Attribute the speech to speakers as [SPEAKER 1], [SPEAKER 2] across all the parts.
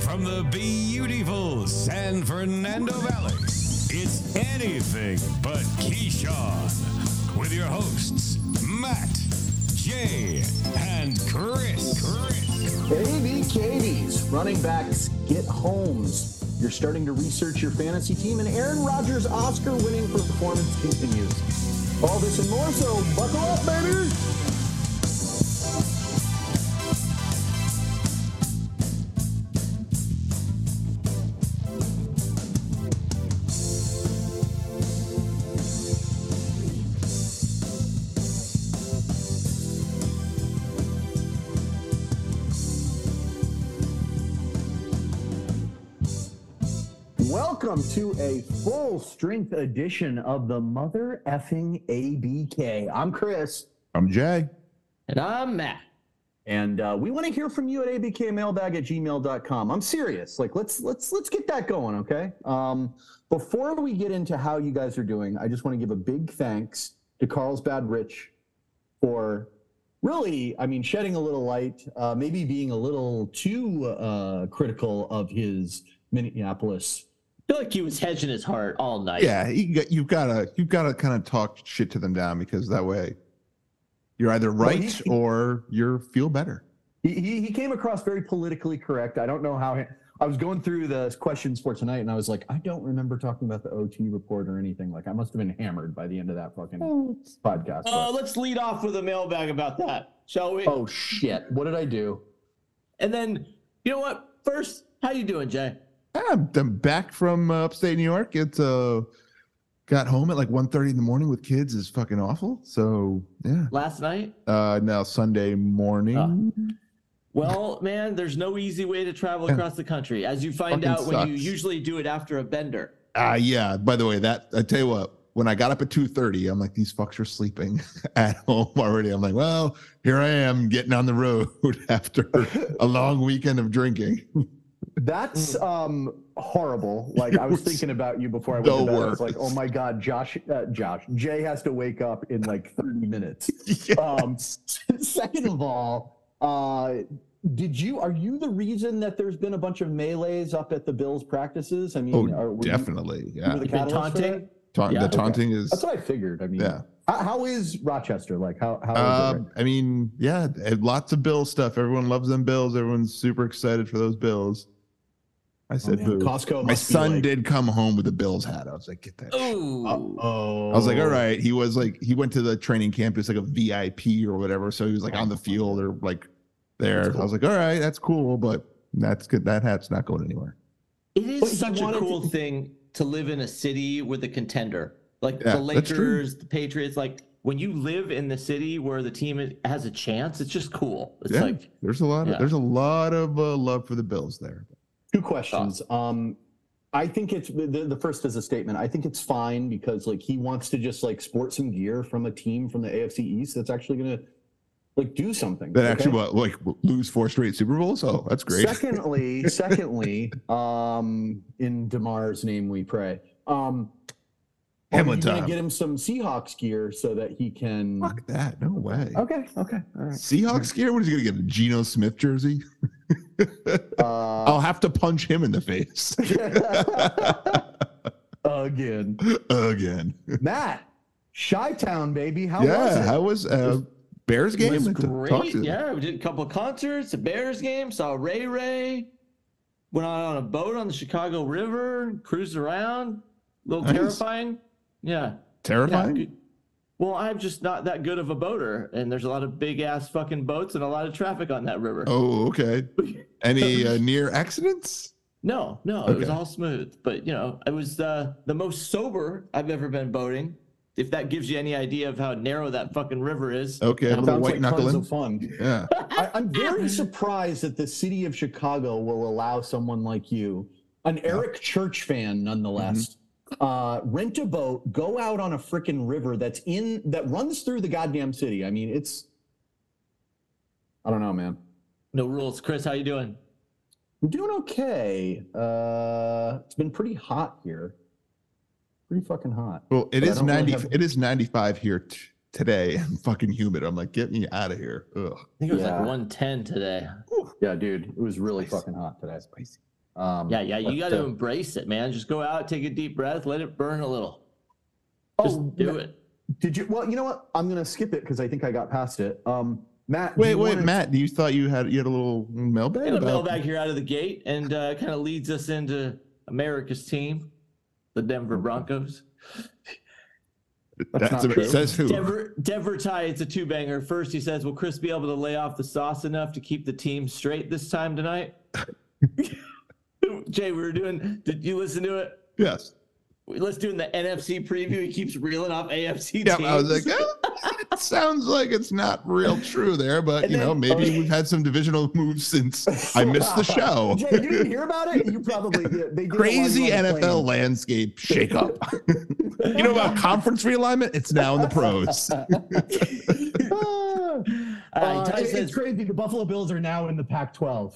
[SPEAKER 1] From the beautiful San Fernando Valley, it's anything but Keyshawn with your hosts, Matt, Jay, and Chris. Chris.
[SPEAKER 2] Baby Katie's running backs get homes. You're starting to research your fantasy team, and Aaron Rodgers' Oscar winning performance continues. All this and more, so buckle up, baby! Welcome to a full strength edition of the Mother Effing ABK. I'm Chris.
[SPEAKER 3] I'm Jay.
[SPEAKER 4] And I'm Matt.
[SPEAKER 2] And uh, we want to hear from you at abkmailbag at gmail.com. I'm serious. Like let's let's let's get that going, okay? Um, before we get into how you guys are doing, I just want to give a big thanks to Carlsbad Rich for really, I mean, shedding a little light, uh, maybe being a little too uh, critical of his Minneapolis.
[SPEAKER 4] I feel like he was hedging his heart all night.
[SPEAKER 3] Yeah, you got you've got to you've got to kind of talk shit to them down because that way you're either right
[SPEAKER 2] he-
[SPEAKER 3] or you feel better.
[SPEAKER 2] He, he he came across very politically correct. I don't know how. he- I was going through the questions for tonight, and I was like, I don't remember talking about the OT report or anything. Like, I must have been hammered by the end of that fucking podcast.
[SPEAKER 4] Uh,
[SPEAKER 2] but-
[SPEAKER 4] let's lead off with a mailbag about that, shall we?
[SPEAKER 2] oh shit! What did I do?
[SPEAKER 4] And then, you know what? First, how you doing, Jay?
[SPEAKER 3] I'm, I'm back from uh, upstate New York. It's uh got home at like 1.30 in the morning with kids is fucking awful. So yeah,
[SPEAKER 4] Last night?
[SPEAKER 3] uh, now Sunday morning.
[SPEAKER 4] Well, man, there's no easy way to travel across the country, as you find
[SPEAKER 3] Fucking
[SPEAKER 4] out when you
[SPEAKER 3] sucks.
[SPEAKER 4] usually do it after a bender.
[SPEAKER 3] Ah, yeah. By the way, that I tell you what, when I got up at two thirty, I'm like, these fucks are sleeping at home already. I'm like, well, here I am getting on the road after a long weekend of drinking.
[SPEAKER 2] That's um horrible. Like, I was thinking about you before I went to
[SPEAKER 3] The
[SPEAKER 2] bed. I was like,
[SPEAKER 3] worst.
[SPEAKER 2] oh my god, Josh, uh, Josh, Jay has to wake up in like thirty minutes.
[SPEAKER 3] Yeah.
[SPEAKER 2] Um, second of all, uh, did you are you the reason that there's been a bunch of melees up at the Bills practices? I mean,
[SPEAKER 3] Oh,
[SPEAKER 2] are, were you-
[SPEAKER 3] definitely.
[SPEAKER 2] you were
[SPEAKER 3] Yeah.
[SPEAKER 2] the
[SPEAKER 4] You've been
[SPEAKER 2] catalyst for that?
[SPEAKER 4] taunting?
[SPEAKER 3] Taunt,
[SPEAKER 4] yeah,
[SPEAKER 3] the
[SPEAKER 4] okay.
[SPEAKER 3] taunting is.
[SPEAKER 2] That's what I figured. I mean,
[SPEAKER 3] Yeah.
[SPEAKER 2] how, how is Rochester like? How how is it?
[SPEAKER 3] Uh,
[SPEAKER 2] right-
[SPEAKER 3] I mean, yeah, eh, lots of Bill stuff. Everyone loves them Bills. Everyone's super excited for those Bills. I said,
[SPEAKER 2] Oh, man,
[SPEAKER 3] boo.
[SPEAKER 2] Costco.
[SPEAKER 3] My son did come home with a Bills hat. I was like, get that. shit
[SPEAKER 4] Ooh.
[SPEAKER 2] Oh,
[SPEAKER 3] I was like, all right. He was like, he went to the training camp. It was like a VIP or whatever. So he was like
[SPEAKER 2] Oh
[SPEAKER 3] on the field or like there. I was like, all right, that's cool, but that's good. That hat's not going anywhere.
[SPEAKER 4] It
[SPEAKER 2] But he
[SPEAKER 4] is such a
[SPEAKER 2] wanted
[SPEAKER 4] cool
[SPEAKER 2] to-
[SPEAKER 4] thing to live in a city with a contender. Like
[SPEAKER 3] Yeah,
[SPEAKER 4] the
[SPEAKER 3] that's true.
[SPEAKER 4] Lakers, the Patriots, like when you live in the city where the team has a chance, it's just cool. It's
[SPEAKER 3] yeah,
[SPEAKER 4] like
[SPEAKER 3] there's a lot of
[SPEAKER 4] yeah.
[SPEAKER 3] there's a lot of uh, love for the Bills there.
[SPEAKER 2] Two questions. Um, I think it's the, the the first is a statement. I think it's fine because like he wants to just like sport some gear from a team from the AFC East that's actually gonna like do something.
[SPEAKER 3] That
[SPEAKER 2] okay?
[SPEAKER 3] actually what like lose four straight Super Bowls. Oh, that's great.
[SPEAKER 2] Secondly, secondly, um, in Demar's name we pray. Um, are
[SPEAKER 3] Hamlin
[SPEAKER 2] you gonna
[SPEAKER 3] time.
[SPEAKER 2] Get him some Seahawks gear so that he can.
[SPEAKER 3] Fuck that. No way.
[SPEAKER 2] Okay. Okay. All right.
[SPEAKER 3] Seahawks gear? What is he gonna get? A Geno Smith jersey?
[SPEAKER 2] Uh,
[SPEAKER 3] I'll have to punch him in the face
[SPEAKER 2] Uh, again,
[SPEAKER 3] again.
[SPEAKER 2] Matt, Chi Town, baby. How
[SPEAKER 3] yeah,
[SPEAKER 2] was it?
[SPEAKER 3] how was uh, Bears
[SPEAKER 4] it
[SPEAKER 3] game?
[SPEAKER 4] was
[SPEAKER 3] Like, to- talk
[SPEAKER 4] great.
[SPEAKER 3] to them.
[SPEAKER 4] Yeah, we did a couple of concerts, a Bears game, saw Ray Ray, went out on a boat on the Chicago River, cruised around, a little
[SPEAKER 3] Nice.
[SPEAKER 4] terrifying. Yeah. yeah
[SPEAKER 3] Terrifying.
[SPEAKER 4] good. Well, I'm just not that good of a boater, and there's a lot of big ass fucking boats and a lot of traffic on that river.
[SPEAKER 3] Oh, okay. Any uh, near accidents?
[SPEAKER 4] No, no, it was
[SPEAKER 3] Okay.
[SPEAKER 4] all smooth. But you know, it was uh, the most sober I've ever been boating. If that gives you any idea of how narrow that fucking river is.
[SPEAKER 3] Okay, a little
[SPEAKER 2] Sounds like
[SPEAKER 3] white
[SPEAKER 2] tons
[SPEAKER 3] knuckling.
[SPEAKER 2] of fun.
[SPEAKER 3] Yeah,
[SPEAKER 2] I, I'm very surprised that the city of Chicago will allow someone like you, an Eric Church fan nonetheless, uh, rent a boat, go out on a freaking river that's in that runs through the goddamn city. I mean, it's I don't know, man.
[SPEAKER 4] No rules, Chris. How you doing?
[SPEAKER 2] I'm doing okay. Uh, it's been pretty hot here. Pretty fucking hot.
[SPEAKER 3] well, it
[SPEAKER 2] But I
[SPEAKER 3] is
[SPEAKER 2] don't really
[SPEAKER 3] ninety.
[SPEAKER 2] have-
[SPEAKER 3] It is ninety-five here t- today, and fucking humid. I'm like, get me out of here. Ugh.
[SPEAKER 4] I think it was
[SPEAKER 2] Yeah.
[SPEAKER 4] like 110 today.
[SPEAKER 2] Yeah, dude, it was really fucking hot today. Um,
[SPEAKER 4] Yeah, yeah. You
[SPEAKER 2] but,
[SPEAKER 4] got to
[SPEAKER 2] uh,
[SPEAKER 4] embrace it, man. Just go out, take a deep breath, let it burn a little. Just
[SPEAKER 2] Oh,
[SPEAKER 4] do it.
[SPEAKER 2] did you? Well, you know what? I'm gonna skip it because I think I got past it. Um, Matt. do
[SPEAKER 3] Wait,
[SPEAKER 2] you
[SPEAKER 3] wait,
[SPEAKER 2] wanna-
[SPEAKER 3] Matt. You thought you had you had a little mailbag?
[SPEAKER 4] And a
[SPEAKER 3] about-
[SPEAKER 4] mailbag here out of the gate, and uh, kind of leads us into America's team, the Denver Broncos.
[SPEAKER 2] That's not
[SPEAKER 3] That's a-
[SPEAKER 2] true.
[SPEAKER 3] says who?
[SPEAKER 4] Denver, Denver tie. It's a two banger. First, he says, "Will Chris be able to lay off the sauce enough to keep the team straight this time tonight?" Jay, we were doing. Did you listen to it?
[SPEAKER 3] Yes.
[SPEAKER 4] We- Let's do in the NFC preview. He keeps reeling off AFC
[SPEAKER 3] Yeah,
[SPEAKER 4] teams.
[SPEAKER 3] I was like, "Oh, it sounds like it's not real true there, but
[SPEAKER 4] And
[SPEAKER 3] you know,
[SPEAKER 4] then-
[SPEAKER 3] maybe
[SPEAKER 4] okay.
[SPEAKER 3] we've had some divisional moves since I missed the show.
[SPEAKER 2] Jay, you didn't hear about it? You probably did. They did it while you
[SPEAKER 3] Crazy
[SPEAKER 2] were on the plane.
[SPEAKER 3] NFL landscape shakeup. you know about conference realignment? It's now in the pros.
[SPEAKER 2] Ah.
[SPEAKER 4] Uh,
[SPEAKER 3] "Oh,
[SPEAKER 5] Uh,
[SPEAKER 4] Ty
[SPEAKER 5] it-
[SPEAKER 4] says,
[SPEAKER 5] it's crazy. The Buffalo Bills are now in the Pac-12.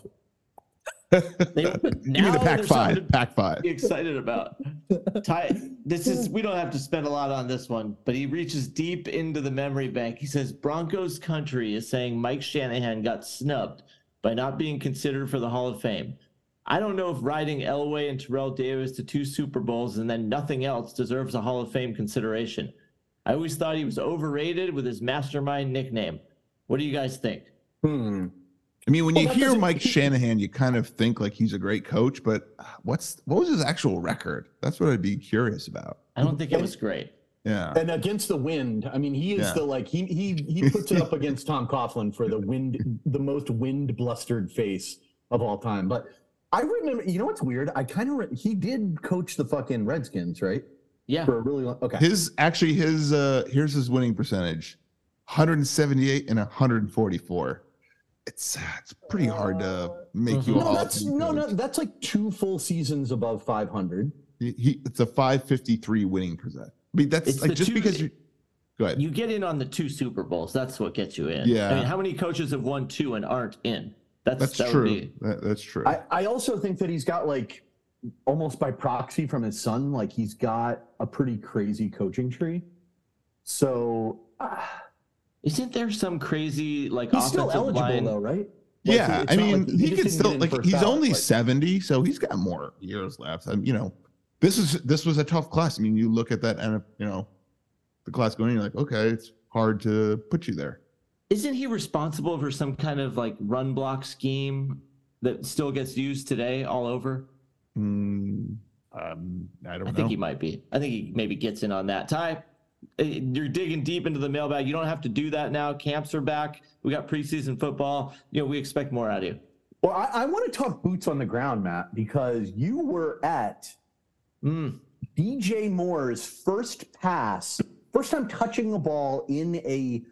[SPEAKER 4] they, now
[SPEAKER 3] Give me the pack
[SPEAKER 4] there's something
[SPEAKER 3] five.
[SPEAKER 4] to
[SPEAKER 3] Pack five.
[SPEAKER 4] be excited about. Ty, this is we don't have to spend a lot on this one, but he reaches deep into the memory bank. He says Broncos country is saying Mike Shanahan got snubbed by not being considered for the Hall of Fame. I don't know if riding Elway and Terrell Davis to two Super Bowls and then nothing else deserves a Hall of Fame consideration. I always thought he was overrated with his mastermind nickname. What do you guys think?
[SPEAKER 2] Hmm.
[SPEAKER 3] I mean, when you
[SPEAKER 5] Well, that
[SPEAKER 3] hear
[SPEAKER 5] doesn't-
[SPEAKER 3] Mike Shanahan, you kind of think like he's a great coach, but what's what was his actual record? That's what I'd be curious about.
[SPEAKER 4] I don't think it was great.
[SPEAKER 3] Yeah.
[SPEAKER 2] And against the wind, I mean, he is
[SPEAKER 3] Yeah.
[SPEAKER 2] the like he he he puts it up against Tom Coughlin for the wind, the most wind blustered face of all time. But I remember, you know what's weird? I kind of re- he did coach the fucking Redskins, right?
[SPEAKER 4] Yeah.
[SPEAKER 2] For a really long, okay.
[SPEAKER 3] His actually his uh here's his winning percentage 178 and 144. It's uh, it's pretty hard to make you
[SPEAKER 4] Mhm.
[SPEAKER 2] Uh-huh.
[SPEAKER 3] a
[SPEAKER 2] no,
[SPEAKER 3] Hall of
[SPEAKER 2] that's
[SPEAKER 3] Fame
[SPEAKER 2] no, no,
[SPEAKER 3] coach.
[SPEAKER 2] that's like two full seasons above 500.
[SPEAKER 3] He- he- it's a 553 winning percent. I mean that's
[SPEAKER 4] It's
[SPEAKER 3] like
[SPEAKER 4] the
[SPEAKER 3] just
[SPEAKER 4] two-
[SPEAKER 3] because you go ahead.
[SPEAKER 4] You get in on the two Super Bowls. That's what gets you in. I
[SPEAKER 3] Yeah.
[SPEAKER 4] mean, how many coaches have won two and aren't in? That's,
[SPEAKER 3] that's
[SPEAKER 4] that Would
[SPEAKER 3] true.
[SPEAKER 4] be,
[SPEAKER 3] That, that's true.
[SPEAKER 2] I, I also think that he's got like almost by proxy from his son, like he's got a pretty crazy coaching tree. So ah,
[SPEAKER 4] isn't there some crazy like
[SPEAKER 2] he's
[SPEAKER 4] offensive
[SPEAKER 2] still eligible
[SPEAKER 4] line?
[SPEAKER 2] though, right? Like,
[SPEAKER 3] yeah,
[SPEAKER 2] it's
[SPEAKER 3] I
[SPEAKER 2] not
[SPEAKER 3] mean,
[SPEAKER 2] like
[SPEAKER 3] he,
[SPEAKER 2] just
[SPEAKER 3] can
[SPEAKER 2] didn't
[SPEAKER 3] still
[SPEAKER 2] get in
[SPEAKER 3] like
[SPEAKER 2] first
[SPEAKER 3] he's
[SPEAKER 2] ballot,
[SPEAKER 3] only
[SPEAKER 2] like-
[SPEAKER 3] seventy, so he's got more years left. I, you know, this is this was a tough class. I mean, you look at that and you know, the class going, you're like, okay, it's hard to put you there.
[SPEAKER 4] Isn't he responsible for some kind of like run block scheme that still gets used today all over?
[SPEAKER 3] Mm, um, I don't
[SPEAKER 4] I
[SPEAKER 3] know.
[SPEAKER 4] think he might be. I think he maybe gets in on that. Ty, eh, you're digging deep into the mailbag. You don't have to do that now. Camps are back. We got preseason football. You know, we expect more out of you.
[SPEAKER 2] Well, I, I want to talk boots on the ground, Matt, because you were at
[SPEAKER 4] Mm.
[SPEAKER 2] DJ Moore's first pass, first time touching a ball in a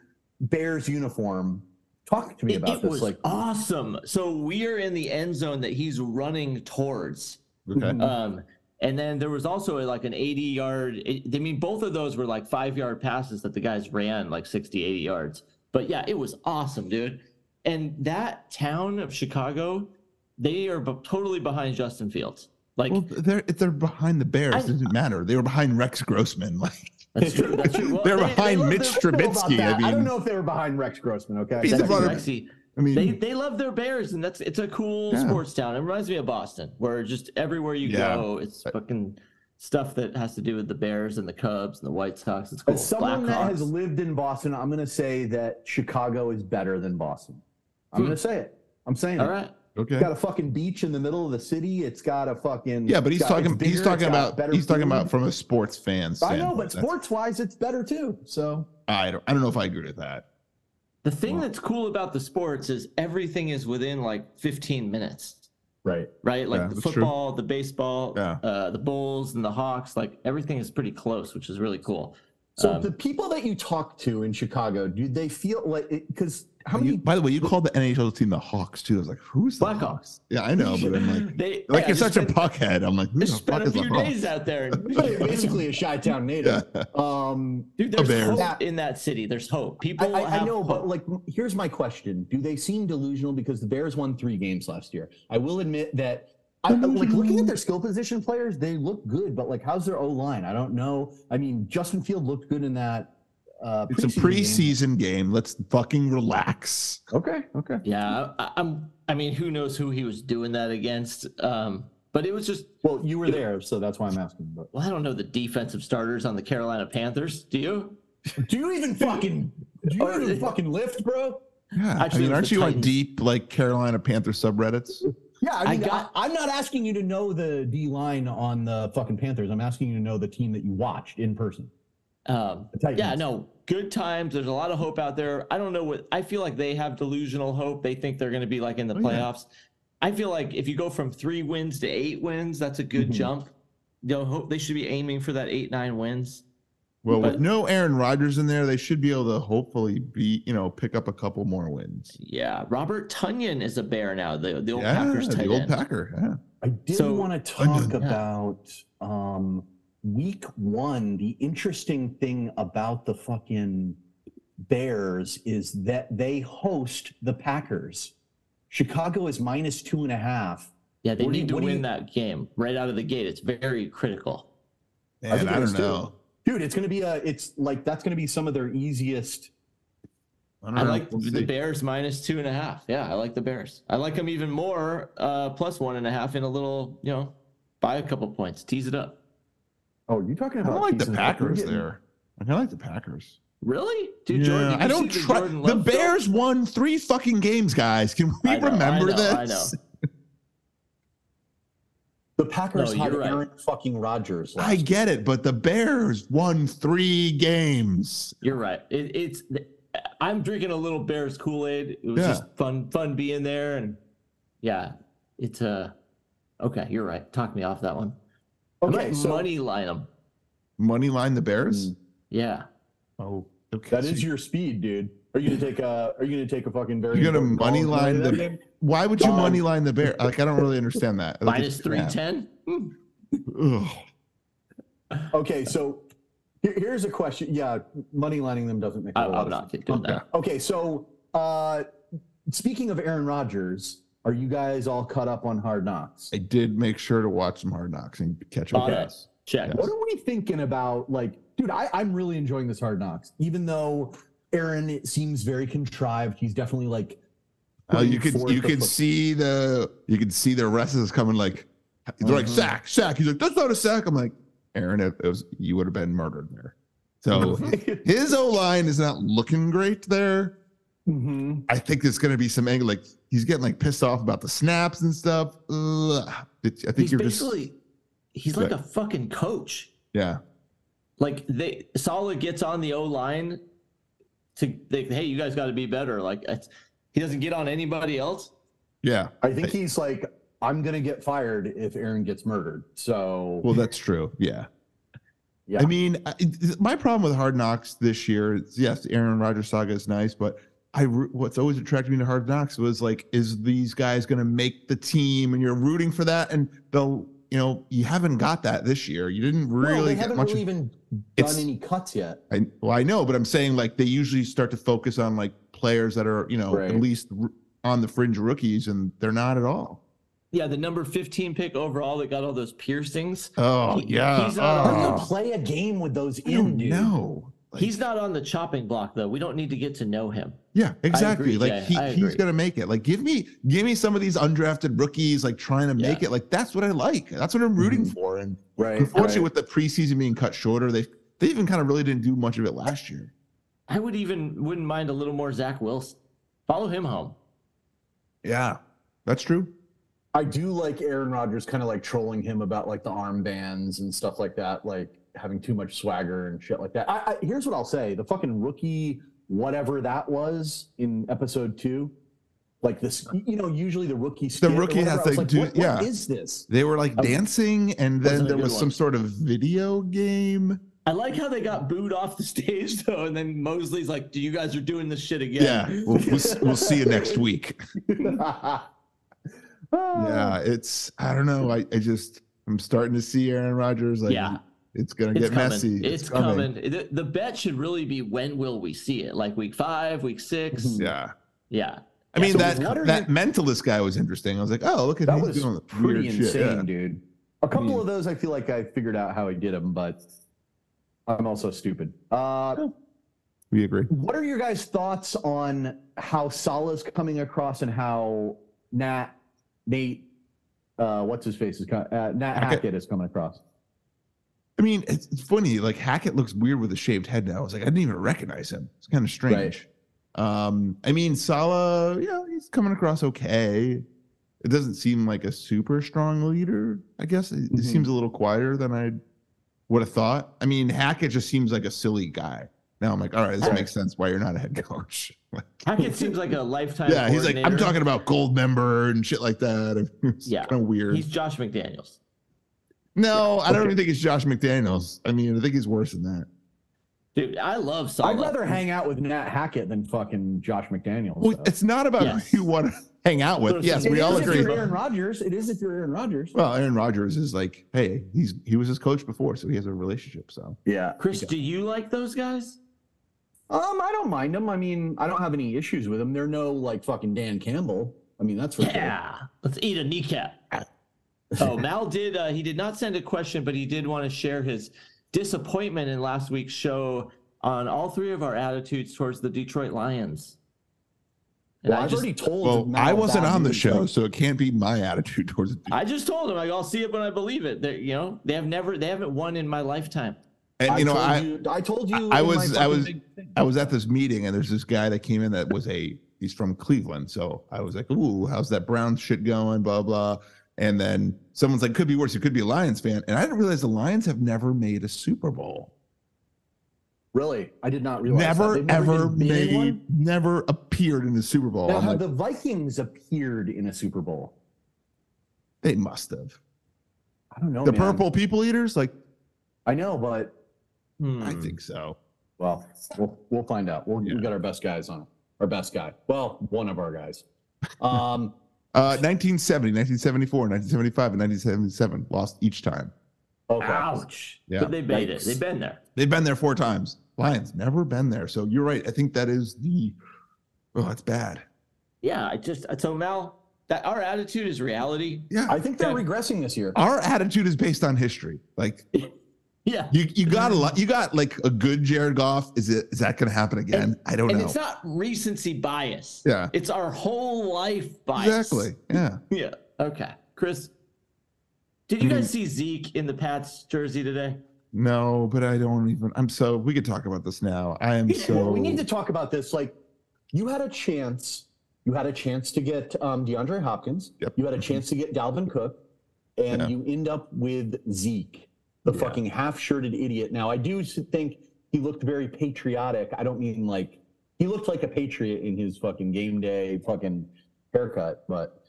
[SPEAKER 2] Bears uniform. Talk to me
[SPEAKER 4] It-
[SPEAKER 2] about
[SPEAKER 4] it
[SPEAKER 2] this.
[SPEAKER 4] was
[SPEAKER 2] like,
[SPEAKER 4] awesome. So we are in the end zone that he's running towards.
[SPEAKER 3] okay.
[SPEAKER 4] Um, and then there was also like an 80 yard. It, I mean, both of those were like five yard passes that the guys ran like 60, 80 yards. But yeah, it was awesome, dude. And that town of Chicago, they are b- totally behind Justin Fields. Like,
[SPEAKER 3] Mm, Well, they're if they're behind the Bears.
[SPEAKER 4] I-
[SPEAKER 3] it doesn't matter. They were behind Rex Grossman. Like
[SPEAKER 4] that's true. That's true. Well,
[SPEAKER 3] they're
[SPEAKER 4] they- they
[SPEAKER 3] behind
[SPEAKER 4] love
[SPEAKER 3] Mitch
[SPEAKER 4] their-
[SPEAKER 2] I don't know about
[SPEAKER 3] Trubisky.
[SPEAKER 2] that.
[SPEAKER 3] I mean,
[SPEAKER 2] I don't know if they were behind Rex Grossman. Okay,
[SPEAKER 3] He's the
[SPEAKER 4] That's
[SPEAKER 3] runner-
[SPEAKER 4] Rexy.
[SPEAKER 3] I mean,
[SPEAKER 4] they they love their bears and that's it's a cool
[SPEAKER 3] Yeah.
[SPEAKER 4] sports town it reminds me of boston where just everywhere you
[SPEAKER 3] Yeah.
[SPEAKER 4] go it's fucking stuff that has to do with the bears and the cubs and the white sox it's cool
[SPEAKER 2] As someone that has
[SPEAKER 4] Blackhawks.
[SPEAKER 2] lived in Boston, I'm going to say that Chicago is better than Boston. I'm
[SPEAKER 4] Hmm.
[SPEAKER 2] going to say it. I'm saying
[SPEAKER 4] all
[SPEAKER 2] it.
[SPEAKER 4] right
[SPEAKER 3] okay.
[SPEAKER 2] It's got a fucking beach in the middle of the city. It's got a fucking
[SPEAKER 3] Yeah, but he's
[SPEAKER 2] it's got-
[SPEAKER 3] talking.
[SPEAKER 2] it's bigger,
[SPEAKER 3] he's talking
[SPEAKER 2] it's got
[SPEAKER 3] about. He's talking
[SPEAKER 2] food.
[SPEAKER 3] about from a sports
[SPEAKER 2] I
[SPEAKER 3] fan.
[SPEAKER 2] know,
[SPEAKER 3] standpoint.
[SPEAKER 2] but
[SPEAKER 3] That's-
[SPEAKER 2] sports wise, it's better too. So
[SPEAKER 3] I don't. I don't know if I agree with that.
[SPEAKER 4] the thing
[SPEAKER 3] Wow.
[SPEAKER 4] that's cool about the sports is everything is within like 15 minutes
[SPEAKER 2] right.
[SPEAKER 4] right like
[SPEAKER 3] Yeah,
[SPEAKER 4] the
[SPEAKER 3] that's true.
[SPEAKER 4] football the baseball
[SPEAKER 3] Yeah.
[SPEAKER 4] uh, the bulls and the hawks like everything is pretty close which is really cool
[SPEAKER 2] So
[SPEAKER 4] Um,
[SPEAKER 2] the people that you talk to in Chicago, do they feel like because how
[SPEAKER 3] You-
[SPEAKER 2] many?
[SPEAKER 3] by the way, you called the NHL team the Hawks too. I was like, who's the
[SPEAKER 4] blackhawks
[SPEAKER 3] Yeah, I know, but I'm like,
[SPEAKER 4] they
[SPEAKER 3] like
[SPEAKER 4] yeah,
[SPEAKER 3] you're
[SPEAKER 4] they
[SPEAKER 3] such a
[SPEAKER 4] spent-
[SPEAKER 3] puckhead. I'm like, who
[SPEAKER 4] they
[SPEAKER 3] the fuck
[SPEAKER 4] spent
[SPEAKER 3] is
[SPEAKER 4] a
[SPEAKER 3] the
[SPEAKER 4] few days
[SPEAKER 3] Hawks?
[SPEAKER 4] out there
[SPEAKER 2] basically a chi-town native.
[SPEAKER 3] Yeah.
[SPEAKER 2] Um,
[SPEAKER 4] Dude,
[SPEAKER 3] The
[SPEAKER 4] there's
[SPEAKER 3] Bears.
[SPEAKER 4] hope in that city. There's hope.
[SPEAKER 2] I,
[SPEAKER 4] People,
[SPEAKER 2] I, I
[SPEAKER 4] have
[SPEAKER 2] know,
[SPEAKER 4] hope.
[SPEAKER 2] but like, m- here's my question: Do they seem delusional because the Bears won three games last year? I will admit that. I, I'm, like looking at their skill position players, they look good, but like, how's their O line? I don't know. I mean, Justin Field looked good in that. Uh,
[SPEAKER 3] It's a
[SPEAKER 2] game.
[SPEAKER 3] preseason game. Let's fucking relax.
[SPEAKER 2] Okay, okay.
[SPEAKER 4] yeah, I, I'm. I mean, who knows who he was doing that against? Um, But it was just
[SPEAKER 2] Well, you were there, so that's why I'm asking. But
[SPEAKER 4] well, I don't know the defensive starters on the Carolina Panthers. Do you?
[SPEAKER 2] do you even fucking do you even fucking lift, bro?
[SPEAKER 4] Actually,
[SPEAKER 3] Yeah. I
[SPEAKER 4] it
[SPEAKER 3] mean,
[SPEAKER 4] was
[SPEAKER 3] aren't
[SPEAKER 4] the
[SPEAKER 3] you on
[SPEAKER 4] Titans.
[SPEAKER 3] deep like Carolina Panther subreddits?
[SPEAKER 2] Yeah, I,
[SPEAKER 4] I
[SPEAKER 2] mean, I
[SPEAKER 4] got-
[SPEAKER 2] I, am not asking you to know the D line on the fucking Panthers. I'm asking you to know the team that you watched in person.
[SPEAKER 4] Um,
[SPEAKER 2] The Titans.
[SPEAKER 4] yeah, no, good times. There's a lot of hope out there. I don't know what I feel like they have delusional hope. They think they're going to be like in the
[SPEAKER 3] Oh, yeah.
[SPEAKER 4] playoffs. I feel like if you go from three wins to eight wins, that's a good
[SPEAKER 2] Mhm.
[SPEAKER 4] jump. They'll hope they should be aiming for that eight nine wins.
[SPEAKER 3] Well,
[SPEAKER 4] But-
[SPEAKER 3] with no Aaron Rodgers in there, they should be able to hopefully be, you know, pick up a couple more wins.
[SPEAKER 4] Yeah, Robert Tunyon is a bear now. The the old
[SPEAKER 3] yeah,
[SPEAKER 4] Packers tight
[SPEAKER 3] the old
[SPEAKER 4] end.
[SPEAKER 3] Packer. Yeah.
[SPEAKER 2] I did
[SPEAKER 4] So-
[SPEAKER 2] want to talk
[SPEAKER 3] Yeah.
[SPEAKER 2] about um, week one. The interesting thing about the fucking Bears is that they host the Packers. Chicago is minus two and a half.
[SPEAKER 4] yeah, they
[SPEAKER 2] What do you-
[SPEAKER 4] need to
[SPEAKER 2] what do
[SPEAKER 4] win
[SPEAKER 2] you-
[SPEAKER 4] that game right out of the gate. It's very critical.
[SPEAKER 2] think
[SPEAKER 3] Man, I,
[SPEAKER 2] it was
[SPEAKER 3] don't
[SPEAKER 2] too.
[SPEAKER 3] know.
[SPEAKER 2] Dude, it's going to be a, it's like, that's going to be some of their easiest.
[SPEAKER 3] I don't
[SPEAKER 4] I
[SPEAKER 3] know.
[SPEAKER 4] like
[SPEAKER 3] We'll
[SPEAKER 4] the
[SPEAKER 3] see.
[SPEAKER 4] Bears minus two and a half. Yeah, I like the Bears. I like them even more, uh, plus one and a half in a little, you know, buy a couple points, tease it up.
[SPEAKER 2] Oh, you're talking
[SPEAKER 3] I
[SPEAKER 2] about
[SPEAKER 3] don't like the
[SPEAKER 2] season- you're
[SPEAKER 3] Packers
[SPEAKER 2] getting-
[SPEAKER 3] there. Like, I like the Packers.
[SPEAKER 4] Really? Dude,
[SPEAKER 3] Yeah,
[SPEAKER 4] Jordan, did
[SPEAKER 3] I
[SPEAKER 4] you
[SPEAKER 3] don't
[SPEAKER 4] see the
[SPEAKER 3] trust
[SPEAKER 4] Jordan
[SPEAKER 3] the
[SPEAKER 4] Love film?
[SPEAKER 3] Bears won three fucking games, guys. Can we
[SPEAKER 4] I know, I
[SPEAKER 3] remember
[SPEAKER 4] know, I
[SPEAKER 3] this?
[SPEAKER 2] The Packers
[SPEAKER 4] No,
[SPEAKER 2] had
[SPEAKER 4] you're right.
[SPEAKER 2] Aaron fucking Rodgers.
[SPEAKER 3] I get it, but the Bears won three games.
[SPEAKER 4] You're right. It, it's I'm drinking a little Bears Kool-Aid. It was
[SPEAKER 3] Yeah.
[SPEAKER 4] just fun fun being there and yeah, it's uh okay, you're right. Talk me off that one. I
[SPEAKER 2] okay,
[SPEAKER 4] might
[SPEAKER 2] so
[SPEAKER 4] money line them.
[SPEAKER 3] Money line the Bears.
[SPEAKER 4] Hmm.
[SPEAKER 2] Mm.
[SPEAKER 4] Yeah.
[SPEAKER 3] Oh, okay.
[SPEAKER 2] that
[SPEAKER 3] so
[SPEAKER 2] is
[SPEAKER 3] you-
[SPEAKER 2] your speed, dude. Are you gonna take a? Are you gonna take a fucking very?
[SPEAKER 3] You're gonna
[SPEAKER 2] important
[SPEAKER 3] money
[SPEAKER 2] call
[SPEAKER 3] line
[SPEAKER 2] today?
[SPEAKER 3] the- Why would you
[SPEAKER 2] Um,
[SPEAKER 3] money line the Bears? Like, I don't really understand that. I think
[SPEAKER 4] Minus
[SPEAKER 3] it's- yeah.
[SPEAKER 4] 310? Hmm.
[SPEAKER 3] Ugh.
[SPEAKER 2] Okay, so here- here's a question. Yeah, money lining them doesn't make a
[SPEAKER 4] I,
[SPEAKER 2] whole lot
[SPEAKER 4] I'm
[SPEAKER 2] of
[SPEAKER 4] not doing
[SPEAKER 3] Okay.
[SPEAKER 4] that.
[SPEAKER 2] sense. Okay, so uh, speaking of Aaron Rodgers, are you guys all caught up on Hard Knocks?
[SPEAKER 3] I did make sure to watch some hard knocks and catch up.
[SPEAKER 4] Bought
[SPEAKER 3] with
[SPEAKER 4] it.
[SPEAKER 3] us.
[SPEAKER 4] Check.
[SPEAKER 2] What are we thinking about? Like, dude, I, I'm really enjoying this Hard Knocks, even though Aaron seems very contrived. He's definitely like.
[SPEAKER 3] Oh, you
[SPEAKER 2] putting
[SPEAKER 3] could
[SPEAKER 2] forth
[SPEAKER 3] you
[SPEAKER 2] the
[SPEAKER 3] could
[SPEAKER 2] foot-
[SPEAKER 3] see the you could see their wrestlers coming like they're like
[SPEAKER 2] Mm-hmm.
[SPEAKER 4] Mhm.
[SPEAKER 3] sack sack. He's like that's not a sack. I'm like Aaron, it, it was, you would have been murdered there. So
[SPEAKER 2] Mm-hmm.
[SPEAKER 3] his O line is not looking great there.
[SPEAKER 2] Mhm.
[SPEAKER 3] I think there's going to be some angle like he's getting like pissed off about the snaps and stuff. Ugh. It- I think
[SPEAKER 4] He's
[SPEAKER 3] you're just
[SPEAKER 4] basically he's like a fucking coach.
[SPEAKER 3] yeah
[SPEAKER 4] Like they Sala gets on the O line to they, hey, you guys got to be better. Like it's, he doesn't get on anybody else.
[SPEAKER 3] yeah.
[SPEAKER 2] I think he's like, I'm gonna get fired if Aaron gets murdered. So
[SPEAKER 3] Well, that's true. Yeah.
[SPEAKER 2] Yeah.
[SPEAKER 3] I mean, I- it- my problem with Hard Knocks this year is yes, Aaron Rodgers saga is nice, but I ru- what's always attracted me to Hard Knocks was like, is these guys going to make the team? And you're rooting for that, and they'll, you know, you haven't got that this year. You didn't
[SPEAKER 2] No,
[SPEAKER 3] really
[SPEAKER 2] they
[SPEAKER 3] get
[SPEAKER 2] haven't
[SPEAKER 3] much.
[SPEAKER 2] really even
[SPEAKER 3] it's-
[SPEAKER 2] done any cuts yet.
[SPEAKER 3] I, well, I know, but I'm saying like they usually start to focus on like players that are, you know,
[SPEAKER 2] Right.
[SPEAKER 3] at least r- on the fringe rookies, and they're not at all.
[SPEAKER 4] Yeah, the number 15 pick overall that got all those piercings.
[SPEAKER 3] Oh
[SPEAKER 4] He-
[SPEAKER 3] yeah.
[SPEAKER 4] he's not
[SPEAKER 2] Let
[SPEAKER 4] on
[SPEAKER 2] them
[SPEAKER 3] Oh.
[SPEAKER 2] play a game with those
[SPEAKER 3] I don't
[SPEAKER 2] in, dude.
[SPEAKER 3] know. Like-
[SPEAKER 4] He's not on the chopping block though. We don't need to get to know him.
[SPEAKER 3] Yeah, exactly.
[SPEAKER 4] agree,
[SPEAKER 3] Like
[SPEAKER 4] Jay.
[SPEAKER 3] he,
[SPEAKER 4] I
[SPEAKER 3] he's
[SPEAKER 4] agree.
[SPEAKER 3] gonna make it. Like give me give me some of these undrafted rookies like trying to
[SPEAKER 4] Yeah. Mm-hmm.
[SPEAKER 3] make it. Like that's what I like. That's what I'm rooting for. And
[SPEAKER 2] Right.
[SPEAKER 3] unfortunately, with the preseason being cut shorter, they they even kind of really didn't do much of it last year.
[SPEAKER 4] I would even wouldn't mind a little more Zach Wilson. Follow him home.
[SPEAKER 3] Yeah, that's true.
[SPEAKER 2] I do like Aaron Rodgers kind of like trolling him about like the armbands and stuff like that, like having too much swagger and shit like that. I, I, here's what I'll say the fucking rookie, whatever that was in episode two, like this, you know, usually the rookie, skit or
[SPEAKER 3] rookie has
[SPEAKER 2] whatever, I was
[SPEAKER 3] to
[SPEAKER 2] like,
[SPEAKER 3] do-
[SPEAKER 2] what,
[SPEAKER 3] yeah.
[SPEAKER 2] what is this?
[SPEAKER 3] They were like
[SPEAKER 4] That was-
[SPEAKER 3] dancing, and
[SPEAKER 4] Oh. wasn't
[SPEAKER 3] then
[SPEAKER 4] a
[SPEAKER 3] there
[SPEAKER 4] good
[SPEAKER 3] was
[SPEAKER 4] one.
[SPEAKER 3] some sort of video game.
[SPEAKER 4] I like how they got booed off the stage though, and then Mosley's like, "Do you guys are doing this shit again?"
[SPEAKER 3] Yeah, we'll, we'll, s- we'll see you next week. Yeah, it's I don't know. I, I just I'm starting to see Aaron Rodgers. Like,
[SPEAKER 4] Yeah.
[SPEAKER 3] it's gonna
[SPEAKER 4] It's
[SPEAKER 3] get
[SPEAKER 4] coming.
[SPEAKER 3] messy.
[SPEAKER 4] It's, coming. The, the bet should really be when will we see it? Like week five, week six.
[SPEAKER 2] Mhm.
[SPEAKER 3] Yeah.
[SPEAKER 4] Yeah.
[SPEAKER 3] I mean
[SPEAKER 2] So
[SPEAKER 3] that
[SPEAKER 2] what are
[SPEAKER 3] that mentalist guy was interesting. I was like, oh, look at
[SPEAKER 2] That
[SPEAKER 3] him
[SPEAKER 2] was
[SPEAKER 3] doing the
[SPEAKER 2] pretty
[SPEAKER 3] weird
[SPEAKER 2] insane,
[SPEAKER 3] shit. Yeah. Mm.
[SPEAKER 2] dude. A couple
[SPEAKER 3] mean-
[SPEAKER 2] of those, I feel like I figured out how he did them, but I'm also stupid. Uh,
[SPEAKER 3] We agree.
[SPEAKER 2] what are your guys' thoughts on how Salah's coming across and how Nat, Nate, uh, what's his face is co- uh, Nat
[SPEAKER 3] Hackett.
[SPEAKER 2] Hackett is coming across.
[SPEAKER 3] I mean, it's, it's funny. Like Hackett looks weird with a shaved head now. I was like, I didn't even recognize him. It's kind of strange. Um, I mean, Salah, yeah, he's coming across okay. It doesn't seem like a super strong leader. I guess it,
[SPEAKER 2] Mhm.
[SPEAKER 3] it seems a little quieter than I would have thought. I mean, Hackett just seems like a silly guy. Now I'm like, all right, this
[SPEAKER 4] Right.
[SPEAKER 3] makes sense why you're not a head coach. Like,
[SPEAKER 4] Hackett seems like a lifetime.
[SPEAKER 3] yeah, he's like, I'm
[SPEAKER 4] coordinator.
[SPEAKER 3] talking about gold member and shit like that. It's
[SPEAKER 4] Yeah.
[SPEAKER 3] kind of weird.
[SPEAKER 4] He's Josh McDaniels.
[SPEAKER 3] no, I don't
[SPEAKER 2] okay.
[SPEAKER 3] even think it's Josh McDaniels. I mean, I think he's worse than that.
[SPEAKER 4] Dude, I love Salah.
[SPEAKER 2] I'd rather hang out with Nat Hackett than fucking Josh McDaniels.
[SPEAKER 3] Well,
[SPEAKER 2] though.
[SPEAKER 3] it's not about
[SPEAKER 4] Yes.
[SPEAKER 3] who you want to hang out with.
[SPEAKER 4] Those
[SPEAKER 3] Yes,
[SPEAKER 4] are-
[SPEAKER 2] It
[SPEAKER 3] we
[SPEAKER 2] is
[SPEAKER 3] all
[SPEAKER 2] if
[SPEAKER 3] agree.
[SPEAKER 2] you're Aaron Rodgers. It is if you're Aaron Rodgers.
[SPEAKER 3] Well, Aaron Rodgers is like, hey, he's he was his coach before, so he has a relationship. So
[SPEAKER 2] Yeah.
[SPEAKER 4] Chris, do you like those guys?
[SPEAKER 2] Um, I don't mind them. I mean, I don't have any issues with them. They're no like fucking Dan Campbell. I mean, that's for sure.
[SPEAKER 4] Yeah. Let's eat a kneecap. Oh, Mal did. Uh, he did not send a question, but he did want to share his disappointment in last week's show on all three of our attitudes towards the Detroit Lions. And
[SPEAKER 2] Well,
[SPEAKER 4] I
[SPEAKER 2] I've
[SPEAKER 4] just,
[SPEAKER 2] already told.
[SPEAKER 3] well,
[SPEAKER 2] Matt
[SPEAKER 3] I wasn't
[SPEAKER 2] about
[SPEAKER 3] on the
[SPEAKER 2] his-
[SPEAKER 3] show, so it can't be my attitude towards it.
[SPEAKER 4] I just told him, like, I'll see it when I believe it. They, you know, they have never, they haven't won in my lifetime.
[SPEAKER 3] And you know,
[SPEAKER 2] told
[SPEAKER 3] I
[SPEAKER 2] you, I told you.
[SPEAKER 3] I
[SPEAKER 2] in my
[SPEAKER 3] was- I
[SPEAKER 2] fucking
[SPEAKER 3] was-
[SPEAKER 2] big thing.
[SPEAKER 3] I was at this meeting and there's this guy that came in that was a he's from Cleveland. So I was like, ooh, how's that Brown shit going? Blah blah. And then someone's like, could be worse. You could be a Lions fan. And I didn't realize the Lions have never made a Super Bowl.
[SPEAKER 2] Really, I did not realize. that.
[SPEAKER 3] Never,
[SPEAKER 2] They've
[SPEAKER 3] ever
[SPEAKER 2] even been in
[SPEAKER 3] made,
[SPEAKER 2] one?
[SPEAKER 3] never appeared in the Super Bowl.
[SPEAKER 2] Now,
[SPEAKER 3] I'm
[SPEAKER 2] have
[SPEAKER 3] like,
[SPEAKER 2] the Vikings appeared in a Super Bowl?
[SPEAKER 3] They must have.
[SPEAKER 2] I don't know.
[SPEAKER 3] the
[SPEAKER 2] man.
[SPEAKER 3] purple people eaters? Like,
[SPEAKER 2] I know, but
[SPEAKER 4] Hmm.
[SPEAKER 3] I think so.
[SPEAKER 2] well, we'll we'll find out. We'll,
[SPEAKER 3] Yeah.
[SPEAKER 2] We got our best guys on. Our best guy. Well, one of our guys. Um,
[SPEAKER 3] Uh, 1970, 1974, 1975, and 1977 lost each time.
[SPEAKER 2] okay.
[SPEAKER 4] Ouch.
[SPEAKER 3] Yeah.
[SPEAKER 4] But they made it.
[SPEAKER 2] Yikes.
[SPEAKER 4] They've been there.
[SPEAKER 3] They've been there four times. Lions never been there. So you're right. I think that is the. Oh, that's bad.
[SPEAKER 4] Yeah. I just, so Mal, that our attitude is reality.
[SPEAKER 3] Yeah.
[SPEAKER 2] I think they're regressing this year.
[SPEAKER 3] Our attitude is based on history. Like
[SPEAKER 4] Yeah.
[SPEAKER 3] you, you got a lot. You got like a good Jared Goff. Is it? Is that going to happen again? I don't
[SPEAKER 4] And
[SPEAKER 3] know.
[SPEAKER 4] it's not recency bias.
[SPEAKER 3] Oh, yeah.
[SPEAKER 4] It's our whole life bias.
[SPEAKER 3] Exactly. Yeah.
[SPEAKER 4] Yeah. Okay. Chris, did
[SPEAKER 3] Hmm.
[SPEAKER 4] you guys see Zeke in the Pats jersey today?
[SPEAKER 3] No, but I don't even. I'm so. We could talk about this now. I am so.
[SPEAKER 2] Well, we need to talk about this. Like, you had a chance. You had a chance to get um, DeAndre Hopkins.
[SPEAKER 3] Yep.
[SPEAKER 2] You had a chance to get Dalvin Cook, and
[SPEAKER 3] Mm-hmm. Yeah.
[SPEAKER 2] you end up with Zeke, the
[SPEAKER 3] Yeah.
[SPEAKER 2] fucking half-shirted idiot. Now, I do s- think he looked very patriotic. I don't mean like he looked like a patriot in his fucking game day fucking haircut, but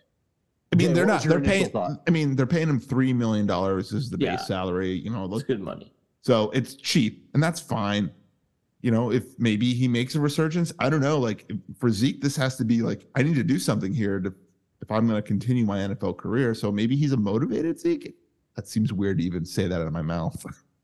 [SPEAKER 3] I mean,
[SPEAKER 2] Jay,
[SPEAKER 3] they're
[SPEAKER 2] what
[SPEAKER 3] not.
[SPEAKER 2] was your
[SPEAKER 3] They're paying.
[SPEAKER 2] initial thought?
[SPEAKER 3] I mean, they're paying him three million dollars is the base
[SPEAKER 4] Yeah.
[SPEAKER 3] salary. You know,
[SPEAKER 4] That's
[SPEAKER 3] look-
[SPEAKER 4] good money.
[SPEAKER 3] so it's cheap, and that's fine. You know, if maybe he makes a resurgence, I don't know. Like for Zeke, this has to be like I need to do something here to if I'm going to continue my NFL career. So maybe he's a motivated Zeke. That seems weird to even say that out of my mouth.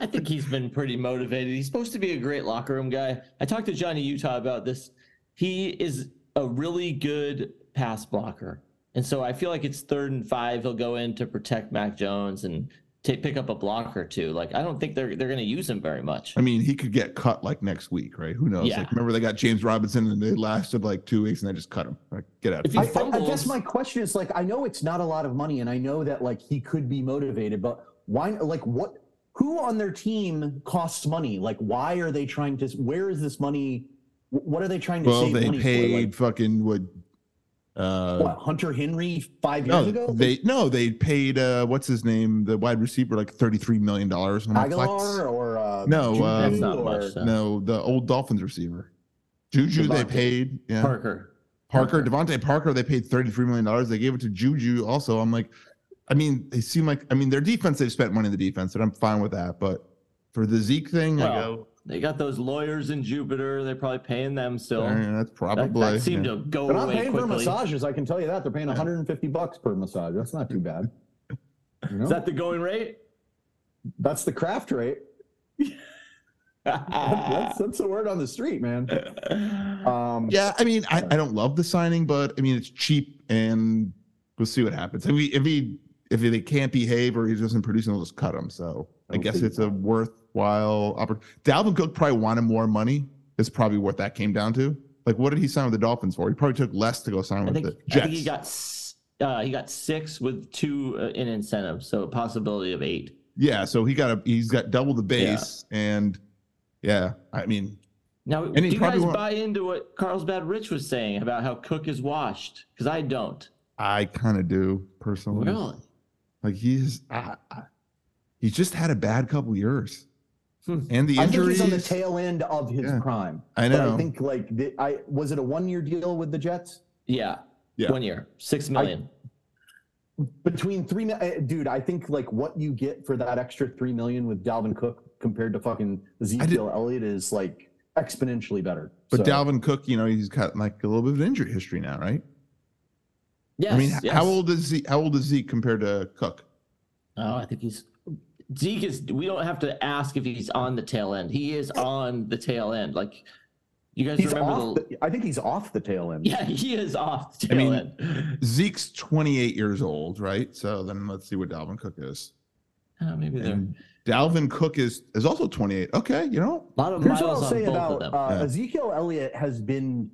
[SPEAKER 4] I think he's been pretty motivated. He's supposed to be a great locker room guy. I talked to Johnny Utah about this. He is a really good pass blocker. And so I feel like it's third and five. He'll go in to protect Mac Jones and take, pick up a block or two. Like, I don't think they're, they're going to use him very much.
[SPEAKER 3] I mean, he could get cut like next week, right? Who knows?
[SPEAKER 4] Yeah.
[SPEAKER 3] Like, remember they got James Robinson and they lasted like two weeks and they just cut him. Like, get out.
[SPEAKER 4] If
[SPEAKER 3] Of
[SPEAKER 2] I,
[SPEAKER 4] he
[SPEAKER 3] here.
[SPEAKER 2] I- I
[SPEAKER 4] fumbles.
[SPEAKER 2] guess my question is like, I know it's not a lot of money, and I know that like he could be motivated, but why? Like, what? Who on their team costs money? Like, why are they trying to? Where is this money? wh- What are they trying to
[SPEAKER 3] Well,
[SPEAKER 2] save
[SPEAKER 3] they
[SPEAKER 2] money
[SPEAKER 3] paid fucking what? Uh,
[SPEAKER 2] for? Like, what Hunter Henry five years
[SPEAKER 3] No,
[SPEAKER 2] ago?
[SPEAKER 3] they no, they paid uh what's his name, the wide receiver, like thirty three million dollars.
[SPEAKER 2] Aguilar or uh,
[SPEAKER 3] No,
[SPEAKER 2] Juju
[SPEAKER 3] uh,
[SPEAKER 4] That's not
[SPEAKER 2] or-
[SPEAKER 4] much. though.
[SPEAKER 3] No, the old Dolphins receiver, Juju. They
[SPEAKER 4] Devontae.
[SPEAKER 3] paid yeah. Parker,
[SPEAKER 4] Parker.
[SPEAKER 3] Devontae Parker. They paid thirty three million dollars. They gave it to Juju. Also, I'm like, I mean, they seem like I mean their defense. They've spent money in the defense, and I'm fine with that. But for the Zeke thing, I
[SPEAKER 4] Well,
[SPEAKER 3] go,
[SPEAKER 4] They got those lawyers in Jupiter. They're probably paying them still.
[SPEAKER 3] "Eh, that's
[SPEAKER 4] That,
[SPEAKER 3] probably
[SPEAKER 4] that seemed
[SPEAKER 3] yeah.
[SPEAKER 4] to go
[SPEAKER 2] They're not
[SPEAKER 4] away
[SPEAKER 2] paying for
[SPEAKER 4] quickly.
[SPEAKER 2] massages. I can tell you that they're paying 150 bucks per massage. That's not too bad. You know?
[SPEAKER 4] Is that the going rate?
[SPEAKER 2] that's the craft rate. that's, that's the word on the street, man. Um,
[SPEAKER 3] Yeah, I mean, I, I don't love the signing, but I mean, it's cheap, and we'll see what happens. If he if he if they can't behave or he doesn't produce, they'll just cut him. So I
[SPEAKER 2] Okay.
[SPEAKER 3] guess it's a worthwhile opportunity. Dalvin Cook probably wanted more money. Is probably what that came down to. Like, what did he sign with the Dolphins for? He probably took less to go sign
[SPEAKER 4] I
[SPEAKER 3] with
[SPEAKER 4] think,
[SPEAKER 3] the
[SPEAKER 4] I
[SPEAKER 3] Jets.
[SPEAKER 4] think he got s- uh, he got six with two uh, in incentive, so a possibility of eight.
[SPEAKER 3] Yeah, so he got a he's got double the base, and yeah, I mean,
[SPEAKER 4] Now, do
[SPEAKER 3] he
[SPEAKER 4] you
[SPEAKER 3] probably
[SPEAKER 4] guys
[SPEAKER 3] won't-
[SPEAKER 4] buy into what Carlsbad Rich was saying about how Cook is washed? Because I don't.
[SPEAKER 3] I kind of do personally.
[SPEAKER 4] Really?
[SPEAKER 3] Like he's I, I, he's just had a bad couple years,
[SPEAKER 4] Hmm.
[SPEAKER 3] and the
[SPEAKER 2] I think
[SPEAKER 3] injuries.
[SPEAKER 2] he's on the tail end of his
[SPEAKER 3] Yeah.
[SPEAKER 2] prime.
[SPEAKER 3] I
[SPEAKER 2] But
[SPEAKER 3] know.
[SPEAKER 2] I think like the, I was it a one year deal with the Jets
[SPEAKER 4] Yeah.
[SPEAKER 3] Yeah.
[SPEAKER 4] One year, six million.
[SPEAKER 2] between three. mi- uh, Dude, I think like what you get for that extra three million with Dalvin Cook compared to fucking Ezekiel Elliott is like exponentially better.
[SPEAKER 3] but
[SPEAKER 2] So,
[SPEAKER 3] Dalvin Cook, you know, he's got like a little bit of an injury history now, right?
[SPEAKER 4] yes.
[SPEAKER 3] I mean,
[SPEAKER 4] yes.
[SPEAKER 3] how old is Zeke? How old is Zeke compared to Cook?
[SPEAKER 4] Oh, I think he's Zeke is. We don't have to ask if he's on the tail end. He is on the tail end. Like you guys
[SPEAKER 2] he's
[SPEAKER 4] remember
[SPEAKER 2] off.
[SPEAKER 4] the.
[SPEAKER 2] the- I think he's off the tail end.
[SPEAKER 4] yeah, he is off the
[SPEAKER 3] I
[SPEAKER 4] tail
[SPEAKER 3] mean-
[SPEAKER 4] end.
[SPEAKER 3] Zeke's 28 years old, right? So then let's see what Dalvin Cook is.
[SPEAKER 4] Oh, maybe there.
[SPEAKER 3] And Dalvin Cook is is also 28. Okay, you know,
[SPEAKER 4] A lot of
[SPEAKER 2] Here's
[SPEAKER 4] miles
[SPEAKER 2] what I'll
[SPEAKER 4] on
[SPEAKER 2] say
[SPEAKER 4] both
[SPEAKER 2] about
[SPEAKER 4] of them.
[SPEAKER 2] uh,
[SPEAKER 3] Yeah.
[SPEAKER 2] Ezekiel Elliott has been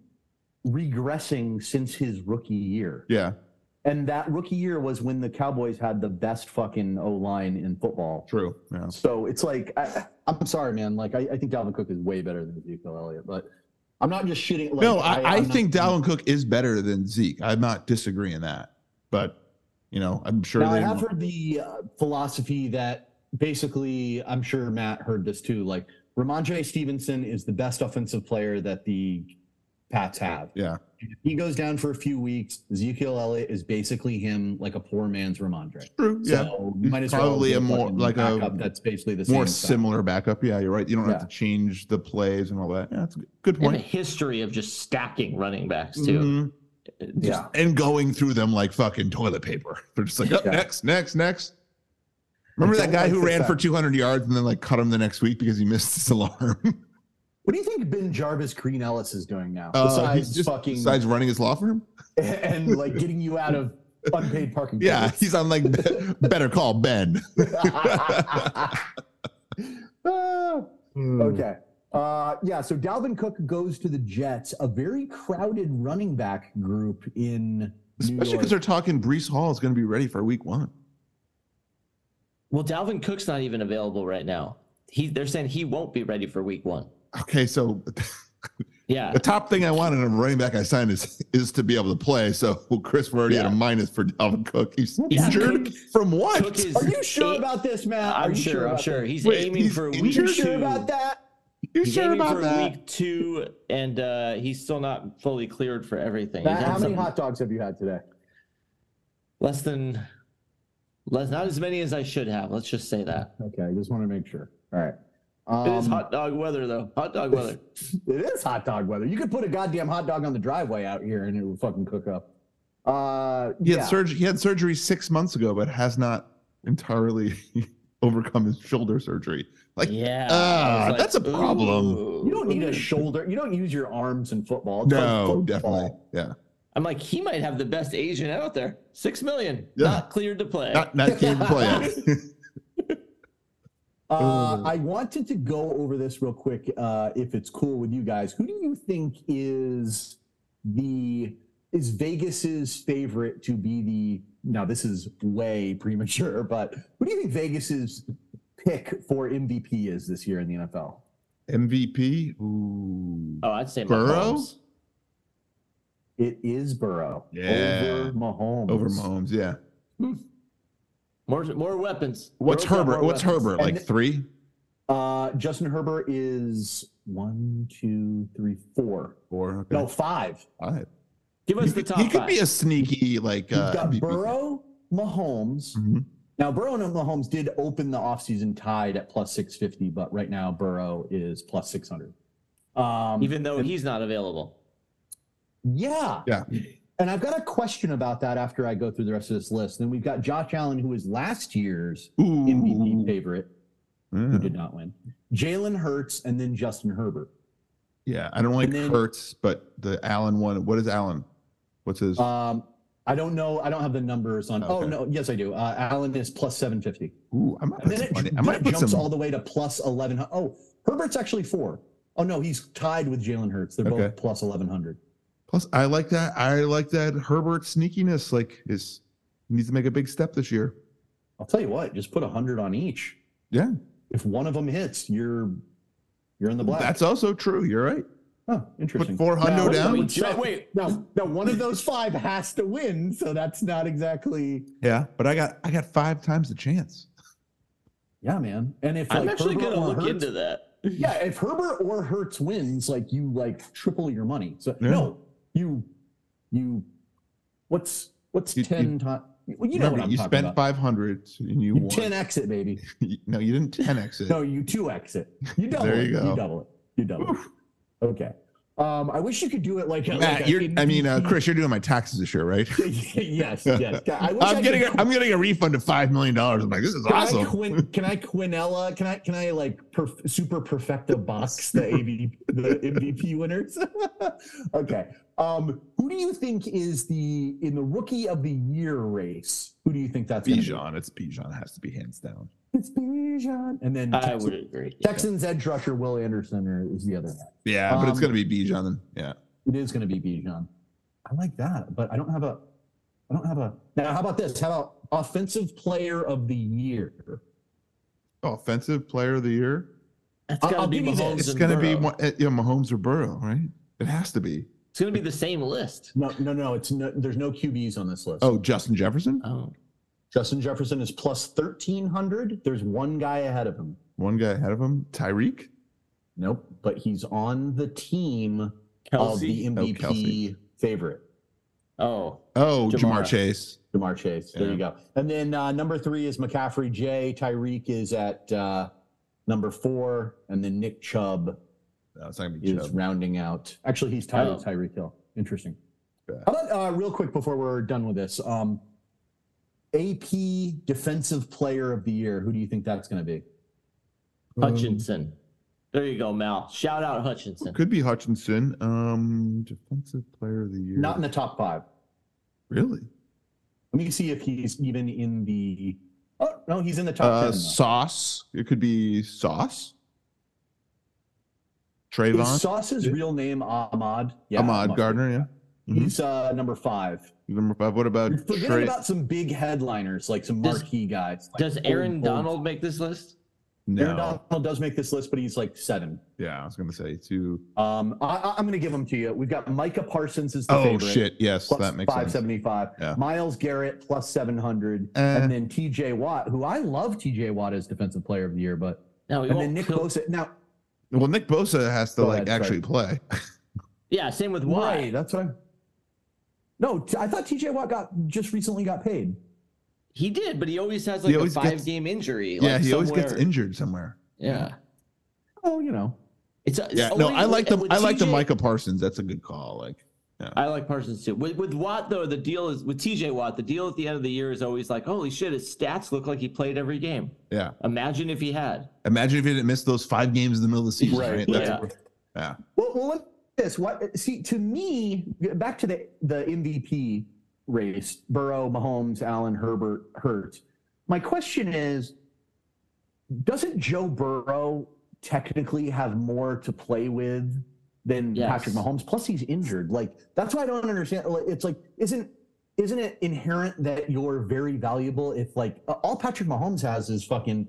[SPEAKER 2] regressing since his rookie year.
[SPEAKER 3] yeah,
[SPEAKER 2] And that rookie year was when the Cowboys had the best fucking O line in football.
[SPEAKER 3] true. Yeah.
[SPEAKER 2] So it's like, I, I'm sorry, man. Like, I, I think Dalvin Cook is way better than Ezekiel Elliott, but I'm not just shitting. Like,
[SPEAKER 3] no, I, I,
[SPEAKER 2] I'm not-
[SPEAKER 3] think Dalvin Cook is better than Zeke. I'm not disagreeing that, but you know, I'm sure
[SPEAKER 2] Now, I
[SPEAKER 3] they.
[SPEAKER 2] have
[SPEAKER 3] don't-
[SPEAKER 2] heard the uh, philosophy that basically, I'm sure Matt heard this too. Like, Ramondre Stevenson is the best offensive player that the Pats have.
[SPEAKER 3] Yeah.
[SPEAKER 2] He goes down for a few weeks. Ezekiel Elliott is basically him, like a poor man's Ramondre.
[SPEAKER 3] True. Yeah.
[SPEAKER 2] So
[SPEAKER 3] He's
[SPEAKER 2] you might as
[SPEAKER 3] probably
[SPEAKER 2] well
[SPEAKER 3] a
[SPEAKER 2] be
[SPEAKER 3] more-
[SPEAKER 2] fucking
[SPEAKER 3] like a
[SPEAKER 2] backup that's basically the
[SPEAKER 3] More
[SPEAKER 2] same stuff.
[SPEAKER 3] similar backup. Yeah, you're right. You don't have
[SPEAKER 2] Yeah.
[SPEAKER 3] to change the plays and all that. Yeah, that's a good
[SPEAKER 4] They have a
[SPEAKER 3] point.
[SPEAKER 4] history of just stacking running backs
[SPEAKER 2] Mm-hmm.
[SPEAKER 4] too.
[SPEAKER 3] Mhm.
[SPEAKER 4] Just-
[SPEAKER 2] Yeah.
[SPEAKER 3] And going through them like fucking toilet paper. They're just like, oh,
[SPEAKER 2] Yeah.
[SPEAKER 3] next, next, next. Remember that
[SPEAKER 2] don't
[SPEAKER 3] guy
[SPEAKER 2] like
[SPEAKER 3] who
[SPEAKER 2] the
[SPEAKER 3] ran for
[SPEAKER 2] fact-
[SPEAKER 3] 200 yards and then like cut him the next week because he missed his alarm?
[SPEAKER 2] What do you think Ben Jarvis Green Ellis is doing now?
[SPEAKER 3] Uh,
[SPEAKER 2] besides
[SPEAKER 3] he's just-
[SPEAKER 2] fucking
[SPEAKER 3] besides running his law firm?
[SPEAKER 2] and like getting you out of unpaid parking.
[SPEAKER 3] Yeah,
[SPEAKER 2] tickets.
[SPEAKER 3] he's on like Be- Better Call Ben.
[SPEAKER 2] Ah.
[SPEAKER 3] Hmm.
[SPEAKER 2] Okay. Uh, yeah, so Dalvin Cook goes to the Jets, a very crowded running back group in New
[SPEAKER 3] Especially
[SPEAKER 2] York.
[SPEAKER 3] because they're talking Brees Hall is going to be ready for week one.
[SPEAKER 4] Well, Dalvin Cook's not even available right now. He they're saying he won't be ready for week one.
[SPEAKER 3] Okay, so
[SPEAKER 4] Yeah.
[SPEAKER 3] the top thing I want in a running back I signed is is to be able to play. So Chris Verdi had a
[SPEAKER 4] Yeah.
[SPEAKER 3] minus for Dalvin Cook. He's
[SPEAKER 4] Yeah,
[SPEAKER 3] injured
[SPEAKER 4] Cook-
[SPEAKER 3] from what?
[SPEAKER 4] Cook is-
[SPEAKER 2] Are you sure
[SPEAKER 4] it-
[SPEAKER 2] about this, Matt? Are
[SPEAKER 4] I'm
[SPEAKER 2] you
[SPEAKER 4] sure, I'm
[SPEAKER 2] about
[SPEAKER 4] sure. He's
[SPEAKER 3] Wait,
[SPEAKER 4] aiming
[SPEAKER 3] he's
[SPEAKER 4] for
[SPEAKER 2] this?
[SPEAKER 4] week
[SPEAKER 2] Are you
[SPEAKER 3] injured?
[SPEAKER 4] two.
[SPEAKER 2] sure about that?
[SPEAKER 3] you
[SPEAKER 4] He's
[SPEAKER 3] sure
[SPEAKER 4] aiming
[SPEAKER 3] about
[SPEAKER 4] for
[SPEAKER 3] that?
[SPEAKER 4] week two, and uh, he's still not fully cleared for everything. He's
[SPEAKER 2] Matt,
[SPEAKER 4] had
[SPEAKER 2] how many
[SPEAKER 4] some-
[SPEAKER 2] hot dogs have you had today?
[SPEAKER 4] less than less not as many as I should have. Let's just say that.
[SPEAKER 2] Okay, I just want to make sure. All right.
[SPEAKER 4] It is
[SPEAKER 2] Um,
[SPEAKER 4] hot dog weather though. Hot dog weather.
[SPEAKER 2] It is hot dog weather. You could put a goddamn hot dog on the driveway out here and it would fucking cook up. Uh,
[SPEAKER 3] He had
[SPEAKER 2] yeah.
[SPEAKER 3] surgery. He had surgery six months ago, but has not entirely overcome his shoulder surgery. Like,
[SPEAKER 4] yeah.
[SPEAKER 3] ah,
[SPEAKER 4] I was
[SPEAKER 3] that's a problem.
[SPEAKER 4] ooh.
[SPEAKER 2] you don't need a shoulder. You don't use your arms in football. It's
[SPEAKER 3] no,
[SPEAKER 2] like
[SPEAKER 3] definitely,
[SPEAKER 2] football.
[SPEAKER 3] yeah.
[SPEAKER 4] I'm like, he might have the best agent out there. Six million.
[SPEAKER 3] Yeah.
[SPEAKER 4] Not cleared to play.
[SPEAKER 3] Not not game play.
[SPEAKER 2] Uh,
[SPEAKER 3] Mm.
[SPEAKER 2] I wanted to go over this real quick, uh, if it's cool with you guys. Who do you think is the is Vegas's favorite to be the? Now this is way premature, but who do you think Vegas's pick for MVP is this year in the NFL?
[SPEAKER 3] MVP. Ooh.
[SPEAKER 4] oh, I'd say
[SPEAKER 3] Burrow?
[SPEAKER 4] Mahomes.
[SPEAKER 2] It is Burrow
[SPEAKER 3] Yeah.
[SPEAKER 2] over Mahomes.
[SPEAKER 3] Over Mahomes, yeah.
[SPEAKER 4] More more weapons.
[SPEAKER 3] What's
[SPEAKER 4] Burrow's got
[SPEAKER 3] Herbert?
[SPEAKER 4] more
[SPEAKER 3] What's
[SPEAKER 4] weapons.
[SPEAKER 3] Herbert? Like
[SPEAKER 2] And-
[SPEAKER 3] three?
[SPEAKER 2] Uh, Justin Herbert is one, two, three, four.
[SPEAKER 3] Four? Okay.
[SPEAKER 2] No, five.
[SPEAKER 3] Five.
[SPEAKER 4] Give us the top
[SPEAKER 3] he could
[SPEAKER 4] five.
[SPEAKER 3] be a sneaky like
[SPEAKER 2] You've
[SPEAKER 3] uh,
[SPEAKER 2] got
[SPEAKER 3] MVP.
[SPEAKER 2] Burrow, Mahomes.
[SPEAKER 3] Mhm.
[SPEAKER 2] Now, Burrow and Mahomes did open the offseason tied at plus 650, but right now Burrow is plus 600. Um,
[SPEAKER 4] even though he's not available.
[SPEAKER 2] yeah.
[SPEAKER 3] Yeah.
[SPEAKER 2] And I've got a question about that after I go through the rest of this list. Then we've got Josh Allen, who is last year's
[SPEAKER 3] Ooh.
[SPEAKER 2] MVP favorite, who
[SPEAKER 3] Yeah.
[SPEAKER 2] did not win. Jalen Hurts, and then Justin Herbert.
[SPEAKER 3] Yeah, I don't like
[SPEAKER 2] And then-
[SPEAKER 3] Hurts, but the Allen one. What is Allen? What's his?
[SPEAKER 2] Um, I don't know. I don't have the numbers on. Oh
[SPEAKER 3] Okay.
[SPEAKER 2] no, yes I do. Uh, Allen is plus 750.
[SPEAKER 3] Ooh, I might
[SPEAKER 2] And
[SPEAKER 3] put
[SPEAKER 2] then
[SPEAKER 3] some
[SPEAKER 2] it,
[SPEAKER 3] money. I
[SPEAKER 2] then
[SPEAKER 3] might
[SPEAKER 2] it
[SPEAKER 3] put
[SPEAKER 2] jumps
[SPEAKER 3] some.
[SPEAKER 2] all the way to plus 11. Oh, Herbert's actually four. Oh, no, he's tied with Jalen Hurts. They're
[SPEAKER 3] Okay.
[SPEAKER 2] both plus 1100.
[SPEAKER 3] Plus, I like that. I like that Herbert sneakiness. Like, is he needs to make a big step this year.
[SPEAKER 2] I'll tell you what, just put a hundred on each.
[SPEAKER 3] Yeah,
[SPEAKER 2] If one of them hits, you're you're in the black.
[SPEAKER 3] that's also true. You're right.
[SPEAKER 2] huh,
[SPEAKER 3] Put
[SPEAKER 2] interesting.
[SPEAKER 3] four
[SPEAKER 5] Now,
[SPEAKER 3] hundo down.
[SPEAKER 5] wait,
[SPEAKER 4] Jack- wait.
[SPEAKER 5] Now, now one of those five has to win, so that's not exactly.
[SPEAKER 3] Yeah, but I got I got five times the chance.
[SPEAKER 2] yeah, man. And if
[SPEAKER 4] I'm
[SPEAKER 2] like,
[SPEAKER 4] actually
[SPEAKER 2] Herbert
[SPEAKER 4] gonna
[SPEAKER 2] or
[SPEAKER 4] look
[SPEAKER 2] Hurts-
[SPEAKER 4] into that.
[SPEAKER 2] yeah, if Herbert or Hertz wins, like you like triple your money. So
[SPEAKER 3] Yeah.
[SPEAKER 2] no, you you what's what's
[SPEAKER 3] You- you-
[SPEAKER 2] ten times? Well, you know
[SPEAKER 3] Remember,
[SPEAKER 2] what I'm
[SPEAKER 3] you
[SPEAKER 2] talking
[SPEAKER 3] spent
[SPEAKER 2] about.
[SPEAKER 3] five hundred and you,
[SPEAKER 2] You
[SPEAKER 3] won.
[SPEAKER 2] ten exit, baby.
[SPEAKER 3] no, you didn't ten exit.
[SPEAKER 2] No, you two exit. You double
[SPEAKER 3] There
[SPEAKER 2] it.
[SPEAKER 3] you go.
[SPEAKER 2] double it. You double it. Okay. Um, I wish you could do it like, like
[SPEAKER 3] Matt,
[SPEAKER 2] a-
[SPEAKER 3] you're. I mean, uh, Chris, you're doing my taxes this year, right?
[SPEAKER 2] yes, yes. I wish I
[SPEAKER 3] I'm getting.
[SPEAKER 2] could,
[SPEAKER 3] A, I'm getting a refund of five million dollars. I'm like, this is
[SPEAKER 2] can I
[SPEAKER 3] awesome.
[SPEAKER 2] Quin, can I Quinella? Can I can I like perf, super perfect a box the AV, the MVP winners? okay. Um, who do you think is the in the rookie of the year race? Who do you think that's gonna be?
[SPEAKER 3] Bijan, it's Bijan. It has to be hands down.
[SPEAKER 2] It's Bijan. And then
[SPEAKER 4] I
[SPEAKER 2] Texans,
[SPEAKER 4] would agree.
[SPEAKER 2] Texans Ed Drucker, Will Anderson, or is the other guy?
[SPEAKER 3] Yeah, but it's
[SPEAKER 2] Um,
[SPEAKER 3] gonna be Bijan. then. Yeah.
[SPEAKER 2] It is going to be Bijan. I like that, but I don't have a. I don't have a. Now, how about this? How about offensive player of the year?
[SPEAKER 3] Oh, Offensive player of the year.
[SPEAKER 4] It's
[SPEAKER 2] I'll-
[SPEAKER 4] gotta
[SPEAKER 2] I'll
[SPEAKER 4] be
[SPEAKER 2] give you
[SPEAKER 4] Mahomes.
[SPEAKER 2] this.
[SPEAKER 4] and
[SPEAKER 3] It's gonna be
[SPEAKER 4] Burrow.
[SPEAKER 3] one- uh, yeah, Mahomes or Burrow, right? It has to be.
[SPEAKER 4] It's gonna be the same list.
[SPEAKER 2] No, no, no. It's no, there's no QBs on this list.
[SPEAKER 3] Oh, Justin Jefferson.
[SPEAKER 2] Uh,
[SPEAKER 4] Oh,
[SPEAKER 2] Justin Jefferson is plus thirteen hundred. There's one guy ahead of him.
[SPEAKER 3] One guy ahead of him, Tyreek.
[SPEAKER 2] Nope, but he's on the team
[SPEAKER 4] Kelsey.
[SPEAKER 2] of the MVP
[SPEAKER 3] Oh, Kelsey.
[SPEAKER 2] favorite,
[SPEAKER 4] Oh,
[SPEAKER 3] Oh, Jamar,
[SPEAKER 4] Jamar.
[SPEAKER 3] Chase.
[SPEAKER 2] Jamar Chase. There
[SPEAKER 3] Yeah.
[SPEAKER 2] you go. And then uh, number three is McCaffrey. J. Tyreek is at uh, number four, and then Nick Chubb
[SPEAKER 3] No, it's not gonna be
[SPEAKER 2] is
[SPEAKER 3] Chubb.
[SPEAKER 2] rounding out. Actually, he's tied
[SPEAKER 4] Oh.
[SPEAKER 2] with Tyreek Hill. Interesting.
[SPEAKER 3] Yeah.
[SPEAKER 2] How about uh, real quick before we're done with this? Um, AP Defensive Player of the Year. Who do you think that's going to be?
[SPEAKER 3] Um,
[SPEAKER 4] Hutchinson. There you go, Mal. Shout out Hutchinson.
[SPEAKER 3] Could be Hutchinson. Um, defensive player of the year.
[SPEAKER 2] Not in the top five.
[SPEAKER 3] really.
[SPEAKER 2] Let me see if he's even in the. Oh no, he's in the top
[SPEAKER 3] Uh,
[SPEAKER 2] ten. though.
[SPEAKER 3] sauce. It could be Sauce. Trayvon.
[SPEAKER 2] Is Sauce's real name Ahmad? Yeah,
[SPEAKER 3] Ahmad
[SPEAKER 2] Ahmad.
[SPEAKER 3] Gardner. Yeah. Mhm.
[SPEAKER 2] He's uh, number five.
[SPEAKER 3] Number five. What about
[SPEAKER 2] You're forgetting
[SPEAKER 3] Trey?
[SPEAKER 2] about some big headliners, like some
[SPEAKER 4] Does-
[SPEAKER 2] marquee guys. like
[SPEAKER 4] Does Aaron
[SPEAKER 2] old- old-
[SPEAKER 4] Donald make this list?
[SPEAKER 3] no.
[SPEAKER 2] Aaron Donald does make this list, but he's like seven.
[SPEAKER 3] Yeah, I was gonna say two.
[SPEAKER 2] Um, I, I- I'm going to give them to you. We've got Micah Parsons is the
[SPEAKER 3] Oh
[SPEAKER 2] favorite.
[SPEAKER 3] shit! Yes,
[SPEAKER 2] plus
[SPEAKER 3] that makes sense.
[SPEAKER 2] 575.
[SPEAKER 3] Yeah.
[SPEAKER 2] Miles Garrett plus 700.
[SPEAKER 3] Eh.
[SPEAKER 2] and then TJ Watt, who I love TJ Watt as defensive player of the year, but
[SPEAKER 4] No, he
[SPEAKER 2] and
[SPEAKER 4] won't
[SPEAKER 2] then Nick
[SPEAKER 4] kill-
[SPEAKER 2] Bosa. Now,
[SPEAKER 3] Well, Nick Bosa has to
[SPEAKER 2] Go
[SPEAKER 3] like
[SPEAKER 2] ahead,
[SPEAKER 3] actually
[SPEAKER 2] sorry.
[SPEAKER 3] play.
[SPEAKER 4] Yeah, same with
[SPEAKER 2] why?
[SPEAKER 4] why.
[SPEAKER 2] That's what I'm. No, t- I thought TJ Watt got just recently got paid.
[SPEAKER 4] He did, but he always has like
[SPEAKER 3] always
[SPEAKER 4] a
[SPEAKER 3] gets-
[SPEAKER 4] five game injury.
[SPEAKER 3] yeah,
[SPEAKER 4] like,
[SPEAKER 3] he always gets
[SPEAKER 4] somewhere.
[SPEAKER 3] injured somewhere.
[SPEAKER 4] Yeah.
[SPEAKER 2] Oh, you know,
[SPEAKER 4] It's, it's
[SPEAKER 3] Yeah, no,
[SPEAKER 4] only-
[SPEAKER 3] I like the
[SPEAKER 4] with
[SPEAKER 3] I like the
[SPEAKER 4] TJ
[SPEAKER 3] Micah Parsons. That's a good call. Like,
[SPEAKER 4] I like Parsons too. With, with Watt though, the deal is with TJ Watt. The deal at the end of the year is always like, holy shit, his stats look like he played every game.
[SPEAKER 3] yeah.
[SPEAKER 4] Imagine if he had.
[SPEAKER 3] Imagine if he didn't miss those five games in the middle of the season. Right.
[SPEAKER 2] Right,
[SPEAKER 3] That's-
[SPEAKER 4] yeah.
[SPEAKER 3] yeah.
[SPEAKER 2] Well, well, look at this. What see to me back to the the MVP race: Burrow, Mahomes, Allen, Herbert, Hurts. My question is: Doesn't Joe Burrow technically have more to play with than
[SPEAKER 4] Yes.
[SPEAKER 2] Patrick Mahomes? Plus, he's injured. Like that's why I don't understand. Like, it's like isn't isn't it inherent that you're very valuable if like uh, all Patrick Mahomes has is fucking.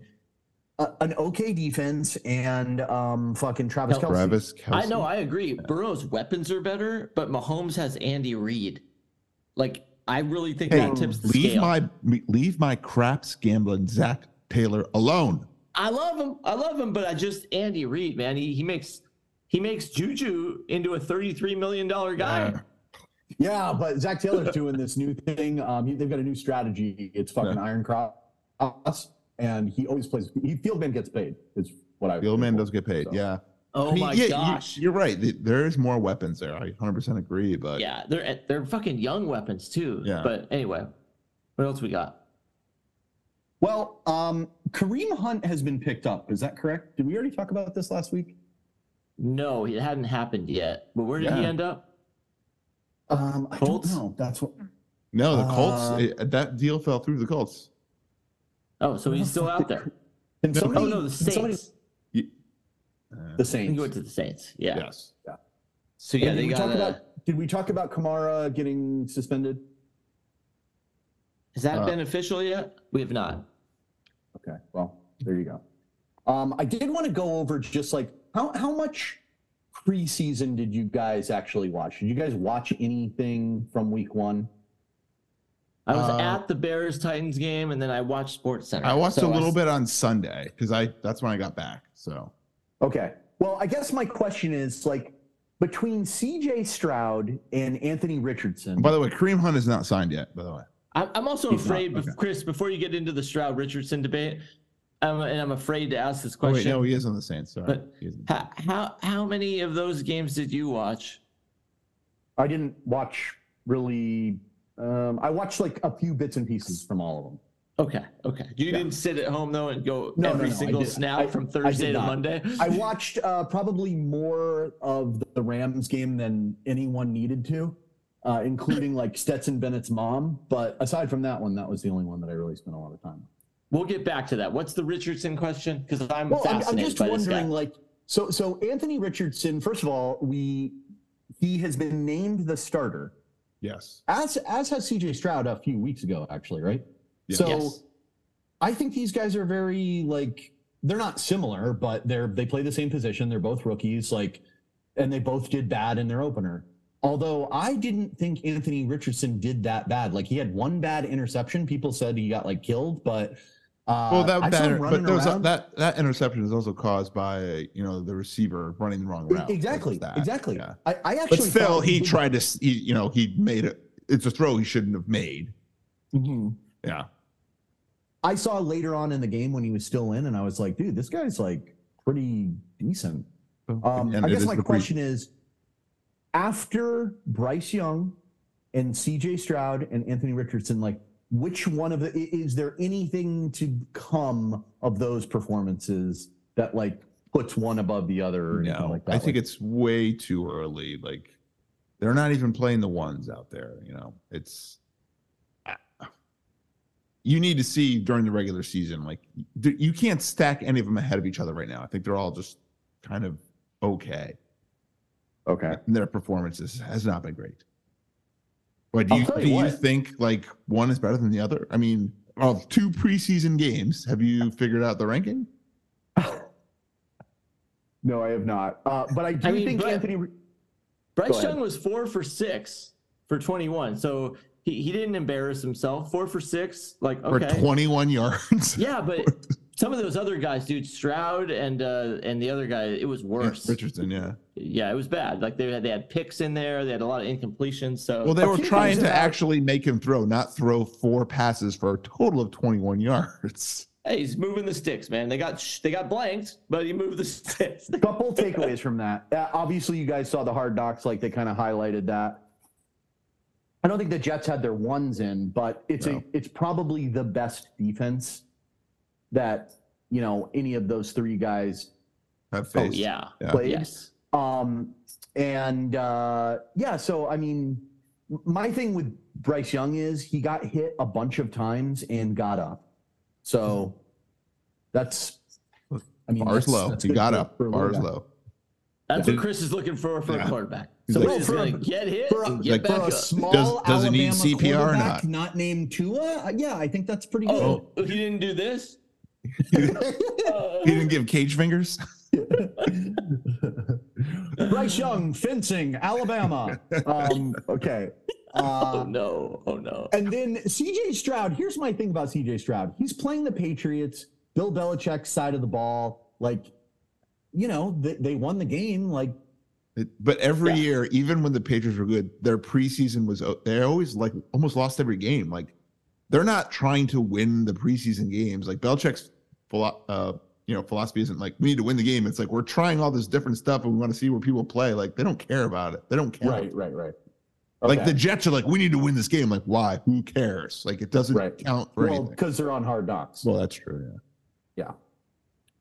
[SPEAKER 2] Uh, an okay defense and um fucking Travis
[SPEAKER 4] No.
[SPEAKER 2] Kelsey.
[SPEAKER 3] Travis
[SPEAKER 4] I
[SPEAKER 3] Kelsey.
[SPEAKER 4] know, I agree. Burrow's weapons are better, but Mahomes has Andy Reid. Like, I really think
[SPEAKER 3] Hey,
[SPEAKER 4] that tips the
[SPEAKER 3] leave
[SPEAKER 4] scale.
[SPEAKER 3] my leave my craps gambling Zach Taylor alone.
[SPEAKER 4] I love him. I love him, but I just Andy Reid, man. He he makes he makes Juju into a thirty-three million dollar guy.
[SPEAKER 3] Yeah.
[SPEAKER 2] Yeah, but Zach Taylor's doing this new thing. Um, he- they've got a new strategy. It's fucking
[SPEAKER 3] Yeah.
[SPEAKER 2] Iron Cross, and he always plays. He Fieldman gets paid. Is what I.
[SPEAKER 3] The old man does get paid.
[SPEAKER 2] So-
[SPEAKER 3] Yeah.
[SPEAKER 4] Oh
[SPEAKER 3] I mean,
[SPEAKER 4] my
[SPEAKER 3] yeah, you-
[SPEAKER 4] gosh.
[SPEAKER 3] You're right. Th- There is more weapons there. I 100 percent agree. But
[SPEAKER 4] yeah, they're they're fucking young weapons too.
[SPEAKER 3] Yeah.
[SPEAKER 4] But anyway, what else we got?
[SPEAKER 2] Well, um, Kareem Hunt has been picked up. Is that correct? Did we already talk about this last week?
[SPEAKER 4] No, it hadn't happened yet. But where did he
[SPEAKER 3] Yeah.
[SPEAKER 4] end up?
[SPEAKER 2] Um, I
[SPEAKER 4] Colts?
[SPEAKER 2] don't know. That's what.
[SPEAKER 3] no, the Colts.
[SPEAKER 2] Uh,
[SPEAKER 3] eh, that deal fell through. The Colts.
[SPEAKER 4] Oh, so he's still out there.
[SPEAKER 2] Can somebody,
[SPEAKER 4] Oh no, the
[SPEAKER 2] can somebody-
[SPEAKER 4] Saints.
[SPEAKER 3] Uh,
[SPEAKER 2] the
[SPEAKER 4] I think he
[SPEAKER 2] Saints.
[SPEAKER 4] went to the Saints. Yeah.
[SPEAKER 3] yes.
[SPEAKER 4] So yeah,
[SPEAKER 2] And
[SPEAKER 4] they
[SPEAKER 2] we
[SPEAKER 4] got
[SPEAKER 2] talked
[SPEAKER 4] a,
[SPEAKER 2] about Did we talk about Kamara getting suspended?
[SPEAKER 4] Has that
[SPEAKER 2] Uh,
[SPEAKER 4] been official yet? We have not.
[SPEAKER 2] Okay, well, there you go. Um, I did want to go over just like how how much preseason did you guys actually watch? Did you guys watch anything from week one?
[SPEAKER 4] I was
[SPEAKER 3] Uh,
[SPEAKER 4] at the Bears Titans game, and then I watched Sports Center.
[SPEAKER 3] I watched a little bit on Sunday because I that's when I got back. So
[SPEAKER 2] Okay.
[SPEAKER 5] Well, I guess my question is like
[SPEAKER 2] Between CJ Stroud and Anthony Richardson.
[SPEAKER 3] by the way, Kareem Hunt is not signed yet. By the way, Oh,
[SPEAKER 4] I, I'm also
[SPEAKER 3] He's not,
[SPEAKER 4] afraid, bef-
[SPEAKER 3] okay.
[SPEAKER 4] Chris, before you get into the Stroud Richardson debate, um, and I'm afraid to ask this
[SPEAKER 3] oh, wait,
[SPEAKER 4] question.
[SPEAKER 3] no, he is on the Saints. Sorry,
[SPEAKER 4] But-
[SPEAKER 3] He is on the-
[SPEAKER 4] how, how how many of those games did you watch?
[SPEAKER 2] I didn't watch really um, I watched like a few bits and pieces from all of them.
[SPEAKER 4] Okay, okay. You didn't sit at home though and go
[SPEAKER 2] No, no,
[SPEAKER 4] every
[SPEAKER 2] no, I
[SPEAKER 4] single
[SPEAKER 2] did-
[SPEAKER 4] snap
[SPEAKER 2] I-
[SPEAKER 4] from
[SPEAKER 2] I did
[SPEAKER 4] Thursday to
[SPEAKER 2] not.
[SPEAKER 4] Monday.
[SPEAKER 2] I watched uh, probably more of the Rams game than anyone needed to, uh, including like Stetson Bennett's mom. But aside from that one, that was the only one that I really spent a lot of time.
[SPEAKER 4] We'll get back to that. What's the Richardson question? Because I'm
[SPEAKER 2] Well, I'm,
[SPEAKER 4] fascinated
[SPEAKER 2] I'm just
[SPEAKER 4] by this guy.
[SPEAKER 2] wondering, like, so so Anthony Richardson. First of all, we he has been named the starter,
[SPEAKER 3] yes,
[SPEAKER 2] as as has C.J. Stroud a few weeks ago, actually, right?
[SPEAKER 3] Yeah.
[SPEAKER 2] So
[SPEAKER 4] Yes.
[SPEAKER 2] I think these guys are very like they're not similar, but they're they play the same position. They're both rookies, like, and they both did bad in their opener. Although I didn't think Anthony Richardson did that bad. Like he had one bad interception. People said he got like killed, but uh,
[SPEAKER 3] well that
[SPEAKER 2] I saw him
[SPEAKER 3] that, but
[SPEAKER 2] running
[SPEAKER 3] there was a,
[SPEAKER 2] around.
[SPEAKER 3] that that interception is also caused by you know the receiver running the wrong route.
[SPEAKER 2] E, exactly,
[SPEAKER 3] It's that,
[SPEAKER 2] exactly.
[SPEAKER 3] yeah.
[SPEAKER 2] I, I actually,
[SPEAKER 3] But still,
[SPEAKER 2] thought
[SPEAKER 3] he
[SPEAKER 2] did-
[SPEAKER 3] tried to s- he, you know he made it. It's a throw he shouldn't have made.
[SPEAKER 2] Mhm.
[SPEAKER 3] Yeah,
[SPEAKER 2] I saw later on in the game when he was still in, and I was like, dude, this guy's like pretty decent. Um,
[SPEAKER 3] And
[SPEAKER 2] I
[SPEAKER 3] it
[SPEAKER 2] guess
[SPEAKER 3] is
[SPEAKER 2] my
[SPEAKER 3] the pre-
[SPEAKER 2] question is after Bryce Young and CJ Stroud and Anthony Richardson, like, which one of the i- is there anything to come of those performances that like puts one above the other or anything
[SPEAKER 3] no,
[SPEAKER 2] like that?
[SPEAKER 3] I think
[SPEAKER 2] Like,
[SPEAKER 3] it's way too early. Like they're not even playing the ones out there. You know, it's uh, you need to see during the regular season. Like th- you can't stack any of them ahead of each other right now. I think they're all just kind of okay.
[SPEAKER 2] okay.
[SPEAKER 3] And their performances has not been great. But do
[SPEAKER 2] I'll
[SPEAKER 3] you,
[SPEAKER 2] tell you
[SPEAKER 3] do you
[SPEAKER 2] what.
[SPEAKER 3] think like one is better than the other? I mean, of two preseason games, have you figured out the ranking?
[SPEAKER 2] No, I have not. Uh, but I do
[SPEAKER 4] I mean,
[SPEAKER 2] think
[SPEAKER 4] but-
[SPEAKER 2] Anthony. Go
[SPEAKER 4] Bryce
[SPEAKER 2] ahead.
[SPEAKER 4] Young was four for six for 21. So he, he didn't embarrass himself. Four for six. Like,
[SPEAKER 3] For
[SPEAKER 4] okay.
[SPEAKER 3] 21 yards.
[SPEAKER 4] Yeah, but some of those other guys, dude, Stroud and uh, and the other guy, it was worse.
[SPEAKER 3] Richardson, yeah.
[SPEAKER 4] Yeah, it was bad. Like they had they had picks in there. They had a lot of incompletions. So Oh,
[SPEAKER 3] Well, they
[SPEAKER 2] A
[SPEAKER 3] were
[SPEAKER 2] few
[SPEAKER 3] trying
[SPEAKER 2] things
[SPEAKER 3] to
[SPEAKER 2] about-
[SPEAKER 3] actually make him throw, not throw four passes for a total of 21 yards.
[SPEAKER 4] hey, he's moving the sticks, man. They got sh- they got blanked, but he moved the sticks. Oh,
[SPEAKER 2] couple takeaways from that. Uh, obviously, you guys saw the hard knocks, like they kind of highlighted that. I don't think the Jets had their ones in, but it's
[SPEAKER 3] No.
[SPEAKER 2] a it's probably the best defense that you know any of those three guys
[SPEAKER 3] Have
[SPEAKER 4] oh
[SPEAKER 3] faced.
[SPEAKER 4] yeah,
[SPEAKER 3] Yeah.
[SPEAKER 2] played.
[SPEAKER 4] yes.
[SPEAKER 2] Um, and uh, yeah, so I mean, m- my thing with Bryce Young is he got hit a bunch of times and got up. So that's, I mean,
[SPEAKER 3] Bars
[SPEAKER 2] that's-
[SPEAKER 3] low.
[SPEAKER 2] that's
[SPEAKER 3] He
[SPEAKER 2] good
[SPEAKER 3] got
[SPEAKER 2] for-
[SPEAKER 3] up.
[SPEAKER 2] for a little
[SPEAKER 3] Bars
[SPEAKER 2] guy.
[SPEAKER 3] low.
[SPEAKER 4] That's
[SPEAKER 3] Yeah.
[SPEAKER 4] what Chris is looking for for
[SPEAKER 3] Yeah.
[SPEAKER 4] a quarterback.
[SPEAKER 3] He's
[SPEAKER 4] Somebody's
[SPEAKER 2] like- Well, for a-
[SPEAKER 4] gonna get hit
[SPEAKER 2] for a-
[SPEAKER 4] and get
[SPEAKER 3] like,
[SPEAKER 4] back
[SPEAKER 2] for a
[SPEAKER 4] up.
[SPEAKER 2] small
[SPEAKER 3] Does- does it need
[SPEAKER 2] Alabama
[SPEAKER 3] CPR or
[SPEAKER 2] quarterback
[SPEAKER 3] not?
[SPEAKER 2] not named Tua. Uh, Yeah, I think that's pretty good.
[SPEAKER 4] oh, he didn't do this. Uh,
[SPEAKER 3] He didn't give cage fingers.
[SPEAKER 2] Bryce Young fencing Alabama. Um, okay.
[SPEAKER 4] oh
[SPEAKER 2] Uh,
[SPEAKER 4] no! Oh no!
[SPEAKER 2] and then CJ Stroud. Here's my thing about CJ Stroud. He's playing the Patriots. Bill Belichick's side of the ball. Like, you know, they, they won the game. Like,
[SPEAKER 3] It- But every year, even when the Patriots were good, their preseason was o- they always like almost lost every game. Like they're not trying to win the preseason games. Like Belichick's philo- uh, you know philosophy isn't like we need to win the game. It's like we're trying all this different stuff and we want to see where people play. Like they don't care about it. They don't care.
[SPEAKER 2] right, right.
[SPEAKER 3] Like the Jets are like we need to win this game. Like why? Who cares? Like it doesn't
[SPEAKER 2] Right.
[SPEAKER 3] count for
[SPEAKER 2] well,
[SPEAKER 3] anything.
[SPEAKER 2] because they're on hard knocks.
[SPEAKER 3] Well, that's true. Yeah.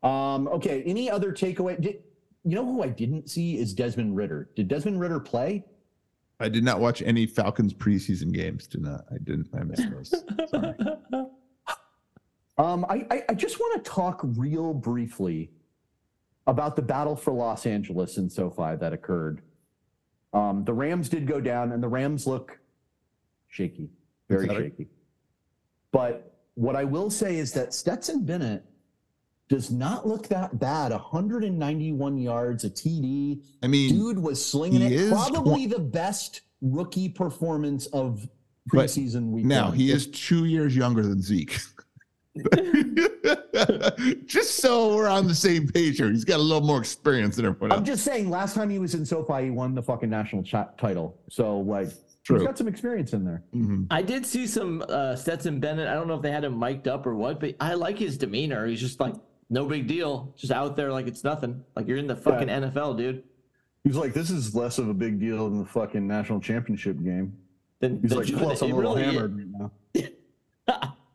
[SPEAKER 2] Um, okay. Any other takeaway? Did, you know who I didn't see is Desmond Ritter. Did Desmond Ritter play?
[SPEAKER 3] I did not watch any Falcons preseason games. Did not. I didn't. I missed those. Sorry.
[SPEAKER 2] Um, I, I, I just want to talk real briefly about the battle for Los Angeles and SoFi that occurred Um, the Rams did go down, and the Rams look shaky, very
[SPEAKER 3] Pathetic.
[SPEAKER 2] shaky. But what I will say is that Stetson Bennett does not look that bad. 191 yards, a TD.
[SPEAKER 3] I mean,
[SPEAKER 2] Dude was slinging
[SPEAKER 3] he
[SPEAKER 2] it.
[SPEAKER 3] is
[SPEAKER 2] Probably the best rookie performance of
[SPEAKER 3] But
[SPEAKER 2] preseason week.
[SPEAKER 3] now
[SPEAKER 2] one.
[SPEAKER 3] he is two years younger than Zeke. Just so we're on the same page here, he's got a little more experience than everyone
[SPEAKER 2] I'm
[SPEAKER 3] else.
[SPEAKER 2] just saying. Last time he was in SoFi, he won the fucking national cha- title. So like,
[SPEAKER 3] True.
[SPEAKER 2] he's got some experience in there.
[SPEAKER 3] Mhm.
[SPEAKER 4] I did see some uh, Stetson Bennett. I don't know if they had him mic'd up or what, but I like his demeanor. He's just like no big deal, just out there like it's nothing. Like you're in the fucking NFL, dude.
[SPEAKER 2] He was like, "This is less of a big deal than the fucking national championship game."
[SPEAKER 4] Then,
[SPEAKER 2] He's
[SPEAKER 4] then
[SPEAKER 2] like,
[SPEAKER 4] you-
[SPEAKER 2] "Plus, I'm
[SPEAKER 4] it
[SPEAKER 2] a little
[SPEAKER 4] really is-
[SPEAKER 2] hammered right now."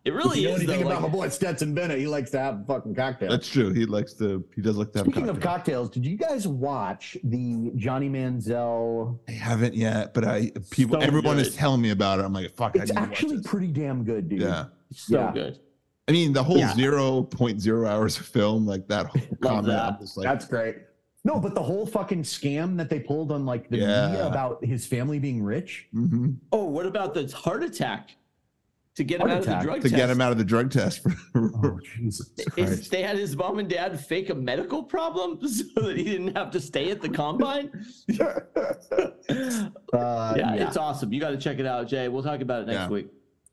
[SPEAKER 4] It
[SPEAKER 5] If
[SPEAKER 4] really
[SPEAKER 5] you know
[SPEAKER 4] is. Though,
[SPEAKER 5] anything about
[SPEAKER 4] like,
[SPEAKER 5] my boy Stetson Bennett, he likes to have fucking cocktails.
[SPEAKER 3] That's true. He likes to. He does like to have.
[SPEAKER 2] Speaking of
[SPEAKER 3] cocktails.
[SPEAKER 2] cocktails, did you guys watch the Johnny Manziel?
[SPEAKER 3] I haven't yet, but I people
[SPEAKER 4] So
[SPEAKER 3] everyone is
[SPEAKER 4] good.
[SPEAKER 3] telling me about it. I'm like, fuck.
[SPEAKER 2] It's
[SPEAKER 3] I need
[SPEAKER 2] actually
[SPEAKER 3] to watch
[SPEAKER 2] pretty damn good, dude.
[SPEAKER 3] this. yeah.
[SPEAKER 4] so
[SPEAKER 2] Yeah.
[SPEAKER 4] good.
[SPEAKER 3] I mean, the whole
[SPEAKER 2] Yeah.
[SPEAKER 3] zero point zero hours of film, like that whole comment.
[SPEAKER 4] that.
[SPEAKER 3] I'm just like,
[SPEAKER 5] That's great.
[SPEAKER 2] No, but the whole fucking scam that they pulled on like the
[SPEAKER 3] Yeah.
[SPEAKER 2] media about his family being rich.
[SPEAKER 3] mhm.
[SPEAKER 4] Oh, what about the heart attack? To get him
[SPEAKER 2] Heart
[SPEAKER 4] out
[SPEAKER 2] attack,
[SPEAKER 4] of the drug
[SPEAKER 3] to
[SPEAKER 4] test.
[SPEAKER 3] get him out of the drug test.
[SPEAKER 2] Oh, Jesus.
[SPEAKER 4] Is-
[SPEAKER 3] Christ.
[SPEAKER 4] they had his mom and dad fake a medical problem so that he didn't have to stay at the combine.
[SPEAKER 2] Uh,
[SPEAKER 4] yeah, it's awesome. You got to check it out, Jay. We'll talk about it next
[SPEAKER 3] Yeah.
[SPEAKER 4] week.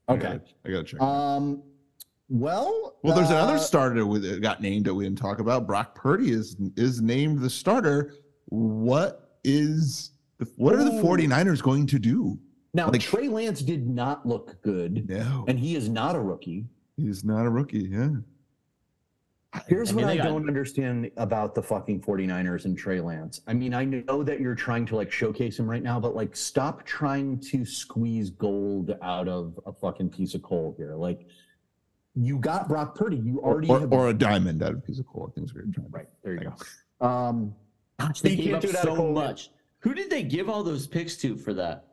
[SPEAKER 3] I
[SPEAKER 2] okay.
[SPEAKER 3] gotta, I gotta check.
[SPEAKER 2] Um, well,
[SPEAKER 3] Well, there's
[SPEAKER 2] uh,
[SPEAKER 3] another starter with that got named that we didn't talk about. Brock Purdy is is named the starter. What is the, what are the
[SPEAKER 2] Ooh.
[SPEAKER 3] 49ers going to do?
[SPEAKER 2] Now,
[SPEAKER 3] like-
[SPEAKER 2] Trey Lance did not look good,
[SPEAKER 3] No,
[SPEAKER 2] and he is not a rookie.
[SPEAKER 3] he's not a rookie. Yeah,
[SPEAKER 2] Here's
[SPEAKER 4] I mean,
[SPEAKER 2] what I
[SPEAKER 4] they got-
[SPEAKER 2] don't understand about the fucking 49ers and Trey Lance. I mean, I know that you're trying to like showcase him right now, but like stop trying to squeeze gold out of a fucking piece of coal here. Like you got Brock Purdy. You
[SPEAKER 3] or,
[SPEAKER 2] already
[SPEAKER 3] or,
[SPEAKER 2] have
[SPEAKER 3] or a diamond out of a piece of coal. Things we're trying.
[SPEAKER 2] right. There you
[SPEAKER 3] There
[SPEAKER 2] go. Um
[SPEAKER 4] Gosh, they
[SPEAKER 2] You
[SPEAKER 4] gave
[SPEAKER 2] can't
[SPEAKER 4] up
[SPEAKER 2] do it out of
[SPEAKER 4] so
[SPEAKER 2] Colgate.
[SPEAKER 4] much. Who did they give all those picks to for that?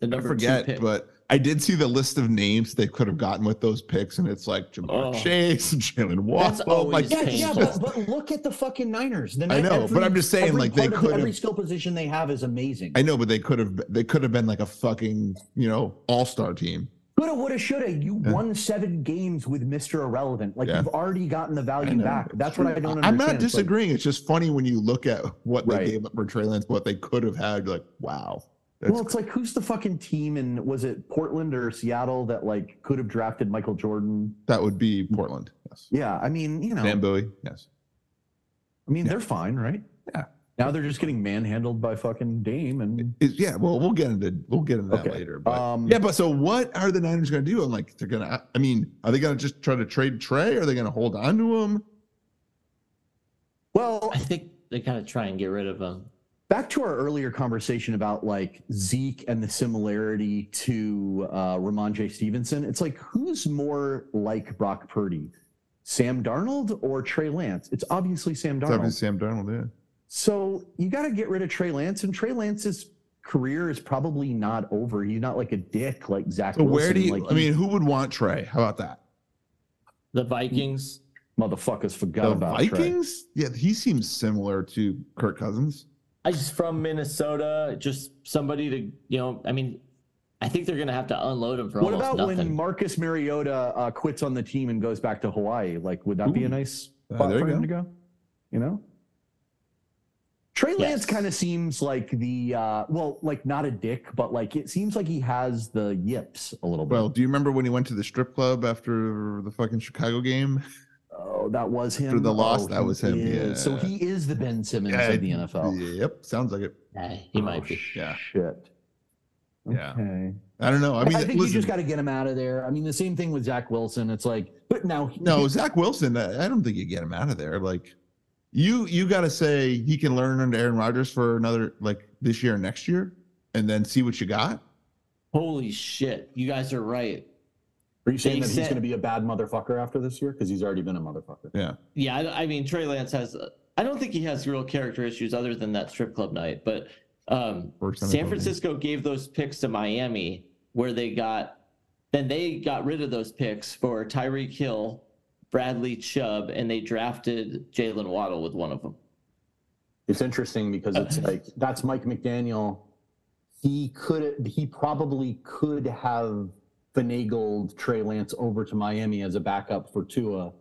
[SPEAKER 4] The
[SPEAKER 3] I
[SPEAKER 4] number two
[SPEAKER 3] forget,
[SPEAKER 4] pick.
[SPEAKER 3] but I did see the list of names they could have gotten with those picks, and it's like Jamar
[SPEAKER 4] Oh.
[SPEAKER 3] Chase and Jalen
[SPEAKER 4] That's
[SPEAKER 3] Waddle. Like,
[SPEAKER 4] always
[SPEAKER 2] yeah, yeah,
[SPEAKER 4] painful.
[SPEAKER 2] but, but look at the fucking Niners. The
[SPEAKER 3] I know, but I'm just saying,
[SPEAKER 2] every
[SPEAKER 3] like, they
[SPEAKER 2] part of-
[SPEAKER 3] could
[SPEAKER 2] every
[SPEAKER 3] have-
[SPEAKER 2] skill position they have is amazing.
[SPEAKER 3] I know, but they could have they could have been like a fucking you know all star team.
[SPEAKER 2] Coulda, woulda, shoulda. You
[SPEAKER 3] Yeah.
[SPEAKER 2] won seven games with Mister Irrelevant. Like
[SPEAKER 3] Yeah.
[SPEAKER 2] you've already gotten the
[SPEAKER 3] I
[SPEAKER 2] value
[SPEAKER 3] know.
[SPEAKER 2] back. That's what I don't. understand.
[SPEAKER 3] I'm not
[SPEAKER 2] It's like-
[SPEAKER 3] disagreeing. It's just funny when you look at what they
[SPEAKER 2] Right.
[SPEAKER 3] gave up for Trey Lance, what they could have had. You're like, wow, that's
[SPEAKER 2] well, it's like who's the fucking team and was it Portland or Seattle that like could have drafted Michael Jordan?
[SPEAKER 3] that would be Portland. Yes,
[SPEAKER 2] Yeah, I mean, you know,
[SPEAKER 3] Dan Bowie. Yes,
[SPEAKER 2] I mean, they're fine, right?
[SPEAKER 3] Yeah.
[SPEAKER 2] Now they're just getting manhandled by fucking Dame and
[SPEAKER 3] It- yeah. Well, we'll get into we'll get into that
[SPEAKER 2] Okay.
[SPEAKER 3] later. But
[SPEAKER 2] um
[SPEAKER 3] yeah, but so what are the Niners going to do? I'm like, they're going to. I mean, are they going to just try to trade Trey? Are they going to hold on to him?
[SPEAKER 2] well,
[SPEAKER 4] I think they gotta try and get rid of um, him.
[SPEAKER 2] back to our earlier conversation about like Zeke and the similarity to uh, Ramon J. Stevenson. It's like who's more like Brock Purdy, Sam Darnold or Trey Lance? It's obviously Sam
[SPEAKER 3] It's
[SPEAKER 2] Darnold.
[SPEAKER 3] obviously Sam Darnold. Yeah.
[SPEAKER 2] So you got to get rid of Trey Lance, and Trey Lance's career is probably not over. He's not like a dick like Zach.
[SPEAKER 3] So where
[SPEAKER 2] Wilson.
[SPEAKER 3] do you?
[SPEAKER 2] Like,
[SPEAKER 3] I mean, who would want Trey? How about that?
[SPEAKER 4] The Vikings.
[SPEAKER 2] motherfuckers forgot
[SPEAKER 3] the
[SPEAKER 2] about Trey.
[SPEAKER 3] Vikings? Yeah, he seems similar to Kirk Cousins.
[SPEAKER 4] I just from Minnesota. Just somebody to you know. I mean, I think they're gonna have to unload him for
[SPEAKER 2] What
[SPEAKER 4] almost
[SPEAKER 2] about
[SPEAKER 4] nothing.
[SPEAKER 2] when Marcus Mariota uh, quits on the team and goes back to Hawaii? Like, would that be
[SPEAKER 3] Ooh.
[SPEAKER 2] a nice
[SPEAKER 3] Uh,
[SPEAKER 2] spot
[SPEAKER 3] there you
[SPEAKER 2] for him
[SPEAKER 3] go.
[SPEAKER 2] to go? You know, Trey Lance
[SPEAKER 4] Yes.
[SPEAKER 2] kind of seems like the uh, well, like not a dick, but like it seems like he has the yips a little bit.
[SPEAKER 3] Well, do you remember when he went to the strip club after the fucking Chicago game?
[SPEAKER 2] oh, that was him.
[SPEAKER 3] After the loss,
[SPEAKER 2] Oh,
[SPEAKER 3] that
[SPEAKER 2] he
[SPEAKER 3] was him,
[SPEAKER 2] is. So
[SPEAKER 3] yeah.
[SPEAKER 2] he is the Ben Simmons
[SPEAKER 3] Yeah,
[SPEAKER 2] of the NFL.
[SPEAKER 3] Yep, sounds like it.
[SPEAKER 4] Eh, he
[SPEAKER 2] Oh,
[SPEAKER 4] might be.
[SPEAKER 3] Yeah.
[SPEAKER 2] Shit.
[SPEAKER 3] Yeah.
[SPEAKER 2] Okay.
[SPEAKER 3] I don't know. I
[SPEAKER 2] I,
[SPEAKER 3] mean,
[SPEAKER 2] think you
[SPEAKER 3] listen,
[SPEAKER 2] just got to get him out of there. I mean, the same thing with Zach Wilson. It's like, but now,
[SPEAKER 3] no Zach Wilson. I, I don't think you get him out of there. Like, you you got to say he can learn under Aaron Rodgers for another like this year and next year, and then see what you got.
[SPEAKER 4] Holy shit! You guys are right.
[SPEAKER 2] are you
[SPEAKER 4] saying that he's gonna
[SPEAKER 2] be a bad motherfucker after this year? Because he's already been a motherfucker.
[SPEAKER 4] Yeah, I, I mean Trey Lance has. I don't think he has real character issues other than that strip club night. But um,
[SPEAKER 3] Or something.
[SPEAKER 4] San Francisco gave those picks to Miami, where they got. Then they got rid of those picks for Tyreek Hill, Bradley Chubb, and they drafted Jalen Waddle with one of them.
[SPEAKER 2] It's interesting because it's like that's Mike McDaniel. He could he probably could have finagled Trey Lance over to Miami as a backup for Tua.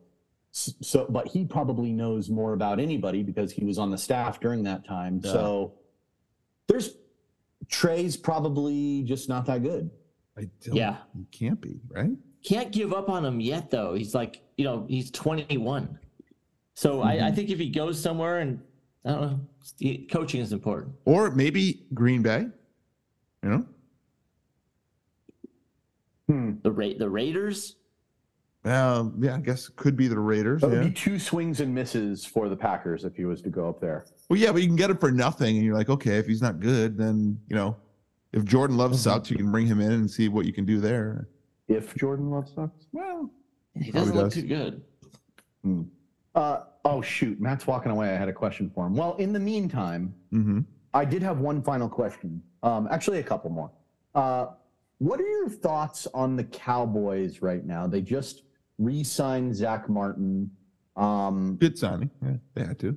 [SPEAKER 2] S- So, but he probably knows more about anybody because he was on the staff during that time. So there's Trey's probably just not that good.
[SPEAKER 3] I don't,
[SPEAKER 4] Yeah.
[SPEAKER 3] He can't be, right?
[SPEAKER 4] Can't give up on him yet, though. He's like, you know, he's 21. So
[SPEAKER 3] Mm-hmm.
[SPEAKER 4] I, I think if he goes somewhere and I don't know, he- coaching is important.
[SPEAKER 3] Or maybe Green Bay, you know?
[SPEAKER 4] The Ra- the Raiders.
[SPEAKER 3] Uh, yeah, I guess it could be the Raiders.
[SPEAKER 2] That would
[SPEAKER 3] yeah.
[SPEAKER 2] be two swings and misses for the Packers if he was to go up there.
[SPEAKER 3] Well, yeah, but you can get him for nothing, and you're like, okay, if he's not good, then you know, if Jordan Love sucks, you can bring him in and see what you can do there.
[SPEAKER 2] If Jordan Love sucks.
[SPEAKER 3] Well,
[SPEAKER 4] He doesn't
[SPEAKER 3] Probably
[SPEAKER 4] look
[SPEAKER 3] does.
[SPEAKER 4] too good.
[SPEAKER 2] Uh, oh shoot, Matt's walking away. I had a question for him. Well, in the meantime,
[SPEAKER 3] mm-hmm.
[SPEAKER 2] I did have one final question. Um, actually, a couple more. Uh, what are your thoughts on the Cowboys right now? They just re-signed Zach Martin. Um,
[SPEAKER 3] good signing. Yeah, they had to.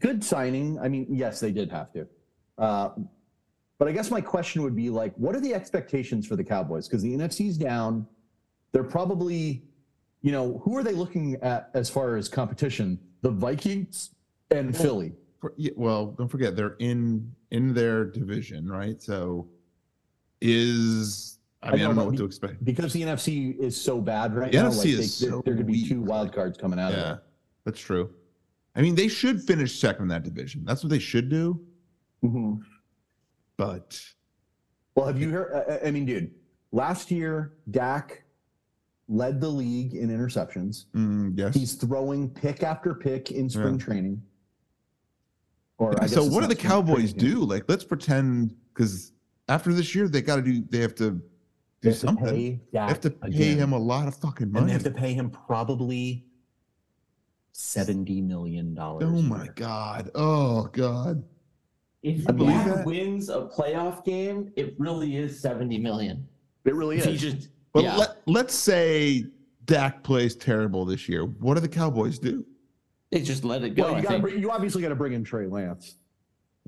[SPEAKER 2] good signing. I mean, yes, they did have to. Uh, but I guess my question would be like, what are the expectations for the Cowboys? Because the NFC's down. They're probably, you know, who are they looking at as far as competition? The Vikings and Philly.
[SPEAKER 3] For, yeah, well, don't forget they're in in their division, right? So, is I mean, I,
[SPEAKER 2] know,
[SPEAKER 3] don't know
[SPEAKER 2] but
[SPEAKER 3] what
[SPEAKER 2] we-
[SPEAKER 3] to expect.
[SPEAKER 2] Because the NFC is so bad right
[SPEAKER 3] The
[SPEAKER 2] now,
[SPEAKER 3] NFC
[SPEAKER 2] like they,
[SPEAKER 3] is
[SPEAKER 2] there,
[SPEAKER 3] so
[SPEAKER 2] there could be
[SPEAKER 3] weak.
[SPEAKER 2] two wild cards coming out
[SPEAKER 3] Yeah,
[SPEAKER 2] of
[SPEAKER 3] that's true. I mean, they should finish second in that division. That's what they should do.
[SPEAKER 2] it. Mhm.
[SPEAKER 3] But
[SPEAKER 2] Well, have you heard? I- I- I mean, dude, last year Dak led the league in interceptions.
[SPEAKER 3] mm, yes.
[SPEAKER 2] He's throwing pick after pick in spring
[SPEAKER 3] Yeah.
[SPEAKER 2] training. Or I
[SPEAKER 3] so
[SPEAKER 2] guess it's
[SPEAKER 3] what do
[SPEAKER 2] not
[SPEAKER 3] the
[SPEAKER 2] spring
[SPEAKER 3] Cowboys
[SPEAKER 2] training.
[SPEAKER 3] do? Like, let's pretend because after this year they got to do. They have to do
[SPEAKER 2] They have to
[SPEAKER 3] something.
[SPEAKER 2] pay
[SPEAKER 3] they
[SPEAKER 2] Dak
[SPEAKER 3] have to pay
[SPEAKER 2] again.
[SPEAKER 3] him a lot of fucking
[SPEAKER 2] and
[SPEAKER 3] money.
[SPEAKER 2] they have to pay him probably seventy million dollars.
[SPEAKER 3] oh my god. Oh god.
[SPEAKER 4] If
[SPEAKER 3] I believe
[SPEAKER 4] Dak
[SPEAKER 3] that.
[SPEAKER 4] wins a playoff game, it really is 70 million.
[SPEAKER 2] It really
[SPEAKER 4] If he just,
[SPEAKER 3] But
[SPEAKER 4] yeah.
[SPEAKER 3] let let's say Dak plays terrible this year. What do the Cowboys do?
[SPEAKER 4] they just let it go.
[SPEAKER 2] Well,
[SPEAKER 4] I
[SPEAKER 2] you, gotta
[SPEAKER 4] think.
[SPEAKER 2] bring, you obviously got to bring in Trey Lance.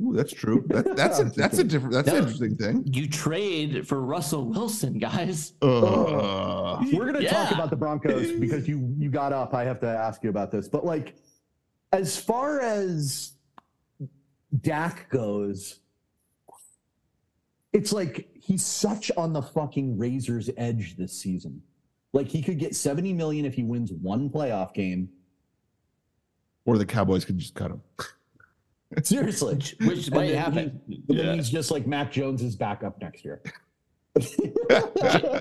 [SPEAKER 3] Ooh, that's true. That, that's a, that's a different. That's an
[SPEAKER 4] No.
[SPEAKER 3] interesting thing.
[SPEAKER 4] you trade for Russell Wilson, guys.
[SPEAKER 3] Uh,
[SPEAKER 2] We're gonna talk
[SPEAKER 4] Yeah.
[SPEAKER 2] about the Broncos because you you got up. I have to ask you about this. But like, as far as Dak goes, it's like he's such on the fucking razor's edge this season. Like he could get seventy million if he wins one playoff game.
[SPEAKER 3] or the Cowboys could just cut him.
[SPEAKER 2] Seriously,
[SPEAKER 4] Which
[SPEAKER 2] And
[SPEAKER 4] might
[SPEAKER 2] then
[SPEAKER 4] happen.
[SPEAKER 2] he- and then he's just like Mac Jones is back up next year.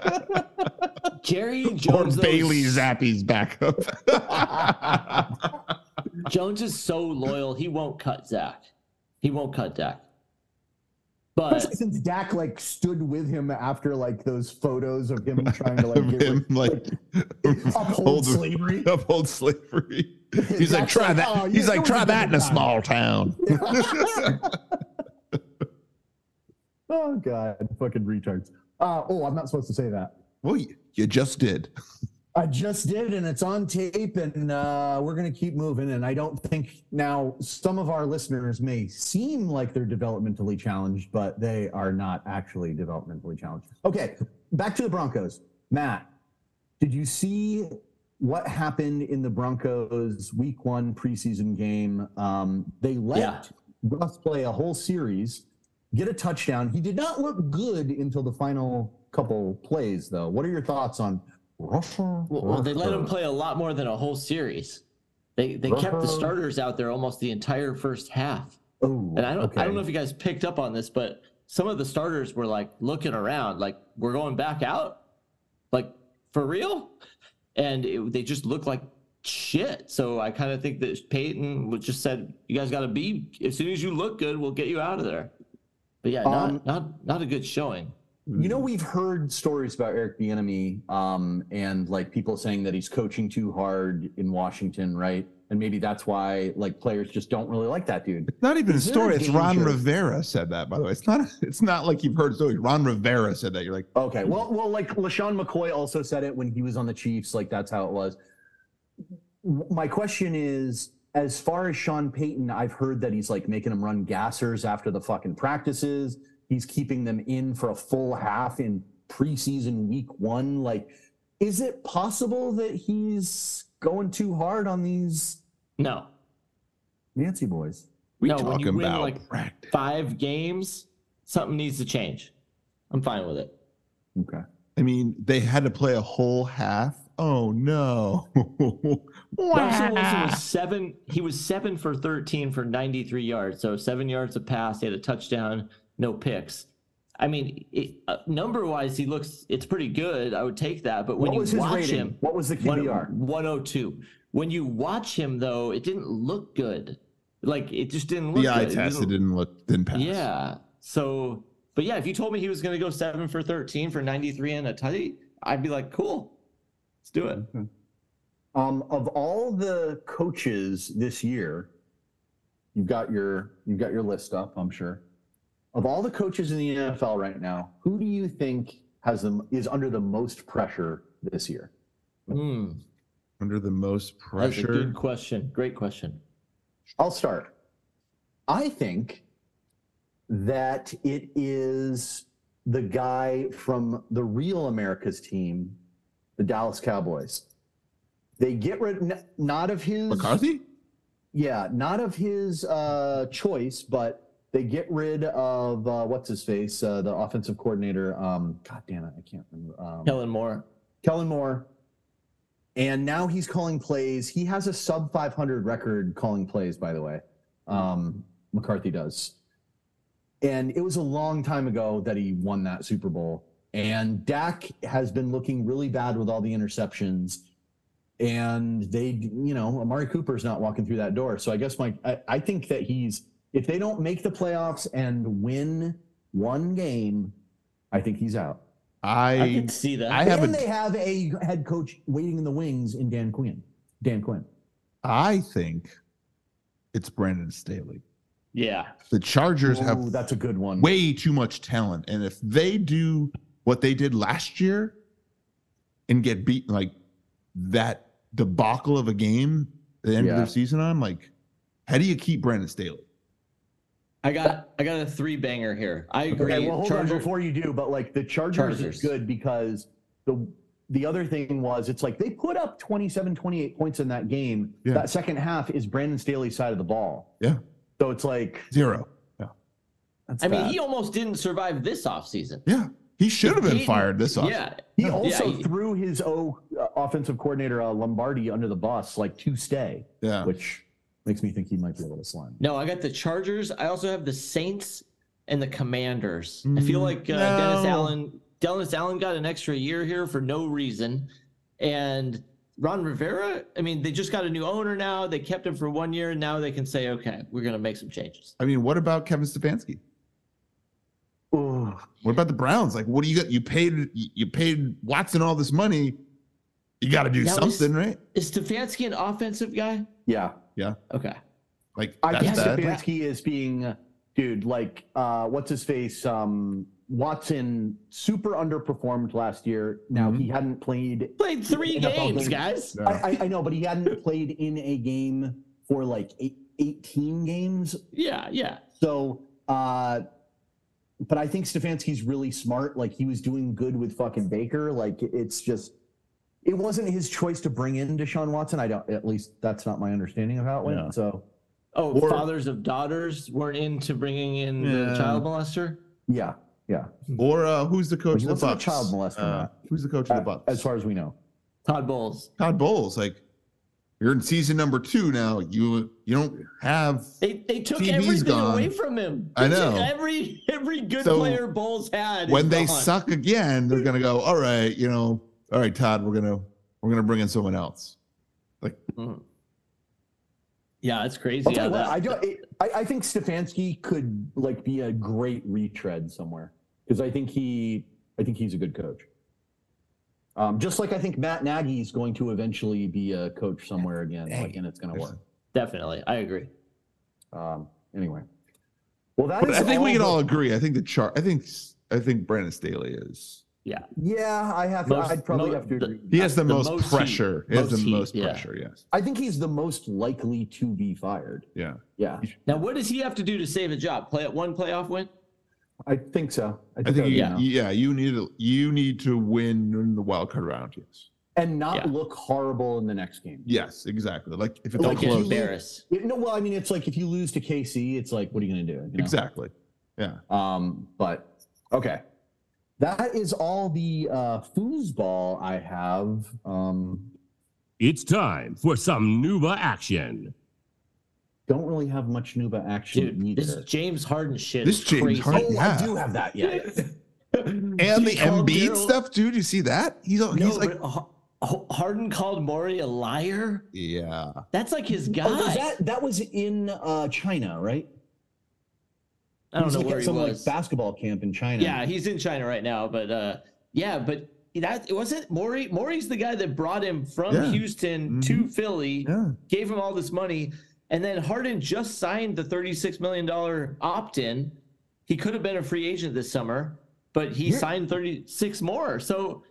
[SPEAKER 4] Jerry Jones.
[SPEAKER 3] or
[SPEAKER 4] though,
[SPEAKER 3] Bailey
[SPEAKER 4] is-
[SPEAKER 3] Zappi's backup.
[SPEAKER 4] Jones is so loyal, he won't cut Zach. He won't cut Dak. But
[SPEAKER 2] Especially since Dak like stood with him after like those photos of him trying to like
[SPEAKER 3] Of
[SPEAKER 2] get rid-
[SPEAKER 3] him like
[SPEAKER 2] uphold slavery.
[SPEAKER 3] uphold slavery. He's like
[SPEAKER 2] That's
[SPEAKER 3] try
[SPEAKER 2] like,
[SPEAKER 3] that.
[SPEAKER 2] oh, you-
[SPEAKER 3] He's
[SPEAKER 2] it
[SPEAKER 3] like
[SPEAKER 2] was
[SPEAKER 3] try
[SPEAKER 2] a
[SPEAKER 3] that in a
[SPEAKER 2] different time."
[SPEAKER 3] small town.
[SPEAKER 2] Oh god, fucking retards. Uh, oh, I'm not supposed to say that.
[SPEAKER 3] well, you, you just did.
[SPEAKER 2] I just did, and it's on tape, and uh, we're gonna keep moving. And I don't think now some of our listeners may seem like they're developmentally challenged, but they are not actually developmentally challenged. Okay, back to the Broncos. Matt, did you see what happened in the Broncos' Week One preseason game? Um, they let
[SPEAKER 4] Yeah.
[SPEAKER 2] Russ play a whole series, get a touchdown. He did not look good until the final couple plays, though. What are your thoughts on Russell?
[SPEAKER 4] well, well, they let him play a lot more than a whole series. They they kept the starters out there almost the entire first half.
[SPEAKER 2] Oh,
[SPEAKER 4] And I don't I don't know if you guys picked up on this, but some of the starters were like looking around, like we're going back out, like for real, and it, they just looked like shit. So I kind of think that Peyton was just said, "You guys got to be as soon as you look good, we'll get you out of there." But yeah, not
[SPEAKER 2] Um,
[SPEAKER 4] not not a good showing.
[SPEAKER 2] You know, we've heard stories about Eric Bieniemy, um, and like people saying that he's coaching too hard in Washington, right? And maybe that's why like players just don't really like that dude.
[SPEAKER 3] It's not even
[SPEAKER 2] Is there
[SPEAKER 3] a story.
[SPEAKER 2] a
[SPEAKER 3] it's Ron
[SPEAKER 2] danger?
[SPEAKER 3] Rivera said that. By the way, it's not. It's not like you've heard stories. Ron Rivera said that. You're like,
[SPEAKER 2] Okay, well, well, like Lashawn McCoy also said it when he was on the Chiefs. Like that's how it was. My question is, as far as Sean Payton, I've heard that he's like making them run gassers after the fucking practices. He's keeping them in for a full half in preseason week one. Like, is it possible that he's going too hard on these
[SPEAKER 4] No,
[SPEAKER 2] Nancy boys?
[SPEAKER 3] We
[SPEAKER 4] No, when
[SPEAKER 3] talking
[SPEAKER 4] you win,
[SPEAKER 3] about
[SPEAKER 4] like-
[SPEAKER 3] practice.
[SPEAKER 4] five games, something needs to change. I'm fine with it.
[SPEAKER 2] Okay.
[SPEAKER 3] I mean, they had to play a whole half. Oh no.
[SPEAKER 4] Russell Wilson was seven. He was seven for thirteen for ninety-three yards. So seven yards of pass. He had a touchdown. No picks. I mean, it, uh, number-wise, he looks. It's pretty good. I would take that. But when
[SPEAKER 2] What
[SPEAKER 4] you
[SPEAKER 2] was his
[SPEAKER 4] watch
[SPEAKER 2] rating?
[SPEAKER 4] him,
[SPEAKER 2] What was the
[SPEAKER 4] one-
[SPEAKER 2] QBR?
[SPEAKER 4] 102. When you watch him, though, it didn't look good. Like it just didn't look.
[SPEAKER 3] the eye
[SPEAKER 4] good. It
[SPEAKER 3] test. It
[SPEAKER 4] didn't-
[SPEAKER 3] didn't look didn't pass.
[SPEAKER 4] Yeah. So, but yeah, if you told me he was going to go seven for thirteen for ninety-three and a tutty, I'd be like, cool, let's do it.
[SPEAKER 2] Um, of all the coaches this year, you've got your you've got your list up, I'm sure. Of all the coaches in the NFL right now, who do you think has them is under the most pressure this year?
[SPEAKER 3] Mm-hmm.
[SPEAKER 4] Hmm.
[SPEAKER 3] Under the most
[SPEAKER 4] That's a
[SPEAKER 3] pressure.
[SPEAKER 4] good question. Great question.
[SPEAKER 2] I'll start. I think that it is the guy from the real America's team, the Dallas Cowboys. They get rid n- not of his
[SPEAKER 3] McCarthy?
[SPEAKER 2] Yeah, not of his uh, choice, but they get rid of uh, what's his face, uh, the offensive coordinator. Um, God damn it, I can't remember. Um,
[SPEAKER 4] Kellen Moore.
[SPEAKER 2] Kellen Moore. And now he's calling plays. He has a sub 500 record calling plays, by the way. Um, McCarthy does. And it was a long time ago that he won that Super Bowl. And Dak has been looking really bad with all the interceptions. And they, you know, Amari Cooper's not walking through that door. So I guess my, I, I think that he's, if they don't make the playoffs and win one game, I think he's out.
[SPEAKER 3] I
[SPEAKER 4] I can see that.
[SPEAKER 3] I have
[SPEAKER 2] And
[SPEAKER 3] a-
[SPEAKER 2] they have a head coach waiting in the wings in Dan Quinn. Dan Quinn.
[SPEAKER 3] I think it's Brandon Staley.
[SPEAKER 4] yeah.
[SPEAKER 3] The Chargers have
[SPEAKER 4] Oh,
[SPEAKER 2] Ooh, that's a good one.
[SPEAKER 3] way too much talent. And if they do what they did last year and get beat like that debacle of a game, the end of
[SPEAKER 2] Yeah.
[SPEAKER 3] their season on, like, how do you keep Brandon Staley?
[SPEAKER 4] I got I got a three banger here. I agree.
[SPEAKER 2] Okay, well, hold
[SPEAKER 4] Charger-
[SPEAKER 2] on before you do, but like the Chargers,
[SPEAKER 4] Chargers.
[SPEAKER 2] is good because the the other thing was it's like they put up 27, 28 points in that game.
[SPEAKER 3] Yeah.
[SPEAKER 2] That second half is Brandon Staley's side of the ball.
[SPEAKER 3] Yeah.
[SPEAKER 2] So it's like
[SPEAKER 3] Zero.
[SPEAKER 2] that's
[SPEAKER 4] I mean,
[SPEAKER 2] bad.
[SPEAKER 4] he almost didn't survive this offseason.
[SPEAKER 3] Yeah. He should have been
[SPEAKER 4] Peyton-
[SPEAKER 3] fired this off.
[SPEAKER 4] Yeah.
[SPEAKER 2] he, also
[SPEAKER 4] yeah, he-
[SPEAKER 2] threw his o, uh, offensive coordinator uh, Lombardi under the bus like to stay,
[SPEAKER 3] Yeah.
[SPEAKER 2] which makes me think he might be a little slime.
[SPEAKER 4] No, I got the Chargers. I also have the Saints and the Commanders. I feel
[SPEAKER 3] Mm,
[SPEAKER 4] like uh, Dennis
[SPEAKER 3] no.
[SPEAKER 4] Allen Dennis Allen got an extra year here for no reason. And Ron Rivera, I mean, they just got a new owner now. They kept him for one year and now they can say, okay, we're gonna make some changes.
[SPEAKER 3] I mean, what about Kevin Stefanski?
[SPEAKER 2] Ooh.
[SPEAKER 3] What about the Browns? Like, what do you got? You paid you paid Watson all this money. You got to do
[SPEAKER 4] That was-
[SPEAKER 3] something, right?
[SPEAKER 4] Is Stefanski an offensive guy?
[SPEAKER 2] Yeah.
[SPEAKER 4] Okay.
[SPEAKER 3] Like
[SPEAKER 2] I
[SPEAKER 3] that's
[SPEAKER 2] guess
[SPEAKER 3] bad.
[SPEAKER 2] Stefanski is being, dude, like, uh, what's his face? Um, Watson super underperformed last year. Now
[SPEAKER 3] Mhm.
[SPEAKER 2] he hadn't played.
[SPEAKER 4] Played three
[SPEAKER 2] NFL games.
[SPEAKER 4] games, guys.
[SPEAKER 3] Yeah.
[SPEAKER 2] I, I, I know, but he hadn't played in a game for like eight, 18 games.
[SPEAKER 4] Yeah, yeah.
[SPEAKER 2] So, uh, but I think Stefanski's really smart. Like he was doing good with fucking Baker. Like it's just, it wasn't his choice to bring in Deshaun Watson. I don't. At least that's not my understanding of how it went.
[SPEAKER 3] Yeah.
[SPEAKER 2] So,
[SPEAKER 4] Oh,
[SPEAKER 3] Or-
[SPEAKER 4] fathers of daughters weren't into bringing in the
[SPEAKER 3] Yeah.
[SPEAKER 4] child molester.
[SPEAKER 2] yeah, yeah.
[SPEAKER 3] Or uh, who's the coach
[SPEAKER 2] He
[SPEAKER 3] of the
[SPEAKER 2] wasn't a
[SPEAKER 3] Bucks?
[SPEAKER 2] child molester,
[SPEAKER 3] Uh,
[SPEAKER 2] Matt.
[SPEAKER 3] who's the coach of the
[SPEAKER 2] Uh,
[SPEAKER 3] Bucks?
[SPEAKER 2] as far as we know.
[SPEAKER 4] Todd Bowles.
[SPEAKER 3] Todd Bowles. Like, you're in season number two now. You you don't have
[SPEAKER 4] They they took
[SPEAKER 3] TV's
[SPEAKER 4] everything
[SPEAKER 3] gone.
[SPEAKER 4] away from him.
[SPEAKER 3] I
[SPEAKER 4] They took
[SPEAKER 3] know.
[SPEAKER 4] Every every good
[SPEAKER 3] So,
[SPEAKER 4] player Bowles had. is
[SPEAKER 3] when they
[SPEAKER 4] gone.
[SPEAKER 3] suck again. They're gonna go. All right, you know. All right, Todd. We're gonna we're gonna bring in someone else.
[SPEAKER 4] Mm. Yeah, it's crazy.
[SPEAKER 2] I'll tell
[SPEAKER 4] how
[SPEAKER 2] you what,
[SPEAKER 4] that-
[SPEAKER 2] I don't. It, I, I think Stefanski could like be a great retread somewhere because I think he, I think he's a good coach. Um, just like I think Matt Nagy is going to eventually be a coach somewhere again, like, and it's going to work.
[SPEAKER 4] Definitely, I agree.
[SPEAKER 2] Um, anyway, well, that
[SPEAKER 3] But
[SPEAKER 2] is
[SPEAKER 3] I think we
[SPEAKER 2] all
[SPEAKER 3] can
[SPEAKER 2] the-
[SPEAKER 3] all agree. I think the chart. I think I think Brandon Staley is
[SPEAKER 2] Yeah, I have.
[SPEAKER 4] Most-
[SPEAKER 2] I'd probably
[SPEAKER 4] mo-
[SPEAKER 2] have to
[SPEAKER 4] the-
[SPEAKER 2] agree.
[SPEAKER 3] He has the,
[SPEAKER 4] The
[SPEAKER 3] most,
[SPEAKER 4] most heat.
[SPEAKER 3] pressure. He has
[SPEAKER 4] Most
[SPEAKER 3] the
[SPEAKER 4] heat,
[SPEAKER 3] most
[SPEAKER 4] yeah.
[SPEAKER 3] pressure. Yes.
[SPEAKER 2] I think he's the most likely to be fired.
[SPEAKER 3] Yeah.
[SPEAKER 2] Yeah,
[SPEAKER 4] Now, what does he have to do to save a job? Play at one playoff win?
[SPEAKER 2] I think so.
[SPEAKER 3] I think
[SPEAKER 2] that-
[SPEAKER 3] you,
[SPEAKER 4] Yeah.
[SPEAKER 3] yeah. you need to you need to win in the wild card round. Yes.
[SPEAKER 2] and not
[SPEAKER 4] Yeah.
[SPEAKER 2] look horrible in the next game.
[SPEAKER 3] Yes, exactly. Like if it's
[SPEAKER 4] Don't
[SPEAKER 3] all
[SPEAKER 2] Like,
[SPEAKER 4] get
[SPEAKER 2] you-
[SPEAKER 3] close.
[SPEAKER 4] embarrassed.
[SPEAKER 2] You know, well, I mean, it's like if you lose to KC, it's like, what are you going to do? you know?
[SPEAKER 3] Exactly.
[SPEAKER 2] Um, but okay, that is all the uh, foosball I have. Um,
[SPEAKER 6] It's time for some Nuba action.
[SPEAKER 2] don't really have much Nuba action
[SPEAKER 4] Dude,
[SPEAKER 2] either.
[SPEAKER 4] this James Harden shit
[SPEAKER 3] This
[SPEAKER 4] is
[SPEAKER 3] James
[SPEAKER 4] crazy.
[SPEAKER 3] Harden-
[SPEAKER 2] oh,
[SPEAKER 3] Yeah.
[SPEAKER 2] I do have that. Yeah, yeah.
[SPEAKER 3] And the
[SPEAKER 4] He called
[SPEAKER 3] Embiid
[SPEAKER 4] Daryl-
[SPEAKER 3] stuff, dude. You see that? He's all,
[SPEAKER 4] Oh, No,
[SPEAKER 3] he's like,
[SPEAKER 4] but Ha- Ha- Harden called Maury a liar?
[SPEAKER 3] yeah.
[SPEAKER 4] That's like his guy.
[SPEAKER 2] Oh, was that that was in uh, China, right?
[SPEAKER 4] I don't
[SPEAKER 2] was
[SPEAKER 4] know
[SPEAKER 2] like
[SPEAKER 4] where
[SPEAKER 2] at
[SPEAKER 4] he
[SPEAKER 2] some
[SPEAKER 4] was.
[SPEAKER 2] like basketball camp in China.
[SPEAKER 4] yeah, he's in China right now, but uh, yeah, but that it wasn't Maury. Maury's the guy that brought him from
[SPEAKER 3] Yeah. Mm-hmm.
[SPEAKER 4] Houston to Philly,
[SPEAKER 3] Yeah.
[SPEAKER 4] gave him all this money, and then Harden just signed the thirty-six million dollar opt-in. He could have been a free agent this summer, but he
[SPEAKER 2] You're-
[SPEAKER 4] signed thirty-six more. So,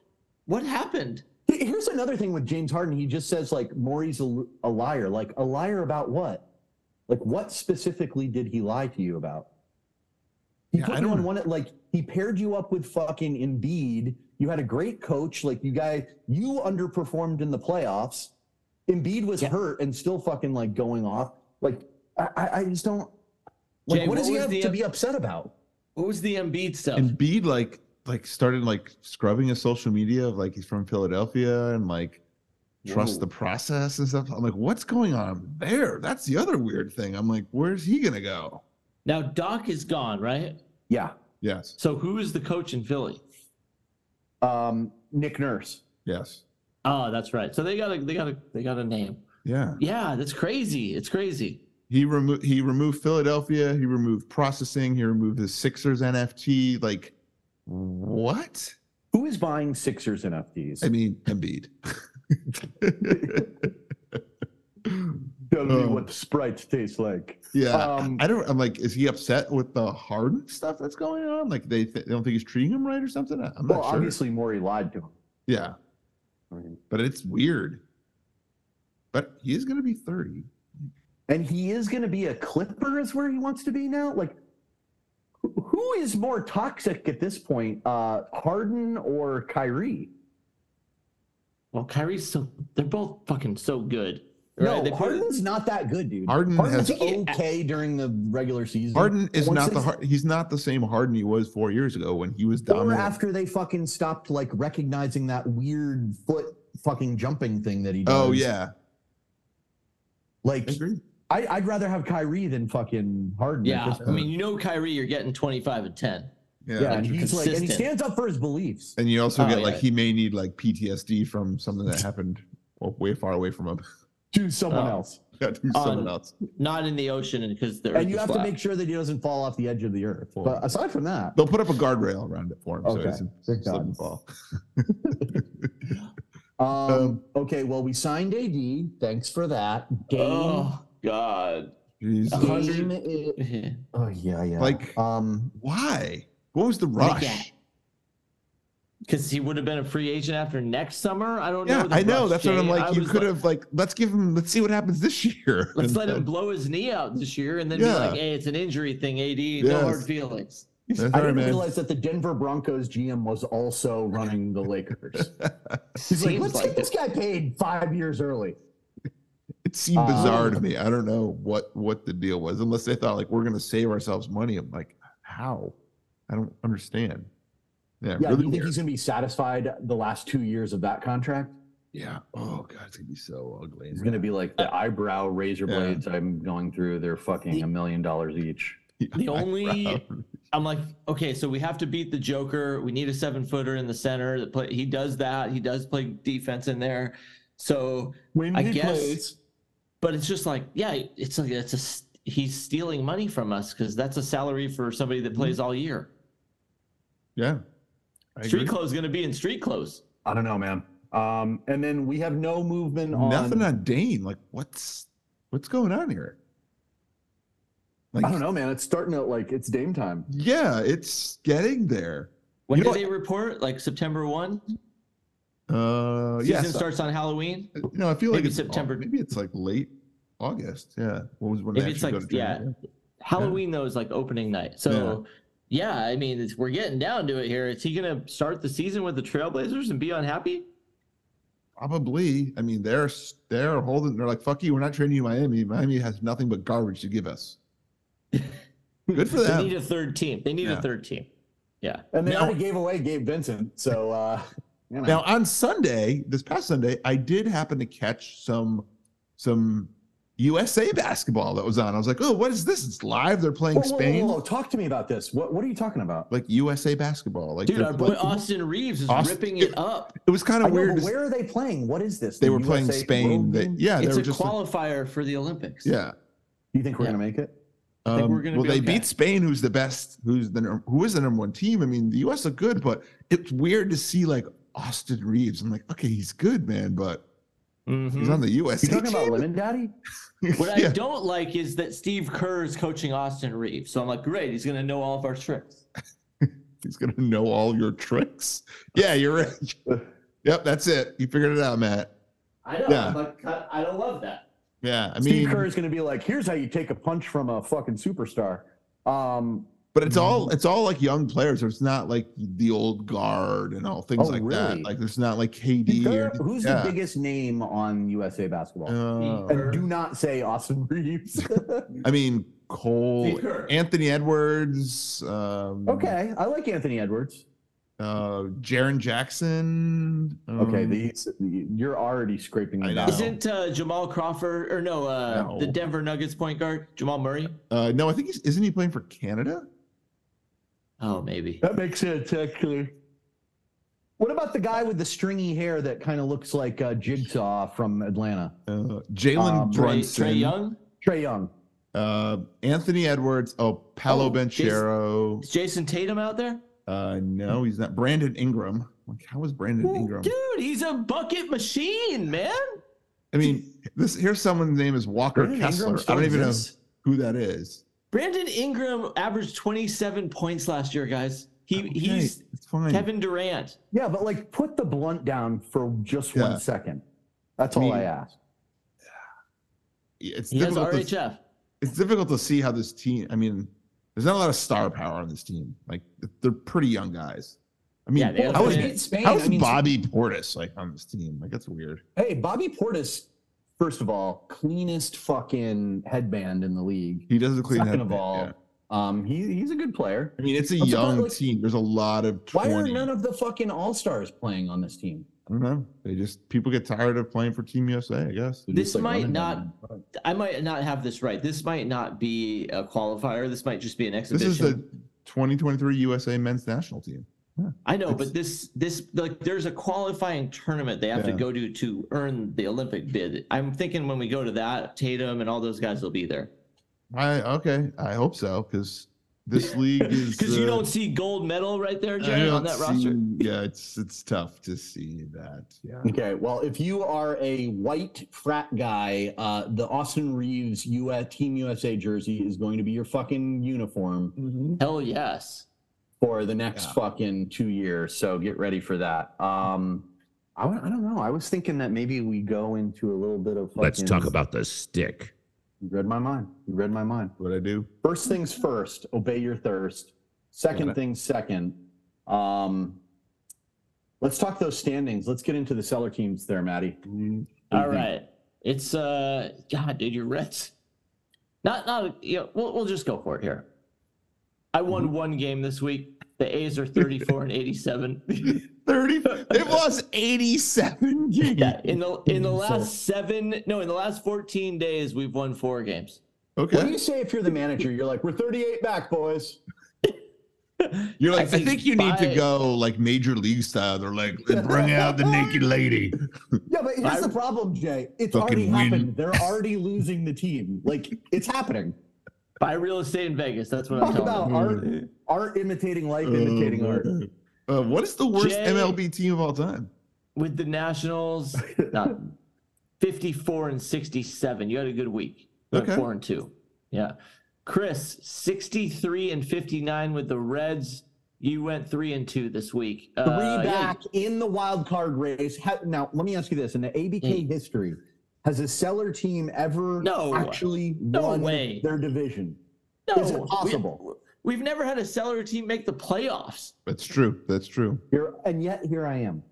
[SPEAKER 4] what happened?
[SPEAKER 2] Here- Here's another thing with James Harden. He just says like Maury's a, l- a liar. Like a liar about what? Like what specifically did he lie to you about? He
[SPEAKER 3] Yeah,
[SPEAKER 2] put
[SPEAKER 3] I
[SPEAKER 2] you
[SPEAKER 3] don't-
[SPEAKER 2] on one like he paired you up with fucking Embiid. You had a great coach. Like you guys, you underperformed in the playoffs. Embiid was
[SPEAKER 4] Yeah.
[SPEAKER 2] hurt and still fucking like going off. Like I, I- I just don't. Like
[SPEAKER 4] Jay,
[SPEAKER 2] what does he
[SPEAKER 4] what was
[SPEAKER 2] have
[SPEAKER 4] the-
[SPEAKER 2] to be upset about?
[SPEAKER 4] What was the Embiid stuff?
[SPEAKER 3] Embiid like like started like scrubbing his social media of like he's from Philadelphia and like trust
[SPEAKER 4] Whoa.
[SPEAKER 3] the process and stuff. I'm like, what's going on there? That's the other weird thing. I'm like, where's he gonna go?
[SPEAKER 4] Now Doc is gone, right?
[SPEAKER 2] Yeah.
[SPEAKER 3] Yes,
[SPEAKER 4] So who is the coach in Philly?
[SPEAKER 2] Um, Nick Nurse.
[SPEAKER 3] yes,
[SPEAKER 4] Oh, that's right. So they got a they got a they got a name.
[SPEAKER 3] yeah.
[SPEAKER 4] Yeah, that's crazy. It's crazy.
[SPEAKER 3] He removed he removed Philadelphia. He removed processing. He removed his Sixers NFT. Like, what?
[SPEAKER 2] Who is buying Sixers NFTs?
[SPEAKER 3] I mean, Embiid.
[SPEAKER 2] Tell
[SPEAKER 3] me what
[SPEAKER 2] sprites taste like.
[SPEAKER 3] Um, yeah,
[SPEAKER 2] Um,
[SPEAKER 3] I don't. I'm like, is he upset with the Harden stuff that's going on? Like, they, th- they don't think he's treating him right or something. I- I'm
[SPEAKER 2] Well,
[SPEAKER 3] not sure.
[SPEAKER 2] obviously, Maury lied to him.
[SPEAKER 3] Yeah,
[SPEAKER 2] I mean,
[SPEAKER 3] but it's weird. But he is going to be 30.
[SPEAKER 2] and he is going to be a Clipper, is where he wants to be now. Like, who- who is more toxic at this point, uh, Harden or Kyrie?
[SPEAKER 4] Well, Kyrie's so they're both fucking so good. Right? They
[SPEAKER 2] No,
[SPEAKER 4] put-
[SPEAKER 2] Harden's not that good, dude.
[SPEAKER 3] Harden
[SPEAKER 2] Harden's
[SPEAKER 3] has-
[SPEAKER 2] okay during the regular season.
[SPEAKER 3] Harden is
[SPEAKER 2] Once
[SPEAKER 3] not the
[SPEAKER 2] they-
[SPEAKER 3] hard, he's not the same Harden he was four years ago when he was
[SPEAKER 2] Or
[SPEAKER 3] dominant.
[SPEAKER 2] after they fucking stopped like recognizing that weird foot fucking jumping thing that he does.
[SPEAKER 3] oh yeah,
[SPEAKER 2] Like
[SPEAKER 3] I agree.
[SPEAKER 2] I, I'd rather have Kyrie than fucking Harden. at
[SPEAKER 4] yeah,
[SPEAKER 2] this
[SPEAKER 4] I mean, you know, Kyrie, you're getting 25 and 10.
[SPEAKER 3] Yeah.
[SPEAKER 2] Yeah, and
[SPEAKER 4] Like, you're
[SPEAKER 2] he's like, and he
[SPEAKER 4] consistent.
[SPEAKER 2] stands up for his beliefs.
[SPEAKER 3] and you also
[SPEAKER 4] Oh,
[SPEAKER 3] get like
[SPEAKER 4] yeah.
[SPEAKER 3] he may need like PTSD from something that happened well, way far away from him.
[SPEAKER 2] to someone
[SPEAKER 4] Oh.
[SPEAKER 2] else.
[SPEAKER 3] Yeah, to someone
[SPEAKER 4] On-
[SPEAKER 3] else.
[SPEAKER 4] Not in the ocean and because the earth
[SPEAKER 2] And you
[SPEAKER 4] is
[SPEAKER 2] have to
[SPEAKER 4] flat.
[SPEAKER 2] make sure that he doesn't fall off the edge of the earth.
[SPEAKER 3] Well,
[SPEAKER 2] But aside from that,
[SPEAKER 3] They'll put up a guardrail around it for him, so
[SPEAKER 2] Okay,
[SPEAKER 3] he doesn't
[SPEAKER 2] thank
[SPEAKER 3] slip
[SPEAKER 2] God.
[SPEAKER 3] and fall.
[SPEAKER 2] um,
[SPEAKER 3] um,
[SPEAKER 2] okay, well, we signed AD. Thanks for that. Game.
[SPEAKER 4] Oh, God.
[SPEAKER 3] Jesus.
[SPEAKER 4] Uh-huh. 100.
[SPEAKER 2] game i- oh, yeah, yeah.
[SPEAKER 3] Like-
[SPEAKER 2] um,
[SPEAKER 3] Why? What was the
[SPEAKER 4] Like
[SPEAKER 3] rush?
[SPEAKER 4] that. Because he would have been a free agent after next summer. I don't
[SPEAKER 3] Yeah,
[SPEAKER 4] know. the
[SPEAKER 3] I know.
[SPEAKER 4] rush,
[SPEAKER 3] That's what I'm
[SPEAKER 4] Jay. I
[SPEAKER 3] like. You
[SPEAKER 4] was
[SPEAKER 3] could have like, let's give him. Let's see what happens this year.
[SPEAKER 4] Let's
[SPEAKER 3] And
[SPEAKER 4] let
[SPEAKER 3] then-
[SPEAKER 4] him blow his knee out this year and then
[SPEAKER 3] Yeah.
[SPEAKER 4] be like, hey, it's an injury thing, AD. No
[SPEAKER 3] Yes.
[SPEAKER 4] hard feelings.
[SPEAKER 3] That's
[SPEAKER 2] I
[SPEAKER 3] all right,
[SPEAKER 2] didn't
[SPEAKER 3] man.
[SPEAKER 2] realize that the Denver Broncos GM was also running the Lakers. He's like,
[SPEAKER 4] Seems
[SPEAKER 2] let's
[SPEAKER 4] like
[SPEAKER 2] get this guy paid five years early.
[SPEAKER 3] It seemed bizarre to
[SPEAKER 2] Um,
[SPEAKER 3] me. I don't know what what the deal was, unless they thought like we're gonna save ourselves money. I'm like, how? I don't understand. Yeah,
[SPEAKER 2] Yeah, do you
[SPEAKER 3] really
[SPEAKER 2] think
[SPEAKER 3] weird.
[SPEAKER 2] he's going to be satisfied the last two years of that contract?
[SPEAKER 3] Yeah. Oh god, it's gonna be so ugly.
[SPEAKER 2] It's gonna be like
[SPEAKER 4] Uh,
[SPEAKER 2] the eyebrow razor
[SPEAKER 3] Yeah.
[SPEAKER 2] blades I'm going through. They're fucking a million dollars each.
[SPEAKER 4] The only- I'm like, okay, so we have to beat the Joker. We need a seven footer in the center that play. He does that. He does play defense in there. So,
[SPEAKER 2] When
[SPEAKER 4] I he guess- plays. but it's just like, yeah, it's like it's a s- he's stealing money from us because that's a salary for somebody
[SPEAKER 3] Mm-hmm.
[SPEAKER 4] that plays all year.
[SPEAKER 3] yeah. I
[SPEAKER 4] Street
[SPEAKER 3] agree.
[SPEAKER 4] clothes going to be in street clothes.
[SPEAKER 2] I don't know, man. Um, and then we have no movement on.
[SPEAKER 3] Nothing on Dane. Like what's what's going on here? Like
[SPEAKER 2] I don't know, man. It's starting to like it's Dame time.
[SPEAKER 3] Yeah, it's getting there.
[SPEAKER 4] When
[SPEAKER 3] You know
[SPEAKER 4] did they report? Like September one?
[SPEAKER 3] Uh,
[SPEAKER 4] Season
[SPEAKER 3] yes.
[SPEAKER 4] starts on Halloween.
[SPEAKER 3] no, I feel like
[SPEAKER 4] maybe
[SPEAKER 3] it's
[SPEAKER 4] September.
[SPEAKER 3] Maybe it's like late August. Yeah. What was when they
[SPEAKER 4] Maybe it's
[SPEAKER 3] actually
[SPEAKER 4] like-
[SPEAKER 3] go to training,
[SPEAKER 4] yeah. Halloween though is like opening night. So yeah, I mean it's, we're getting down to it here. Is he gonna start the season with the Trailblazers and be unhappy?
[SPEAKER 3] Probably. I mean, they're s- they're holding. They're like, "Fuck you. We're not trading you, Miami. Miami has nothing but garbage to give us." Good for
[SPEAKER 4] They
[SPEAKER 3] them.
[SPEAKER 4] need a third team. They need
[SPEAKER 3] Yeah.
[SPEAKER 4] a third team. Yeah.
[SPEAKER 2] And they
[SPEAKER 3] Now-
[SPEAKER 2] already gave away Gabe Vincent. So, uh, you know.
[SPEAKER 3] Now on Sunday, this past Sunday, I did happen to catch some some USA basketball that was on. I was like, "Oh, what is this? It's live. They're playing
[SPEAKER 2] Whoa, whoa, whoa,
[SPEAKER 3] Spain,
[SPEAKER 2] whoa, Talk to me about this. What What are you talking about?
[SPEAKER 3] like USA basketball." Like,
[SPEAKER 4] Dude,
[SPEAKER 3] they're
[SPEAKER 4] our boy
[SPEAKER 3] playing-
[SPEAKER 4] Austin Reeves is
[SPEAKER 3] Austin-
[SPEAKER 4] ripping it up.
[SPEAKER 3] it was kind
[SPEAKER 2] I
[SPEAKER 3] of
[SPEAKER 2] know,
[SPEAKER 3] weird.
[SPEAKER 2] but
[SPEAKER 3] to s-
[SPEAKER 2] where are they playing? What is this?
[SPEAKER 3] They
[SPEAKER 2] The
[SPEAKER 3] were playing
[SPEAKER 2] USA
[SPEAKER 3] Spain.
[SPEAKER 2] road
[SPEAKER 3] They,
[SPEAKER 2] game?
[SPEAKER 3] yeah, they
[SPEAKER 4] it's
[SPEAKER 3] were
[SPEAKER 4] a
[SPEAKER 3] just. like-
[SPEAKER 4] qualifier for the Olympics.
[SPEAKER 3] yeah.
[SPEAKER 2] You think we're
[SPEAKER 4] Yeah.
[SPEAKER 2] gonna make it?
[SPEAKER 4] I think
[SPEAKER 3] Um,
[SPEAKER 4] we're gonna
[SPEAKER 3] well,
[SPEAKER 4] be
[SPEAKER 3] they
[SPEAKER 4] okay.
[SPEAKER 3] beat Spain, who's the best, who's the num- who is the number one team. I mean, the U.S. look good, but it's weird to see like Austin Reeves. I'm like, okay, he's good, man, but he's
[SPEAKER 4] Mhm.
[SPEAKER 3] on the U.S.
[SPEAKER 2] You talking about Lemon Daddy?
[SPEAKER 4] What I
[SPEAKER 3] yeah,
[SPEAKER 4] don't like is that Steve Kerr is coaching Austin Reeves. So I'm like, great, he's gonna know all of our tricks.
[SPEAKER 3] he's gonna know all your tricks. Yeah, you're right. yep, that's it. You figured it out, Matt.
[SPEAKER 4] I know.
[SPEAKER 3] Yeah.
[SPEAKER 4] I'm like, I, I don't love that.
[SPEAKER 3] Yeah, I
[SPEAKER 2] Steve
[SPEAKER 3] mean,
[SPEAKER 2] Kerr is gonna be like, "Here's how you take a punch from a fucking superstar." Um,
[SPEAKER 3] but it's
[SPEAKER 4] Mm-hmm.
[SPEAKER 3] all it's all like young players. It's not like the old guard and all things
[SPEAKER 2] Oh,
[SPEAKER 3] like that.
[SPEAKER 2] really?
[SPEAKER 3] Like there's not like
[SPEAKER 2] Steve
[SPEAKER 3] KD.
[SPEAKER 2] Kerr,
[SPEAKER 3] Or,
[SPEAKER 2] who's
[SPEAKER 3] yeah.
[SPEAKER 2] the biggest name on USA basketball?
[SPEAKER 3] Oh.
[SPEAKER 2] and do not say Austin Reeves.
[SPEAKER 3] I mean, Cole,
[SPEAKER 4] Steve Kerr.
[SPEAKER 3] Anthony Edwards. Um,
[SPEAKER 2] okay, I like Anthony Edwards.
[SPEAKER 3] uh Jaron Jackson.
[SPEAKER 2] Okay,
[SPEAKER 3] um,
[SPEAKER 2] the, you're already scraping
[SPEAKER 3] I
[SPEAKER 2] the
[SPEAKER 3] know.
[SPEAKER 2] bottom.
[SPEAKER 4] Isn't uh, Jamal Crawford or no, uh,
[SPEAKER 3] No.
[SPEAKER 4] the Denver Nuggets point guard Jamal Murray?
[SPEAKER 3] uh no, I think he's isn't he playing for Canada?
[SPEAKER 4] Oh, maybe.
[SPEAKER 2] That makes sense, actually. What about the guy with the stringy hair that kind of looks like uh, Jigsaw from Atlanta?
[SPEAKER 3] Uh Jalen
[SPEAKER 2] Um,
[SPEAKER 4] Trey,
[SPEAKER 3] Brunson,
[SPEAKER 4] Trey Young,
[SPEAKER 2] Trey Young.
[SPEAKER 3] uh Anthony Edwards, oh Paolo
[SPEAKER 4] Oh,
[SPEAKER 3] Banchero.
[SPEAKER 4] is Jason Tatum out there?
[SPEAKER 3] Uh no, he's not Brandon Ingram. Like how is Brandon Ingram?
[SPEAKER 4] Dude, he's a bucket machine, man.
[SPEAKER 3] I mean, this here's someone's name is Walker
[SPEAKER 2] Brandon Ingram
[SPEAKER 3] Kessler. I
[SPEAKER 2] still
[SPEAKER 3] don't even
[SPEAKER 2] exists?
[SPEAKER 3] know who that is.
[SPEAKER 4] Brandon Ingram averaged 27 points last year, guys. He
[SPEAKER 3] Okay,
[SPEAKER 4] he's
[SPEAKER 3] it's fine.
[SPEAKER 4] Kevin Durant.
[SPEAKER 2] Yeah, but like put the blunt down for just
[SPEAKER 3] Yeah.
[SPEAKER 2] one second. That's
[SPEAKER 3] I
[SPEAKER 2] all
[SPEAKER 3] mean,
[SPEAKER 2] I ask.
[SPEAKER 3] it's
[SPEAKER 4] He has
[SPEAKER 3] difficult to,
[SPEAKER 4] RHF.
[SPEAKER 3] it's difficult to see how this team. I mean, there's not a lot of star power on this team. Like they're pretty young guys. I mean,
[SPEAKER 4] Yeah, they
[SPEAKER 3] how
[SPEAKER 4] also
[SPEAKER 3] is,
[SPEAKER 4] did-
[SPEAKER 2] Spain.
[SPEAKER 3] how is Bobby Portis like on this team? Like that's weird.
[SPEAKER 2] Hey, Bobby Portis, first of all, cleanest fucking headband in the league.
[SPEAKER 3] He does a clean
[SPEAKER 2] Second
[SPEAKER 3] head.
[SPEAKER 2] of all,
[SPEAKER 3] yeah.
[SPEAKER 2] um, he, he's a good player.
[SPEAKER 3] I mean, it's a
[SPEAKER 2] I'm surprised,
[SPEAKER 3] young
[SPEAKER 2] like-
[SPEAKER 3] team. There's a lot of
[SPEAKER 2] Why
[SPEAKER 3] 20.
[SPEAKER 2] are none of the fucking all stars playing on this team?
[SPEAKER 3] I don't know. They just people get tired of playing for Team USA. I guess.
[SPEAKER 2] They're
[SPEAKER 4] This
[SPEAKER 2] just, like,
[SPEAKER 4] might
[SPEAKER 2] running
[SPEAKER 4] not-
[SPEAKER 2] down the-
[SPEAKER 4] I might not have this right. This might not be a qualifier. This might just be an
[SPEAKER 3] This
[SPEAKER 4] exhibition.
[SPEAKER 3] is the 2023 USA men's national team.
[SPEAKER 4] I know,
[SPEAKER 3] It's-
[SPEAKER 4] but this this like there's a qualifying tournament they have
[SPEAKER 3] Yeah.
[SPEAKER 4] to go to to earn the Olympic bid. I'm thinking when we go to that, Tatum and all those guys will be there
[SPEAKER 3] I okay. I hope so because this league is
[SPEAKER 4] because you
[SPEAKER 3] uh,
[SPEAKER 4] don't see gold medal right there,
[SPEAKER 3] I
[SPEAKER 4] Jared, on
[SPEAKER 3] don't
[SPEAKER 4] that roster.
[SPEAKER 3] see- Yeah, it's it's tough to see that. Yeah.
[SPEAKER 2] Okay, well, if you are a white frat guy, uh, the Austin Reeves US, Team USA jersey is going to be your fucking uniform
[SPEAKER 4] Hell yes.
[SPEAKER 2] for the next
[SPEAKER 3] Yeah.
[SPEAKER 2] fucking two years. So get ready for that. Um, I, wa- I don't know. I was thinking that maybe we go into a little bit of. Fucking,
[SPEAKER 6] Let's talk about the stick.
[SPEAKER 2] You read my mind. You read my mind.
[SPEAKER 3] What I do?
[SPEAKER 2] First things first, obey your thirst.
[SPEAKER 3] Got
[SPEAKER 2] Second
[SPEAKER 3] it.
[SPEAKER 2] things second. Um, let's talk those standings. Let's get into the seller teams there, Maddie. What do you
[SPEAKER 4] All
[SPEAKER 2] think?
[SPEAKER 4] right. It's uh God, dude, your Reds. Not not you know, we'll we'll just go for it here. I won
[SPEAKER 2] Mm-hmm.
[SPEAKER 4] one game this week. The A's are 34 and 87.
[SPEAKER 3] 30. They've lost 87 games.
[SPEAKER 4] Yeah, in the in the last seven, no, in the last fourteen days, we've won four games.
[SPEAKER 2] What do
[SPEAKER 3] Okay.
[SPEAKER 2] you say if you're the manager? You're like, we're 38 back, boys.
[SPEAKER 3] You're like, I
[SPEAKER 4] I
[SPEAKER 3] think,
[SPEAKER 4] think
[SPEAKER 3] you need to
[SPEAKER 4] by-
[SPEAKER 3] go like major league style. They're like, bring out the naked lady.
[SPEAKER 2] Yeah, but here's
[SPEAKER 4] I-
[SPEAKER 2] the problem, Jay. It's already
[SPEAKER 3] Fucking win.
[SPEAKER 2] happened. They're already losing the team. Like, it's happening.
[SPEAKER 4] Buy real estate in Vegas. That's what I'm
[SPEAKER 2] Talk
[SPEAKER 4] talking
[SPEAKER 2] about
[SPEAKER 4] about.
[SPEAKER 2] art, art imitating life,
[SPEAKER 3] Oh,
[SPEAKER 2] imitating art.
[SPEAKER 3] Uh, what is the worst
[SPEAKER 4] Jay-
[SPEAKER 3] MLB team of all time?
[SPEAKER 4] With the Nationals, not fifty-four and sixty-seven. You had a good week. You went
[SPEAKER 3] Okay.
[SPEAKER 4] Four and two. Yeah. Chris, sixty-three and fifty-nine with the Reds. You went three and two this week.
[SPEAKER 2] Three
[SPEAKER 4] Uh, yeah,
[SPEAKER 2] back in the wild card race. Ha- now, let me ask you this: in the ABK history, has a seller team ever
[SPEAKER 4] Mm. No.
[SPEAKER 2] actually
[SPEAKER 4] No
[SPEAKER 2] won
[SPEAKER 4] way.
[SPEAKER 2] their division?
[SPEAKER 4] no,
[SPEAKER 2] It's impossible.
[SPEAKER 4] We, have never had a seller team make the playoffs.
[SPEAKER 3] That's true. That's true.
[SPEAKER 2] Here and yet, here I am.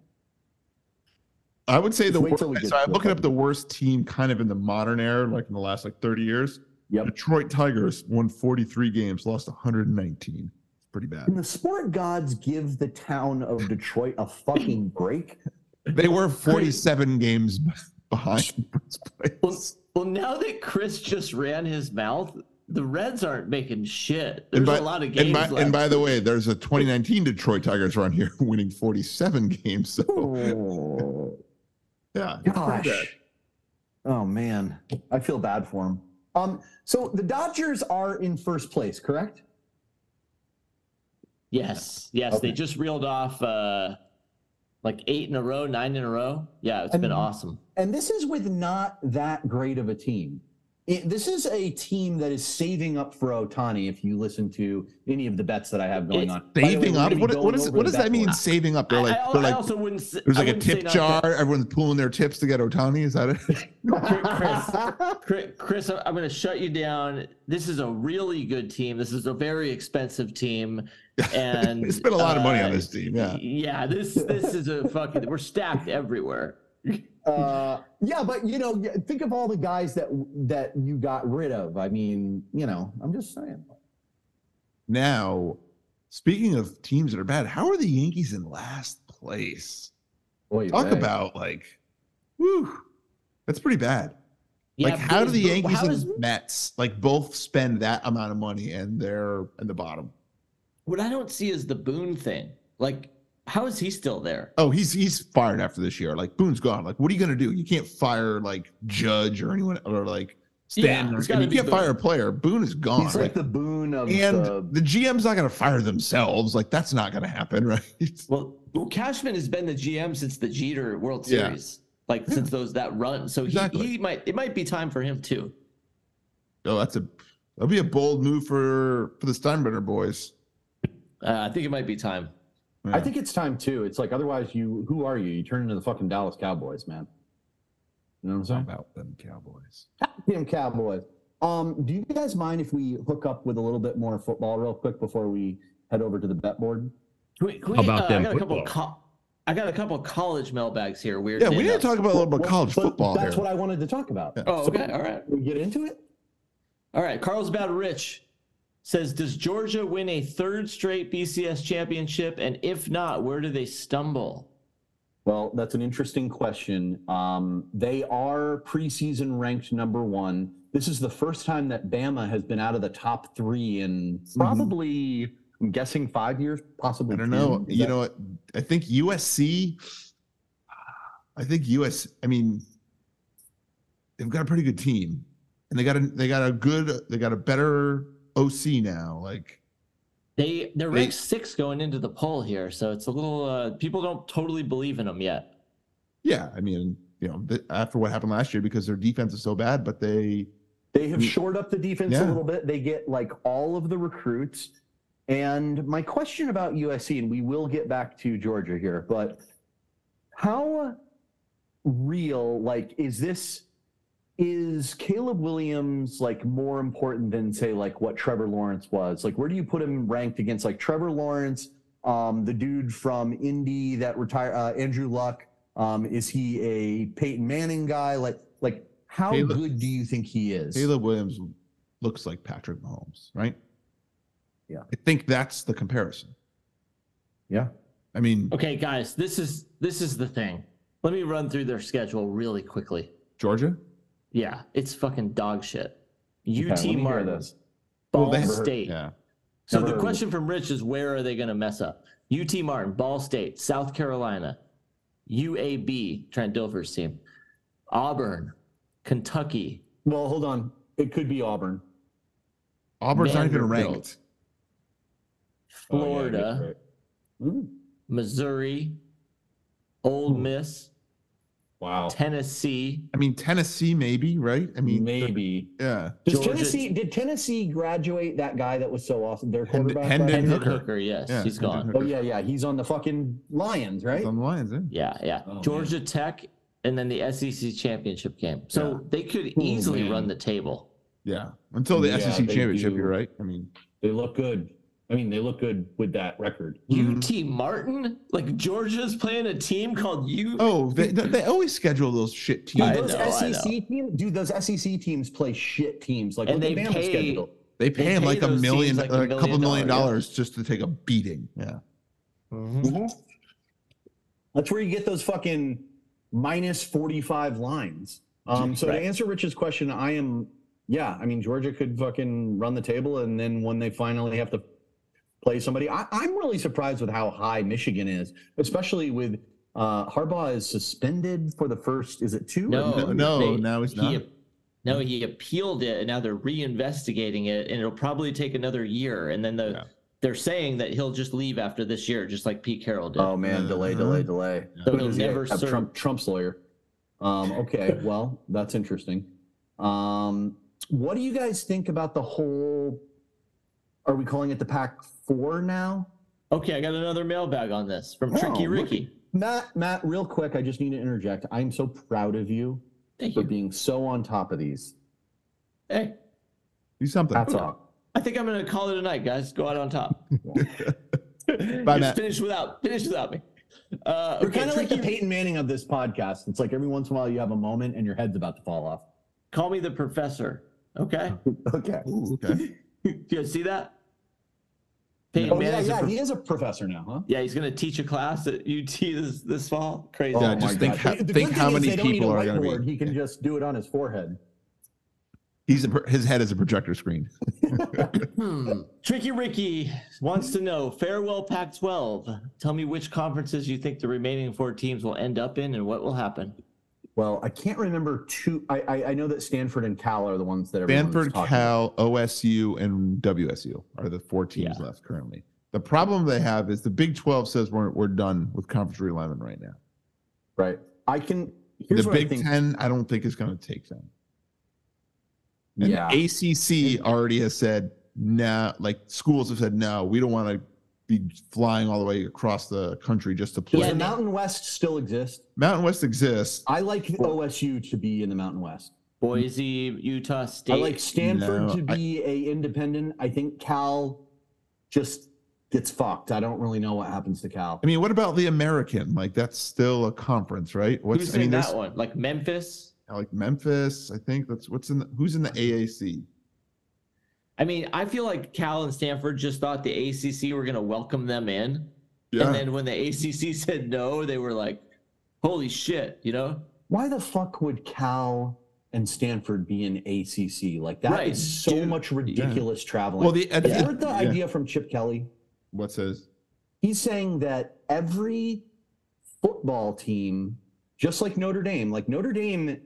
[SPEAKER 3] I would say the
[SPEAKER 2] Wait
[SPEAKER 3] worst.
[SPEAKER 2] till we get
[SPEAKER 3] So I'm
[SPEAKER 2] to
[SPEAKER 3] looking
[SPEAKER 2] it.
[SPEAKER 3] up the worst team kind of in the modern era, like in the last like 30 years.
[SPEAKER 2] Yep.
[SPEAKER 3] Detroit Tigers won 43 games, lost 119. It's pretty
[SPEAKER 2] Can
[SPEAKER 3] bad.
[SPEAKER 2] the sport gods give the town of Detroit a fucking break?
[SPEAKER 3] They were 47 games behind first
[SPEAKER 4] Well,
[SPEAKER 3] place.
[SPEAKER 4] well, now that Chris just ran his mouth, the Reds aren't making shit. There's a lot of games
[SPEAKER 3] and by,
[SPEAKER 4] left.
[SPEAKER 3] and by the way, there's a 2019 Detroit Tigers around here winning 47 games.
[SPEAKER 4] Oh,
[SPEAKER 3] So yeah, it's pretty bad.
[SPEAKER 2] Gosh. Oh man, I feel bad for him. Um, so the Dodgers are in first place, correct?
[SPEAKER 4] yes, yes, they
[SPEAKER 2] Okay.
[SPEAKER 4] just reeled off uh, like eight in a row, nine in a row. Yeah, it's been
[SPEAKER 2] And-
[SPEAKER 4] awesome.
[SPEAKER 2] And this is with not that great of a team. It- this is a team that is saving up for Otani. If you listen to any of the bets that I have going
[SPEAKER 4] It's
[SPEAKER 2] on, By the way,
[SPEAKER 3] Saving
[SPEAKER 2] we're
[SPEAKER 3] up.
[SPEAKER 2] gonna be
[SPEAKER 3] What, what
[SPEAKER 2] going
[SPEAKER 3] is
[SPEAKER 2] over
[SPEAKER 3] what
[SPEAKER 2] the
[SPEAKER 3] does that mean?
[SPEAKER 2] backboard.
[SPEAKER 3] Saving up. They're
[SPEAKER 4] I-
[SPEAKER 3] like
[SPEAKER 4] I,
[SPEAKER 3] they're
[SPEAKER 4] I
[SPEAKER 3] like
[SPEAKER 4] also wouldn't. s-
[SPEAKER 3] there's
[SPEAKER 4] I
[SPEAKER 3] like a
[SPEAKER 4] wouldn't say
[SPEAKER 3] tip
[SPEAKER 4] not
[SPEAKER 3] jar.
[SPEAKER 4] that-
[SPEAKER 3] Everyone's pooling their tips to get Otani. Is that it?
[SPEAKER 4] Chris, Chris, Chris, I- I'm going to shut you down. This is a really good team. This is a very expensive team, and
[SPEAKER 3] They spent a lot of money on
[SPEAKER 4] uh,
[SPEAKER 3] this team. Yeah.
[SPEAKER 4] yeah. This this is a fucking. We're stacked everywhere.
[SPEAKER 2] Uh, yeah, but you know, y- think of all the guys that that you got rid of. I mean, you know, I'm just saying.
[SPEAKER 3] Now, speaking of teams that are bad, how are the Yankees in last place?
[SPEAKER 2] Oy
[SPEAKER 3] Talk
[SPEAKER 2] vey.
[SPEAKER 3] about like, whew, that's pretty bad.
[SPEAKER 4] Yeah,
[SPEAKER 3] like, how do
[SPEAKER 4] but-
[SPEAKER 3] the
[SPEAKER 4] but
[SPEAKER 3] Yankees
[SPEAKER 4] how
[SPEAKER 3] and
[SPEAKER 4] does-
[SPEAKER 3] Mets like both spend that amount of money and they're in the bottom?
[SPEAKER 4] what I don't see is the Boone thing. Like, how is he still there?
[SPEAKER 3] Oh, he's he's fired after this year. Like Boone's gone. Like, what are you gonna do? You can't fire like Judge or anyone or like Stan.
[SPEAKER 4] Yeah,
[SPEAKER 3] or-
[SPEAKER 4] it's
[SPEAKER 3] and
[SPEAKER 4] gotta
[SPEAKER 3] you
[SPEAKER 4] be
[SPEAKER 3] can't
[SPEAKER 4] Boone.
[SPEAKER 3] fire a player. Boone is gone.
[SPEAKER 2] He's like uh, the boon of
[SPEAKER 3] and
[SPEAKER 2] the
[SPEAKER 3] the GM's not gonna fire themselves. Like, that's not gonna happen, right?
[SPEAKER 4] Well, well, Cashman has been the GM since the Jeter World
[SPEAKER 3] Yeah.
[SPEAKER 4] Series, like since those that run. So
[SPEAKER 3] Exactly.
[SPEAKER 4] he, he might it might be time for him too.
[SPEAKER 3] Oh, that's a that'll be a bold move for for the Steinbrenner boys.
[SPEAKER 4] Uh, I think it might be time.
[SPEAKER 2] I think it's time too. It's like otherwise, you who are you? You turn into the fucking Dallas Cowboys, man. You know what I'm saying?
[SPEAKER 3] about them Cowboys.
[SPEAKER 2] Damn Cowboys. Um, do you guys mind if we hook up with a little bit more football real quick before we head over to the bet board?
[SPEAKER 4] Can we- can
[SPEAKER 6] How
[SPEAKER 4] we,
[SPEAKER 6] about
[SPEAKER 4] uh,
[SPEAKER 6] them
[SPEAKER 4] I got a couple. Of
[SPEAKER 6] football?
[SPEAKER 4] co- I got a couple of college mailbags here. Weird.
[SPEAKER 3] Yeah, we
[SPEAKER 4] didn't
[SPEAKER 3] need to
[SPEAKER 4] I?
[SPEAKER 3] talk about a little bit of college
[SPEAKER 2] But
[SPEAKER 3] football
[SPEAKER 2] That's
[SPEAKER 3] here.
[SPEAKER 2] what I wanted to talk about.
[SPEAKER 3] Yeah.
[SPEAKER 4] Oh, okay. All right.
[SPEAKER 2] We get into it.
[SPEAKER 4] All right. Carlsbad Rich says, "Does Georgia win a third straight BCS championship? And if not, where do they stumble?"
[SPEAKER 2] Well, that's an interesting question. Um, they are preseason ranked number one. This is the first time that Bama has been out of the top three in probably, I'm guessing, five years, possibly.
[SPEAKER 3] I don't
[SPEAKER 2] 10.
[SPEAKER 3] know.
[SPEAKER 2] Is
[SPEAKER 3] You
[SPEAKER 2] that-
[SPEAKER 3] know what? I think USC. I think US. I mean, they've got a pretty good team, and they got a they got a good they got a better OC now. Like
[SPEAKER 4] They they're
[SPEAKER 3] They-
[SPEAKER 4] ranked six going into the poll here, so it's a little uh, people don't totally believe in them yet.
[SPEAKER 3] Yeah, I mean, you know, th- after what happened last year, because their defense is so bad, but they
[SPEAKER 2] They have shored up the defense a
[SPEAKER 3] Mm. Yeah.
[SPEAKER 2] little bit. They get like all of the recruits. And my question about USC, and we will get back to Georgia here, but how real, like, is this? Is Caleb Williams like more important than say like what Trevor Lawrence was? Like, where do you put him ranked against like Trevor Lawrence, um, the dude from Indy that retired, uh, Andrew Luck? Um, is he a Peyton Manning guy? Like, like how
[SPEAKER 3] Caleb-
[SPEAKER 2] good do you think he is?
[SPEAKER 3] Caleb Williams looks like Patrick Mahomes, right?
[SPEAKER 2] Yeah.
[SPEAKER 3] I think that's the comparison.
[SPEAKER 2] Yeah.
[SPEAKER 3] I mean,
[SPEAKER 4] Okay, guys, this is this is the thing. Let me run through their schedule really quickly.
[SPEAKER 3] Georgia.
[SPEAKER 4] Yeah, it's fucking dog shit.
[SPEAKER 2] Okay,
[SPEAKER 4] UT
[SPEAKER 2] let me hear
[SPEAKER 4] Martin,
[SPEAKER 2] this.
[SPEAKER 4] Ball
[SPEAKER 3] they-
[SPEAKER 4] State.
[SPEAKER 3] Yeah.
[SPEAKER 4] So
[SPEAKER 2] Never
[SPEAKER 4] the
[SPEAKER 2] heard of
[SPEAKER 4] question from Rich is where are they going to mess up? UT Martin, Ball State, South Carolina, UAB, Trent Dilfer's team, Auburn, Kentucky.
[SPEAKER 2] Well, hold on. It could be Auburn.
[SPEAKER 3] Auburn's not even
[SPEAKER 4] Vanderbilt.
[SPEAKER 3] ranked. Oh,
[SPEAKER 4] Florida,
[SPEAKER 2] Mm.
[SPEAKER 4] Missouri, Old Miss,
[SPEAKER 3] Oh.
[SPEAKER 2] Wow.
[SPEAKER 4] Tennessee.
[SPEAKER 3] I mean, Tennessee, maybe, right? I mean,
[SPEAKER 2] Maybe.
[SPEAKER 3] yeah.
[SPEAKER 2] Does
[SPEAKER 4] Georgia-
[SPEAKER 2] Tennessee did Tennessee graduate that guy that was so awesome? Their
[SPEAKER 3] Hendon-
[SPEAKER 2] quarterback.
[SPEAKER 3] Hendon
[SPEAKER 2] last year?
[SPEAKER 3] Hooker.
[SPEAKER 4] Hooker, yes,
[SPEAKER 3] Yeah,
[SPEAKER 4] he's gone.
[SPEAKER 3] Hendon
[SPEAKER 2] Oh yeah, yeah. He's on the fucking Lions, right?
[SPEAKER 3] On the Lions, eh?
[SPEAKER 4] Yeah, yeah.
[SPEAKER 2] Oh,
[SPEAKER 4] Georgia Tech and then the SEC championship game. So
[SPEAKER 3] Yeah.
[SPEAKER 4] they could
[SPEAKER 2] Oh,
[SPEAKER 4] easily
[SPEAKER 2] man.
[SPEAKER 4] run the table.
[SPEAKER 3] Yeah. Until the
[SPEAKER 2] Yeah,
[SPEAKER 3] SEC
[SPEAKER 2] they
[SPEAKER 3] championship,
[SPEAKER 2] do.
[SPEAKER 3] you're right. I mean,
[SPEAKER 2] They look good. I mean, they look good with that record.
[SPEAKER 4] UT Martin? Like Georgia's playing a team called U.
[SPEAKER 3] oh, they, they- they always schedule those shit
[SPEAKER 2] Dude,
[SPEAKER 3] teams.
[SPEAKER 4] I
[SPEAKER 2] those E
[SPEAKER 4] know, I
[SPEAKER 2] SEC
[SPEAKER 4] know.
[SPEAKER 2] teams, dude, those SEC teams play shit teams. Like,
[SPEAKER 4] And
[SPEAKER 2] look
[SPEAKER 4] they
[SPEAKER 2] at Bama's
[SPEAKER 4] pay-
[SPEAKER 2] schedule.
[SPEAKER 3] They pay
[SPEAKER 4] They
[SPEAKER 3] him
[SPEAKER 4] pay
[SPEAKER 3] like a
[SPEAKER 4] those teams
[SPEAKER 3] million,
[SPEAKER 4] like a
[SPEAKER 3] a couple
[SPEAKER 4] million
[SPEAKER 3] million
[SPEAKER 4] dollar, yeah.
[SPEAKER 3] dollars just to take a beating. Yeah.
[SPEAKER 4] Mhm.
[SPEAKER 2] That's where you get those fucking minus forty-five lines. Um, so
[SPEAKER 4] Right.
[SPEAKER 2] to answer Rich's question, I am, yeah. I mean, Georgia could fucking run the table, and then when they finally have to play somebody, I, I'm really surprised with how high Michigan is, especially with uh, Harbaugh is suspended for the first. Is it two?
[SPEAKER 4] No,
[SPEAKER 3] No, no,
[SPEAKER 4] they-
[SPEAKER 3] now it's
[SPEAKER 4] he
[SPEAKER 3] not.
[SPEAKER 4] ap- no, he appealed it, and now they're reinvestigating it, and it'll probably take another year. And then the
[SPEAKER 3] Yeah.
[SPEAKER 4] they're saying that he'll just leave after this year, just like Pete Carroll did.
[SPEAKER 2] Oh man, delay, delay,
[SPEAKER 3] Uh-huh.
[SPEAKER 2] delay.
[SPEAKER 4] so
[SPEAKER 2] Who
[SPEAKER 4] he'll
[SPEAKER 2] does he
[SPEAKER 4] never
[SPEAKER 2] have?
[SPEAKER 4] serve.
[SPEAKER 2] Trump, Trump's lawyer. Um, okay, well, that's interesting. Um, what do you guys think about the whole? Are we calling it the Pac Four now?
[SPEAKER 4] Okay, I got another mailbag on this from
[SPEAKER 2] Oh,
[SPEAKER 4] Tricky
[SPEAKER 2] look
[SPEAKER 4] Ricky.
[SPEAKER 2] Matt, Matt, real quick, I just need to interject. I am so proud of you
[SPEAKER 4] Thank
[SPEAKER 2] for
[SPEAKER 4] you.
[SPEAKER 2] being so on top of these.
[SPEAKER 4] Hey,
[SPEAKER 3] Do something.
[SPEAKER 2] That's all.
[SPEAKER 4] I think I'm gonna call it a night, guys. Go out on top.
[SPEAKER 3] Bye,
[SPEAKER 4] Just
[SPEAKER 3] Matt.
[SPEAKER 4] Finish without finish without me. Uh,
[SPEAKER 2] You're
[SPEAKER 4] okay,
[SPEAKER 2] kind of like
[SPEAKER 4] Tricky
[SPEAKER 2] the Peyton Manning of this podcast. It's like every once in a while you have a moment and your head's about to fall off.
[SPEAKER 4] Call me the professor. Okay.
[SPEAKER 2] Okay.
[SPEAKER 3] Ooh, okay.
[SPEAKER 4] Do you see that? Peyton
[SPEAKER 2] Oh, yeah,
[SPEAKER 4] Manning's a
[SPEAKER 2] yeah.
[SPEAKER 4] prof-
[SPEAKER 2] He is a professor now, huh?
[SPEAKER 4] yeah, he's gonna teach a class at UT this this fall. Crazy.
[SPEAKER 3] Yeah,
[SPEAKER 2] Oh
[SPEAKER 3] just
[SPEAKER 2] my
[SPEAKER 3] think
[SPEAKER 2] God.
[SPEAKER 3] how-
[SPEAKER 2] The good
[SPEAKER 3] think how
[SPEAKER 2] thing is
[SPEAKER 3] many
[SPEAKER 2] they don't need
[SPEAKER 3] people
[SPEAKER 2] a
[SPEAKER 3] are gonna be-
[SPEAKER 2] whiteboard. He can just do it on his forehead.
[SPEAKER 3] He's a, pro- his head is a projector screen.
[SPEAKER 4] Hmm. Tricky Ricky wants to know farewell Pac-12. Tell me which conferences you think the remaining four teams will end up in, and what will happen.
[SPEAKER 2] Well, I can't remember two. I, I I know that Stanford and Cal are the ones that everyone's
[SPEAKER 3] Stanford,
[SPEAKER 2] talking
[SPEAKER 3] Cal, OSU, and WSU are the four teams left currently. The problem they have is the Big 12 says we're, we're done with conference realignment right now.
[SPEAKER 2] about, right? I can. Here's
[SPEAKER 3] the
[SPEAKER 2] what
[SPEAKER 3] Big
[SPEAKER 2] I think.
[SPEAKER 3] 10, I don't think is going to take them. And
[SPEAKER 2] yeah,
[SPEAKER 3] the ACC already has said, no, like schools have said, no, we don't want to be flying all the way across the country just to
[SPEAKER 2] does
[SPEAKER 3] play.
[SPEAKER 2] the Mountain West still exist?
[SPEAKER 3] Mountain West exists.
[SPEAKER 2] I like the
[SPEAKER 3] Well-
[SPEAKER 2] OSU to be in the Mountain West.
[SPEAKER 4] Boise, Utah State.
[SPEAKER 2] I like Stanford
[SPEAKER 3] No,
[SPEAKER 2] to
[SPEAKER 3] I-
[SPEAKER 2] be a independent. I think Cal just gets fucked. I don't really know what happens to Cal.
[SPEAKER 3] I mean, what about the American? Like, that's still a conference, right? What's
[SPEAKER 4] Who's
[SPEAKER 3] I mean,
[SPEAKER 4] in
[SPEAKER 3] there's-
[SPEAKER 4] that one? Like Memphis.
[SPEAKER 3] like Memphis. I think that's what's in the, who's in the AAC.
[SPEAKER 4] I mean, I feel like Cal and Stanford just thought the ACC were going to welcome them in, and then when the ACC said no, they were like, "Holy shit!" You know?
[SPEAKER 2] Why the fuck would Cal and Stanford be in ACC? Like that is
[SPEAKER 4] Right,
[SPEAKER 2] so
[SPEAKER 4] dude.
[SPEAKER 2] much ridiculous traveling.
[SPEAKER 3] well, the I
[SPEAKER 2] you
[SPEAKER 3] think-
[SPEAKER 2] heard the
[SPEAKER 3] yeah.
[SPEAKER 2] idea from Chip Kelly.
[SPEAKER 3] what says
[SPEAKER 2] he's saying that every football team, just like Notre Dame, like Notre Dame,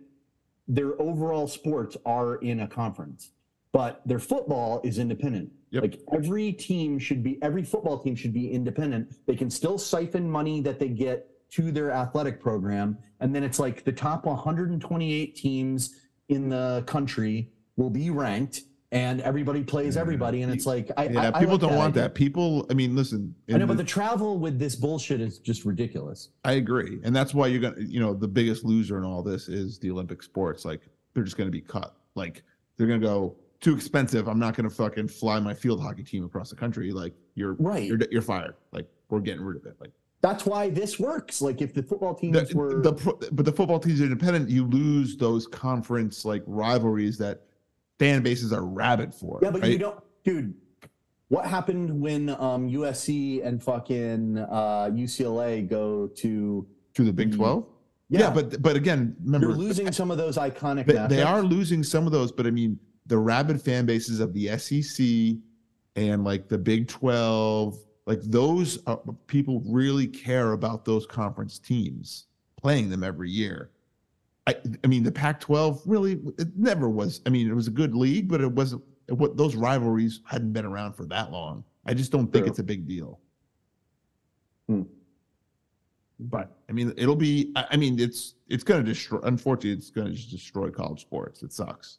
[SPEAKER 2] their overall sports are in a conference, but their football is independent.
[SPEAKER 3] Yep.
[SPEAKER 2] Like every team should be, every football team should be independent. They can still siphon money that they get to their athletic program. And then it's like the top 128 teams in the country will be ranked and everybody plays
[SPEAKER 3] Yeah.
[SPEAKER 2] everybody. And it's like, I,
[SPEAKER 3] Mm-hmm. yeah,
[SPEAKER 2] I- I
[SPEAKER 3] people
[SPEAKER 2] like
[SPEAKER 3] don't want
[SPEAKER 2] idea.
[SPEAKER 3] that. People, I mean, listen,
[SPEAKER 2] I know,
[SPEAKER 3] in
[SPEAKER 2] but
[SPEAKER 3] the-
[SPEAKER 2] the travel with this bullshit is just ridiculous.
[SPEAKER 3] I agree, and that's why you're gonna, you know, the biggest loser in all this is the Olympic sports. Like they're just gonna be cut. Like they're gonna go too expensive. I'm not gonna fucking fly my field hockey team across the country. Like you're
[SPEAKER 2] Right.
[SPEAKER 3] you're you're fired. Like we're getting rid of it. Like
[SPEAKER 2] That's why this works. Like if the football teams
[SPEAKER 3] the,
[SPEAKER 2] were
[SPEAKER 3] the pro- but the football teams are independent. You lose those conference like rivalries that fan bases are rabid for.
[SPEAKER 2] Yeah, but
[SPEAKER 3] right?
[SPEAKER 2] you don't dude. What happened when um, USC and fucking uh, UCLA go to
[SPEAKER 3] to the Big
[SPEAKER 2] Mm.
[SPEAKER 3] Twelve.
[SPEAKER 2] yeah,
[SPEAKER 3] Yeah. but but again, remember
[SPEAKER 2] you're losing some of those iconic
[SPEAKER 3] they, they
[SPEAKER 2] matchups.
[SPEAKER 3] are losing some of those, but I mean the rabid fan bases of the SEC and like the Big Twelve, like those are, people really care about those conference teams playing them every year. I, I mean, the Pac-12 really it never was. I mean, it was a good league, but it wasn't. What those rivalries hadn't been around for that long. I just don't think
[SPEAKER 2] True.
[SPEAKER 3] it's a big deal. But I mean, it'll be. I, I mean, it's it's going to destroy. Unfortunately, it's going to just destroy college sports. It sucks.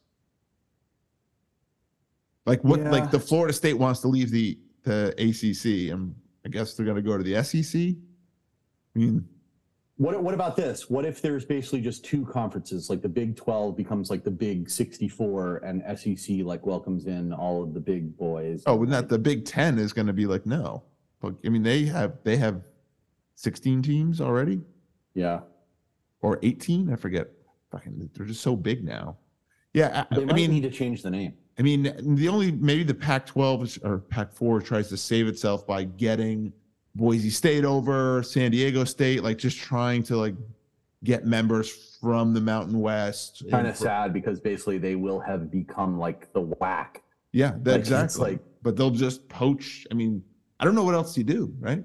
[SPEAKER 3] Like what?
[SPEAKER 2] Yeah.
[SPEAKER 3] Like the Florida State wants to leave the the ACC, and I guess they're going to go to the SEC. I mean,
[SPEAKER 2] What what about this? What if there's basically just two conferences, like the Big 12 becomes like the Big 64 and SEC like welcomes in all of the big boys.
[SPEAKER 3] oh, well, not the Big Ten is going to be like no. But I mean, they have they have sixteen teams already.
[SPEAKER 2] Yeah.
[SPEAKER 3] or 18 i forget fucking they're just so big now yeah i,
[SPEAKER 2] They
[SPEAKER 3] I
[SPEAKER 2] might
[SPEAKER 3] mean
[SPEAKER 2] need to change the name.
[SPEAKER 3] i mean the only maybe the pac 12 is- or pac 4 tries to save itself by getting boise state over san diego state like just trying to like get members from the mountain west
[SPEAKER 2] Kind
[SPEAKER 3] And
[SPEAKER 2] of
[SPEAKER 3] fr-
[SPEAKER 2] sad because basically they will have become like the whack.
[SPEAKER 3] yeah that,
[SPEAKER 2] Like, it's
[SPEAKER 3] exactly
[SPEAKER 2] like-
[SPEAKER 3] but they'll just poach i mean i don't know what else you do right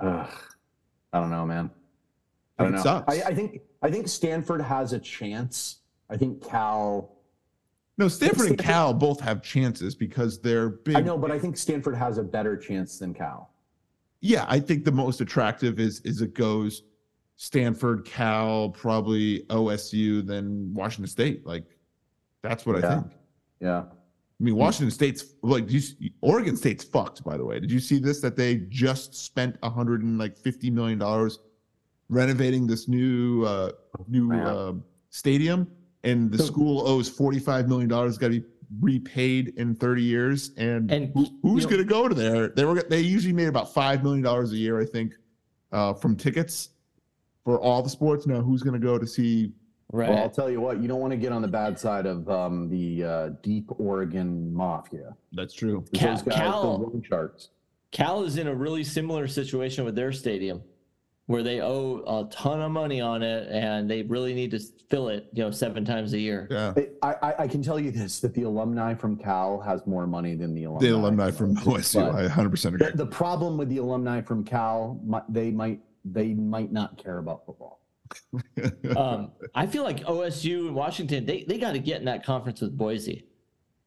[SPEAKER 2] Ugh. I don't know, man. I don't
[SPEAKER 3] It
[SPEAKER 2] know.
[SPEAKER 3] sucks.
[SPEAKER 2] I, I think I think Stanford has a chance. I think Cal
[SPEAKER 3] no stanford and
[SPEAKER 2] Stanford-
[SPEAKER 3] cal both have chances because they're big
[SPEAKER 2] I know, but I think Stanford has a better chance than Cal.
[SPEAKER 3] Yeah, I think the most attractive is is it goes Stanford, Cal, probably OSU, then Washington State. Like that's what I
[SPEAKER 2] Yeah.
[SPEAKER 3] think.
[SPEAKER 2] Yeah.
[SPEAKER 3] I mean, Washington State's like you, s- Oregon State's fucked. By the way, did you see this? That they just spent a hundred and like fifty million dollars renovating this new uh, new
[SPEAKER 2] Wow.
[SPEAKER 3] uh, stadium, and the
[SPEAKER 5] So-
[SPEAKER 3] school owes forty five million dollars. Got to be repaid in thirty years, and
[SPEAKER 4] And
[SPEAKER 3] who- who's
[SPEAKER 4] you know-
[SPEAKER 3] going to go to there? They were they usually made about five million dollars a year, I think, uh, from tickets for all the sports. Now who's going to go to see?
[SPEAKER 4] Right.
[SPEAKER 2] Well, I'll tell you what, you don't want to get on the bad side of um, the uh, deep Oregon mafia.
[SPEAKER 3] That's true.
[SPEAKER 4] Cal-
[SPEAKER 2] Those guys,
[SPEAKER 4] Cal-
[SPEAKER 2] the loan sharks.
[SPEAKER 4] Cal is in a really similar situation with their stadium, where they owe a ton of money on it and they really need to fill it, you know, seven times a year.
[SPEAKER 3] Yeah,
[SPEAKER 2] It, I, I, I can tell you this that the alumni from Cal has more money than the alumni,
[SPEAKER 3] the alumni from OSU.
[SPEAKER 2] But
[SPEAKER 3] I hundred percent agree.
[SPEAKER 2] the, the problem with the alumni from Cal, mi- they might they might not care about football.
[SPEAKER 4] Um, I feel like OSU and Washington, they, they got to get in that conference with Boise.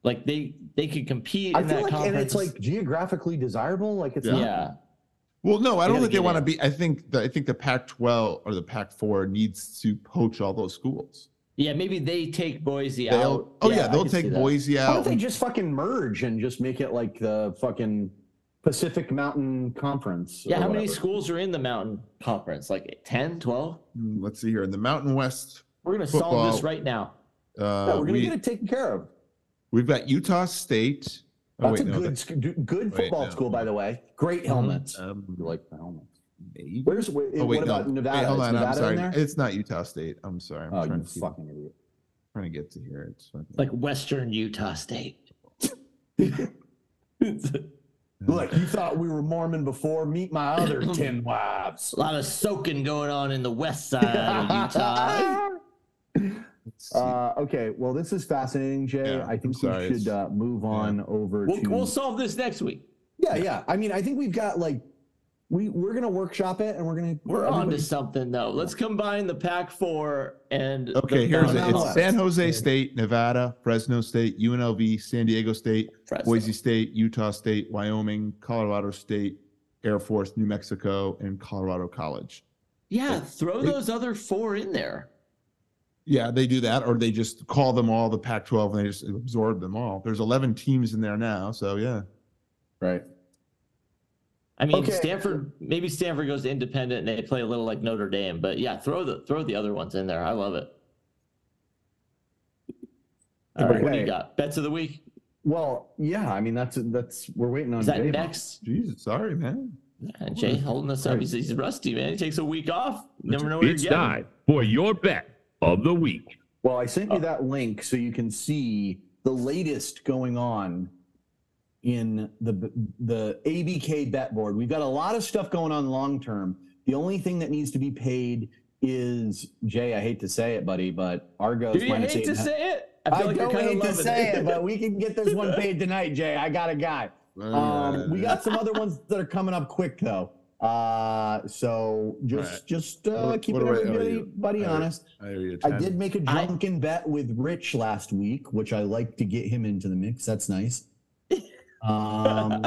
[SPEAKER 4] Like they they could compete in
[SPEAKER 2] I feel
[SPEAKER 4] that
[SPEAKER 2] like,
[SPEAKER 4] conference.
[SPEAKER 2] and it's like geographically desirable. Like it's
[SPEAKER 3] Yeah.
[SPEAKER 2] not.
[SPEAKER 4] yeah,
[SPEAKER 3] Well, no,
[SPEAKER 4] They
[SPEAKER 3] I don't
[SPEAKER 4] gotta
[SPEAKER 3] think they
[SPEAKER 4] get
[SPEAKER 3] want to
[SPEAKER 4] in.
[SPEAKER 3] be. I think the, I think the Pac-12 or the Pac-4 needs to poach all those schools.
[SPEAKER 4] yeah, maybe they take Boise out.
[SPEAKER 3] They'll, oh yeah,
[SPEAKER 4] I
[SPEAKER 3] they'll
[SPEAKER 4] could see
[SPEAKER 3] take
[SPEAKER 4] that.
[SPEAKER 3] Boise
[SPEAKER 2] Why don't
[SPEAKER 3] out.
[SPEAKER 2] they just fucking merge and just make it like the fucking Pacific Mountain Conference? or
[SPEAKER 4] Yeah, how many
[SPEAKER 2] whatever?
[SPEAKER 4] schools are in the Mountain Conference? Like 10, 12?
[SPEAKER 3] Hmm, Let's see here in the Mountain West.
[SPEAKER 4] We're going to
[SPEAKER 3] Football.
[SPEAKER 4] solve this right now.
[SPEAKER 3] Uh,
[SPEAKER 2] Yeah, we're gonna
[SPEAKER 3] we,
[SPEAKER 2] get it taken care of.
[SPEAKER 3] we've got Utah State. Oh,
[SPEAKER 2] That's
[SPEAKER 3] wait,
[SPEAKER 2] a
[SPEAKER 3] no,
[SPEAKER 2] good
[SPEAKER 3] that's-
[SPEAKER 2] sc- d- good
[SPEAKER 3] wait,
[SPEAKER 2] football
[SPEAKER 3] no.
[SPEAKER 2] school, by the way. Great helmets.
[SPEAKER 3] um,
[SPEAKER 2] you like the helmets?
[SPEAKER 3] maybe.
[SPEAKER 2] Where's wh-
[SPEAKER 3] Oh, wait,
[SPEAKER 2] what
[SPEAKER 3] no.
[SPEAKER 2] about
[SPEAKER 3] Wait,
[SPEAKER 2] Nevada?
[SPEAKER 3] hold
[SPEAKER 2] Is
[SPEAKER 3] on, I'm
[SPEAKER 2] Nevada
[SPEAKER 3] sorry.
[SPEAKER 2] in there?
[SPEAKER 3] It's not Utah State. I'm sorry. I'm
[SPEAKER 2] Oh,
[SPEAKER 3] trying,
[SPEAKER 2] you
[SPEAKER 3] to see,
[SPEAKER 2] fucking idiot!
[SPEAKER 3] trying to get to here. It's fucking-
[SPEAKER 4] Like Western Utah State. a
[SPEAKER 2] Look, you thought we were Mormon before. Meet my other ten wives.
[SPEAKER 4] lot of soaking going on in the west side of
[SPEAKER 2] Um,
[SPEAKER 4] Utah.
[SPEAKER 3] Let's see.
[SPEAKER 2] Uh, okay, well, this is fascinating, Jay.
[SPEAKER 3] Yeah,
[SPEAKER 2] I think
[SPEAKER 3] I'm sorry,
[SPEAKER 2] we
[SPEAKER 3] it's-
[SPEAKER 2] should uh, move on over
[SPEAKER 4] we'll,
[SPEAKER 2] to.
[SPEAKER 4] we'll solve this next week.
[SPEAKER 2] yeah, yeah. I mean, I think we've got like we we're gonna workshop it, and we're gonna
[SPEAKER 4] We're on to
[SPEAKER 2] everybody-
[SPEAKER 4] something though. Let's combine the Pac Four and the
[SPEAKER 3] okay, here's it.
[SPEAKER 4] Mountain
[SPEAKER 3] It's
[SPEAKER 4] West.
[SPEAKER 3] San Jose State, Nevada, Fresno State, UNLV, San Diego State,
[SPEAKER 4] Fresno.
[SPEAKER 3] Boise State, Utah State, Wyoming, Colorado State, Air Force, New Mexico, and Colorado College.
[SPEAKER 4] Yeah, throw those other four in there.
[SPEAKER 3] Yeah, they do that, or they just call them all the Pac 12 and they just absorb them all. There's 11 teams in there now. So, yeah.
[SPEAKER 2] right.
[SPEAKER 4] I mean,
[SPEAKER 2] Okay.
[SPEAKER 4] Stanford. Maybe Stanford goes independent and they play a little like Notre Dame. But yeah, throw the throw the other ones in there. I love it. All right, what do you
[SPEAKER 2] Okay.
[SPEAKER 4] got? Bets of the week.
[SPEAKER 2] Well, yeah. I mean, that's that's we're waiting on.
[SPEAKER 4] Is that
[SPEAKER 2] Jay.
[SPEAKER 4] next?
[SPEAKER 3] Jesus, sorry, man.
[SPEAKER 4] Yeah, Jay holding us up. He's, he's rusty, man. He takes a week off. Never know what you're
[SPEAKER 6] It's
[SPEAKER 4] getting.
[SPEAKER 6] time for your bet of the week.
[SPEAKER 2] Well, I
[SPEAKER 4] Uh,
[SPEAKER 2] sent you that link so you can see the latest going on in the the ABK bet board. We've got a lot of stuff going on long term. The only thing that needs to be paid is Jay. I hate to say it, buddy, but Argo's
[SPEAKER 4] Do you
[SPEAKER 2] minus
[SPEAKER 4] hate
[SPEAKER 2] eight
[SPEAKER 4] to
[SPEAKER 2] and a half.
[SPEAKER 4] say it?
[SPEAKER 2] I,
[SPEAKER 4] feel like you're
[SPEAKER 2] don't
[SPEAKER 4] kinda
[SPEAKER 2] hate to
[SPEAKER 4] loving
[SPEAKER 2] say it, but we can get this one paid tonight, Jay. I got a guy. Um, we got some other ones that are coming up quick though. Uh, so just
[SPEAKER 3] Right.
[SPEAKER 2] just uh,
[SPEAKER 3] What-
[SPEAKER 2] keeping
[SPEAKER 3] what do I owe
[SPEAKER 2] everybody
[SPEAKER 3] you?
[SPEAKER 2] buddy
[SPEAKER 3] I-
[SPEAKER 2] honest.
[SPEAKER 3] I, owe you
[SPEAKER 2] I
[SPEAKER 3] 10.
[SPEAKER 2] did make a
[SPEAKER 4] I-
[SPEAKER 2] drunken bet with Rich last week, which I like to get him into the mix. That's nice. Um,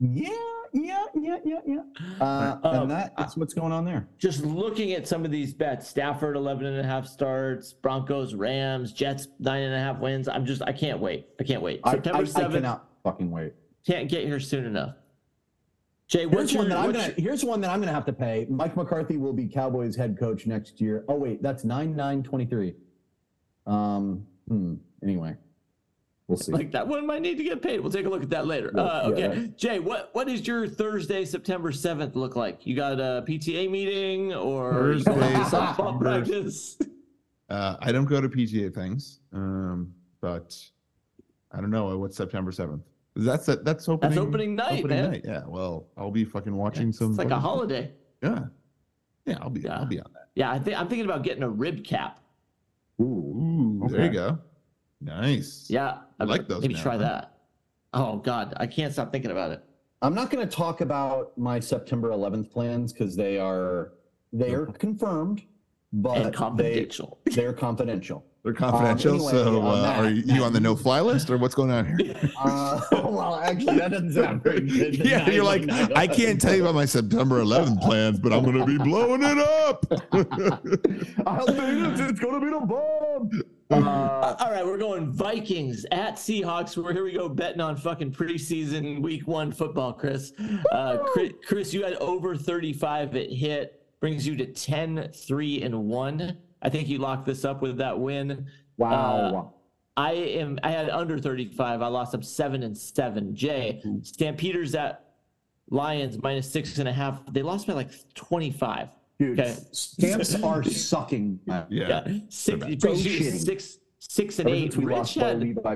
[SPEAKER 2] yeah, yeah, yeah, yeah, yeah, yeah. Uh,
[SPEAKER 4] Um,
[SPEAKER 2] and that that's what's going on there.
[SPEAKER 4] just looking at some of these bets stafford 11 and a half starts broncos rams jets nine and a half wins i'm just i can't wait i can't wait
[SPEAKER 2] I,
[SPEAKER 4] september
[SPEAKER 2] I, I
[SPEAKER 4] 7th
[SPEAKER 2] cannot fucking wait.
[SPEAKER 4] can't get here soon enough jay what's
[SPEAKER 2] Here's
[SPEAKER 4] your,
[SPEAKER 2] one that I'm
[SPEAKER 4] what's
[SPEAKER 2] gonna.
[SPEAKER 4] your-
[SPEAKER 2] Here's one that I'm gonna have to pay. Mike McCarthy will be Cowboys head coach next year. Oh wait, that's nine nine twenty three. Um. Hmm. Anyway, we'll see.
[SPEAKER 4] like that one might need to get paid we'll take a look at that later
[SPEAKER 2] Yeah,
[SPEAKER 4] uh, okay
[SPEAKER 2] yeah,
[SPEAKER 4] jay what what is your thursday september 7th look like you got a pta meeting or
[SPEAKER 3] Thursday,
[SPEAKER 4] softball
[SPEAKER 3] September-
[SPEAKER 4] practice
[SPEAKER 3] Uh, I don't go to PGA things, um, but I don't know uh, what's September seventh. That's that. That's opening.
[SPEAKER 4] opening night, man.
[SPEAKER 3] Yeah. Well, I'll be fucking watching
[SPEAKER 4] it's
[SPEAKER 3] some.
[SPEAKER 4] like a
[SPEAKER 3] fucking-
[SPEAKER 4] holiday
[SPEAKER 3] Yeah. Yeah. I'll be.
[SPEAKER 4] Yeah.
[SPEAKER 3] I'll be on that.
[SPEAKER 4] yeah i think i'm thinking about getting a rib cap
[SPEAKER 2] Ooh.
[SPEAKER 3] Ooh, there
[SPEAKER 2] Okay.
[SPEAKER 3] you go. Nice.
[SPEAKER 4] Yeah,
[SPEAKER 3] I like those
[SPEAKER 4] Maybe
[SPEAKER 3] now,
[SPEAKER 4] try
[SPEAKER 3] huh?
[SPEAKER 4] that. Oh God, I can't stop thinking about it.
[SPEAKER 2] I'm not going to talk about my September 11th plans because they are they are confirmed,
[SPEAKER 4] and
[SPEAKER 2] but Uh, they
[SPEAKER 4] confidential.
[SPEAKER 2] they're confidential.
[SPEAKER 3] They're confidential.
[SPEAKER 2] anyway,
[SPEAKER 3] so,
[SPEAKER 2] uh,
[SPEAKER 3] uh,
[SPEAKER 2] Matt-
[SPEAKER 3] are you,
[SPEAKER 2] Matt,
[SPEAKER 3] you on the
[SPEAKER 2] you-
[SPEAKER 3] no-fly list, or what's going on here?
[SPEAKER 2] Uh, well, actually, that doesn't sound very good. The
[SPEAKER 3] yeah, you're like,
[SPEAKER 2] 919.
[SPEAKER 3] I can't tell you about my September 11 plans, but I'm going to be blowing it up.
[SPEAKER 2] I'll do it. It's going to be the bomb.
[SPEAKER 4] Uh, all right, we're going Vikings at Seahawks. We're here. We go betting on fucking preseason week one football, Chris. Uh, Chris, Chris, you had over 35. It hit brings you to 10, 3, and 1. I think you locked this up with that win.
[SPEAKER 3] Uh,
[SPEAKER 2] Wow.
[SPEAKER 4] I am. I had under 35. I lost up seven and seven. Jay,
[SPEAKER 2] Mm-hmm.
[SPEAKER 4] Stampeders at Lions minus six and a half. They lost by like 25.
[SPEAKER 2] Dude,
[SPEAKER 4] okay.
[SPEAKER 2] stamps are sucking. Uh,
[SPEAKER 3] Yeah.
[SPEAKER 4] Six, it
[SPEAKER 2] So
[SPEAKER 4] brings you to
[SPEAKER 2] shitty.
[SPEAKER 4] six, six and
[SPEAKER 2] ever
[SPEAKER 4] eight.
[SPEAKER 2] since we
[SPEAKER 4] Rich
[SPEAKER 2] lost by
[SPEAKER 4] had,
[SPEAKER 2] Levi.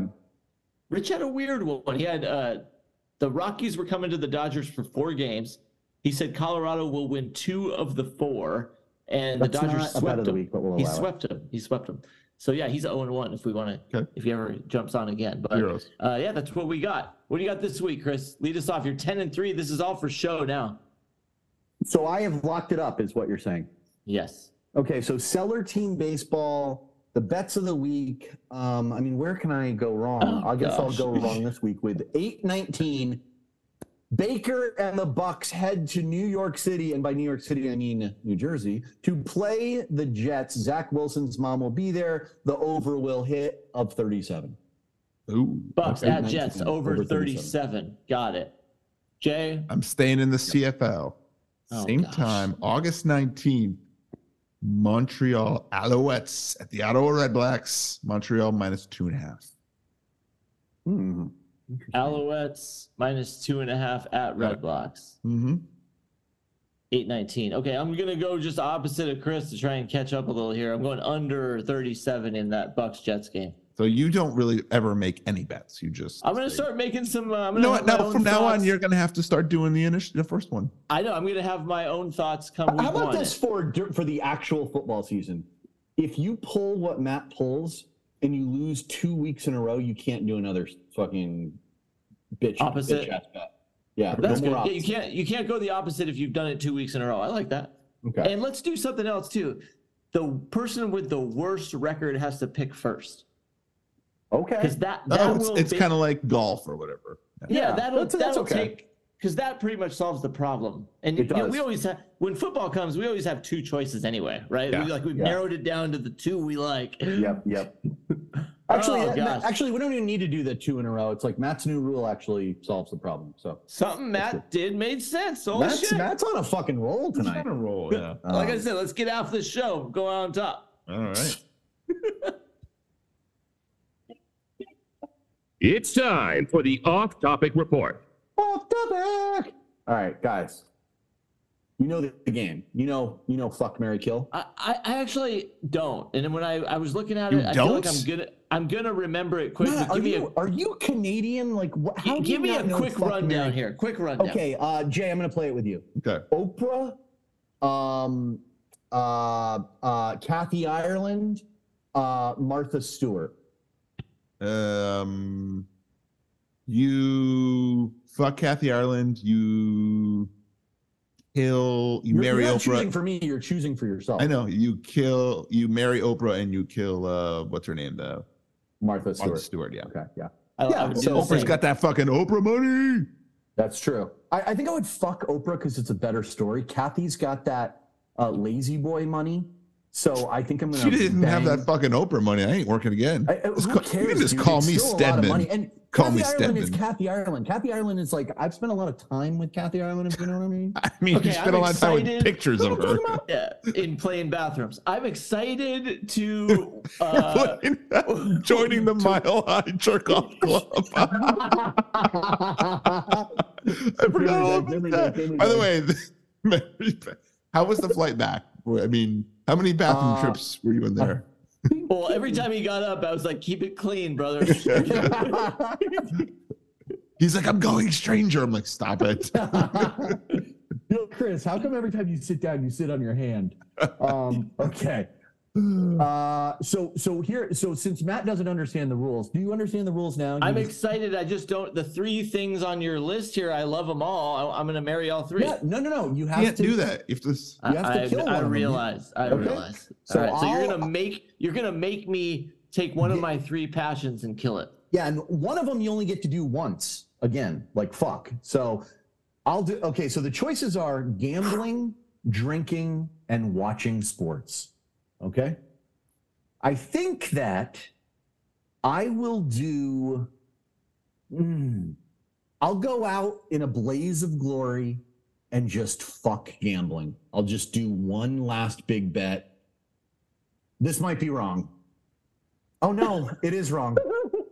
[SPEAKER 4] Rich had a weird one. He had uh, the Rockies were coming to the Dodgers for four games. He said Colorado will win two of the four, and
[SPEAKER 2] That's
[SPEAKER 4] the Dodgers
[SPEAKER 2] not a bet
[SPEAKER 4] swept
[SPEAKER 2] of the
[SPEAKER 4] them.
[SPEAKER 2] week, but we'll
[SPEAKER 4] he
[SPEAKER 2] allow it.
[SPEAKER 4] swept him. He swept him. So yeah, he's 0 1 if we want to,
[SPEAKER 3] Okay.
[SPEAKER 4] if he ever jumps on again. But
[SPEAKER 3] Heroes.
[SPEAKER 4] uh, yeah, that's what we got. What do you got this week, Chris? Lead us off. You're 10 and 3. This is all for show now.
[SPEAKER 2] So I have locked it up, is what you're saying.
[SPEAKER 4] Yes.
[SPEAKER 2] Okay, so seller team baseball, the bets of the week. Um, I mean, where can I go wrong?
[SPEAKER 4] Oh,
[SPEAKER 2] I guess
[SPEAKER 4] gosh.
[SPEAKER 2] I'll go wrong this week with eight nineteen. Baker and the Bucks head to New York City, and by New York City I mean New Jersey, to play the Jets. Zach Wilson's mom will be there. The over will hit of thirty-seven.
[SPEAKER 3] Ooh.
[SPEAKER 4] Bucks
[SPEAKER 2] Okay.
[SPEAKER 4] at Jets over,
[SPEAKER 2] Over
[SPEAKER 4] 37.
[SPEAKER 2] 37.
[SPEAKER 4] Got it. Jay,
[SPEAKER 3] I'm staying in the CFL.
[SPEAKER 4] Oh,
[SPEAKER 3] Same
[SPEAKER 4] gosh.
[SPEAKER 3] time, August 19th, Montreal Alouettes at the Ottawa Redblacks. Montreal minus two and a half.
[SPEAKER 2] Hmm.
[SPEAKER 4] Alouettes minus two and a half at Red Blocks.
[SPEAKER 3] Mm-hmm.
[SPEAKER 4] 819. Okay, I'm going to go just opposite of Chris to try and catch up a little here. I'm going under 37 in that Bucks Jets game.
[SPEAKER 3] So you don't really ever make any bets. You just.
[SPEAKER 4] I'm going to start making some. Uh, I'm
[SPEAKER 3] You
[SPEAKER 4] gonna
[SPEAKER 3] know
[SPEAKER 4] have
[SPEAKER 3] what?
[SPEAKER 4] my
[SPEAKER 3] Now,
[SPEAKER 4] own
[SPEAKER 3] from now on,
[SPEAKER 4] thoughts.
[SPEAKER 3] you're going to have to start doing the initial, the first one.
[SPEAKER 4] I know. I'm going to have my own thoughts come week
[SPEAKER 2] How about
[SPEAKER 4] one.
[SPEAKER 2] this for dur- for the actual football season? If you pull what Matt pulls and you lose two weeks in a row, you can't do another fucking bitch
[SPEAKER 4] Opposite.
[SPEAKER 2] Bitch ass bet. Yeah,
[SPEAKER 4] That's
[SPEAKER 2] no
[SPEAKER 4] good.
[SPEAKER 2] more
[SPEAKER 4] Yeah, you
[SPEAKER 2] opposite.
[SPEAKER 4] can't you can't go the opposite if you've done it two weeks in a row. I like that.
[SPEAKER 2] okay.
[SPEAKER 4] And let's do something else too. The person with the worst record has to pick first
[SPEAKER 2] Okay.
[SPEAKER 4] because that that
[SPEAKER 3] Oh, it's,
[SPEAKER 4] will
[SPEAKER 3] it's
[SPEAKER 4] ba-
[SPEAKER 3] kind of like golf or whatever.
[SPEAKER 4] yeah,
[SPEAKER 2] yeah,
[SPEAKER 4] that'll
[SPEAKER 2] that's- that's
[SPEAKER 4] that'll
[SPEAKER 2] okay.
[SPEAKER 4] take because that pretty much solves the problem. And
[SPEAKER 2] It
[SPEAKER 4] you know,
[SPEAKER 2] does.
[SPEAKER 4] we always have when football comes, we always have two choices anyway, right?
[SPEAKER 3] Yeah.
[SPEAKER 4] We, like we've
[SPEAKER 2] Yeah.
[SPEAKER 4] narrowed it down to the two we like.
[SPEAKER 2] Yep. Yep. Actually,
[SPEAKER 4] Oh,
[SPEAKER 2] that- that-
[SPEAKER 4] gosh.
[SPEAKER 2] actually, we don't even need to do the two in a row. It's like Matt's new rule actually solves the problem. So
[SPEAKER 4] Something Matt did made sense. Holy
[SPEAKER 2] Matt's,
[SPEAKER 4] shit!
[SPEAKER 2] Matt's on a fucking roll tonight.
[SPEAKER 3] on a roll. Yeah.
[SPEAKER 4] like I
[SPEAKER 2] Um,
[SPEAKER 4] said, let's get off the show. Go on top.
[SPEAKER 3] All right.
[SPEAKER 6] It's time for the off topic report.
[SPEAKER 2] Off topic. All right, guys. You know the, the game. You know. You know. Fuck Mary Kill.
[SPEAKER 4] I, I I actually don't. And then when I, I was looking at
[SPEAKER 3] You
[SPEAKER 4] it, I feel like
[SPEAKER 3] don't?
[SPEAKER 4] I'm gonna I'm gonna remember it quick.
[SPEAKER 2] Matt,
[SPEAKER 4] but
[SPEAKER 2] are,
[SPEAKER 4] give me
[SPEAKER 2] you, are you Canadian? Like, what,
[SPEAKER 4] a
[SPEAKER 2] how do
[SPEAKER 4] give
[SPEAKER 2] you
[SPEAKER 4] me a
[SPEAKER 2] not know
[SPEAKER 4] quick
[SPEAKER 2] fuck
[SPEAKER 4] rundown
[SPEAKER 2] Mary-
[SPEAKER 4] here. Quick rundown.
[SPEAKER 2] Okay, uh, Jay, I'm gonna play it with you.
[SPEAKER 3] Okay.
[SPEAKER 2] Oprah, um, uh, uh, Kathy Ireland, uh, Martha Stewart.
[SPEAKER 3] Um, you fuck Kathy Ireland. You kill. You
[SPEAKER 2] You're,
[SPEAKER 3] marry
[SPEAKER 2] you're not choosing
[SPEAKER 3] Oprah.
[SPEAKER 2] for me. You're choosing for yourself.
[SPEAKER 3] I know. You kill. You marry Oprah, and you kill. Uh, what's her name? The
[SPEAKER 2] Martha Stewart.
[SPEAKER 3] Martha Stewart. Yeah.
[SPEAKER 2] Okay, yeah,
[SPEAKER 4] I, I
[SPEAKER 2] Yeah,
[SPEAKER 4] would do
[SPEAKER 2] so
[SPEAKER 4] the
[SPEAKER 2] Oprah's
[SPEAKER 4] same.
[SPEAKER 3] Oprah's got that fucking Oprah money.
[SPEAKER 2] that's true. I, I think I would fuck Oprah because it's a better story. Kathy's got that uh, lazy boy money, so I think I'm gonna.
[SPEAKER 3] She didn't have
[SPEAKER 2] bang-
[SPEAKER 3] that fucking Oprah money. I ain't working again.
[SPEAKER 2] I, I-
[SPEAKER 3] Just
[SPEAKER 2] who
[SPEAKER 3] ca-
[SPEAKER 2] cares,
[SPEAKER 3] you can just
[SPEAKER 2] dude?
[SPEAKER 3] call
[SPEAKER 2] It's
[SPEAKER 3] me
[SPEAKER 2] still a lot of
[SPEAKER 3] Stedman.
[SPEAKER 2] money. And
[SPEAKER 3] Call
[SPEAKER 2] Kathy
[SPEAKER 3] me
[SPEAKER 2] Ireland is
[SPEAKER 3] Stedman.
[SPEAKER 2] Kathy Ireland. Kathy Ireland is like I've spent a lot of time with Kathy Ireland. If you know what I mean.
[SPEAKER 3] I mean,
[SPEAKER 4] Okay,
[SPEAKER 3] you spent
[SPEAKER 4] I'm
[SPEAKER 3] a lot of time with
[SPEAKER 4] excited.
[SPEAKER 3] pictures of her.
[SPEAKER 4] Yeah, in plain bathrooms. I'm excited to. Uh,
[SPEAKER 3] Joining the Mile High Jerk Off Club. I forgot all
[SPEAKER 2] good, really
[SPEAKER 3] about
[SPEAKER 2] good, really
[SPEAKER 3] that. By the
[SPEAKER 2] good.
[SPEAKER 3] way, the- how was the flight back? I mean, how many bathroom
[SPEAKER 2] Uh,
[SPEAKER 3] trips were you in there?
[SPEAKER 4] well, every time he got up, I was like, "Keep it clean, brother."
[SPEAKER 3] He's like, I'm going stranger. I'm like, stop it.
[SPEAKER 5] Yo, Chris, how come every time you sit down, you sit on your hand? Um, okay. Uh, so, so here, so since Matt doesn't understand the rules, do you understand the rules now? You
[SPEAKER 4] I'm
[SPEAKER 5] just-
[SPEAKER 4] excited. I just don't. The three things on your list here, I love them all. I, I'm gonna marry all three.
[SPEAKER 5] Yeah, no, no, no. You have
[SPEAKER 3] You can't
[SPEAKER 5] to
[SPEAKER 3] do that. If this,
[SPEAKER 4] I,
[SPEAKER 5] You have to
[SPEAKER 4] I-
[SPEAKER 5] kill one
[SPEAKER 4] I
[SPEAKER 5] of 'em, yeah.
[SPEAKER 4] realize. I
[SPEAKER 5] Okay.
[SPEAKER 4] realize.
[SPEAKER 2] So
[SPEAKER 4] So, all right, so you're
[SPEAKER 2] I'll-
[SPEAKER 4] gonna make you're gonna make me take one of my three passions and kill it.
[SPEAKER 2] Yeah, and one of them you only get to do once again, like fuck. So I'll do okay. So the choices are gambling, drinking, and watching sports. Okay. I think that I will do. Hmm. I'll go out in a blaze of glory and just fuck gambling. I'll just do one last big bet. This might be wrong. Oh no, it is wrong.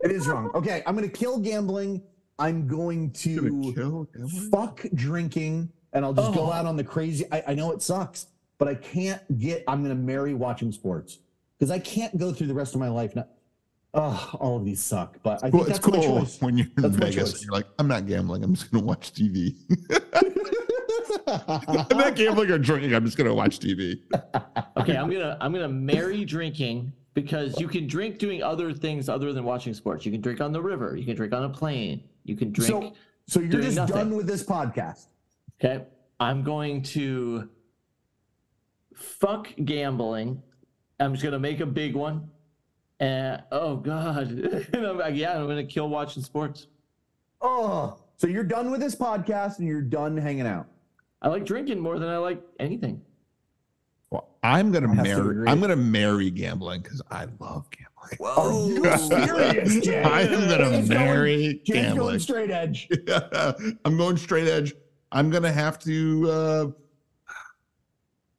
[SPEAKER 2] It is wrong. Okay, I'm gonna kill gambling. I'm going
[SPEAKER 3] you're gonna
[SPEAKER 2] to
[SPEAKER 3] kill everyone?
[SPEAKER 2] fuck drinking, and I'll just
[SPEAKER 4] Oh.
[SPEAKER 2] go out on the crazy. I, I know it sucks, but I can't get. I'm gonna marry watching sports because I can't go through the rest of my life. Not, oh, all of these suck. But I think
[SPEAKER 3] Well, it's
[SPEAKER 2] that's
[SPEAKER 3] cool
[SPEAKER 2] my choice.
[SPEAKER 3] when you're in
[SPEAKER 2] That's my
[SPEAKER 3] Vegas
[SPEAKER 2] choice.
[SPEAKER 3] and you're like, I'm not gambling. I'm just going to watch TV. I'm not gambling or drinking. I'm just going to watch TV.
[SPEAKER 4] Okay, I'm gonna I'm gonna marry drinking because you can drink doing other things other than watching sports. You can drink on the river. You can drink on a plane. You can drink.
[SPEAKER 2] So, so you're
[SPEAKER 4] Doing
[SPEAKER 2] just
[SPEAKER 4] nothing.
[SPEAKER 2] done with this podcast.
[SPEAKER 4] Okay. I'm going to fuck gambling. I'm just going to make a big one. And oh, God. And I'm like, yeah, I'm going to kill watching sports.
[SPEAKER 2] Oh, so you're done with this podcast and you're done hanging out.
[SPEAKER 4] I like drinking more than I like anything.
[SPEAKER 3] Well, I'm going to
[SPEAKER 2] have to
[SPEAKER 3] marry.
[SPEAKER 2] agree.
[SPEAKER 3] I'm going to marry gambling because I love gambling.
[SPEAKER 2] Are you serious, Jay?
[SPEAKER 3] I am going to
[SPEAKER 5] Jake's going-
[SPEAKER 3] marry
[SPEAKER 5] Jake's going
[SPEAKER 3] gambling.
[SPEAKER 5] straight edge.
[SPEAKER 3] I'm going straight edge. I'm gonna have to. Uh,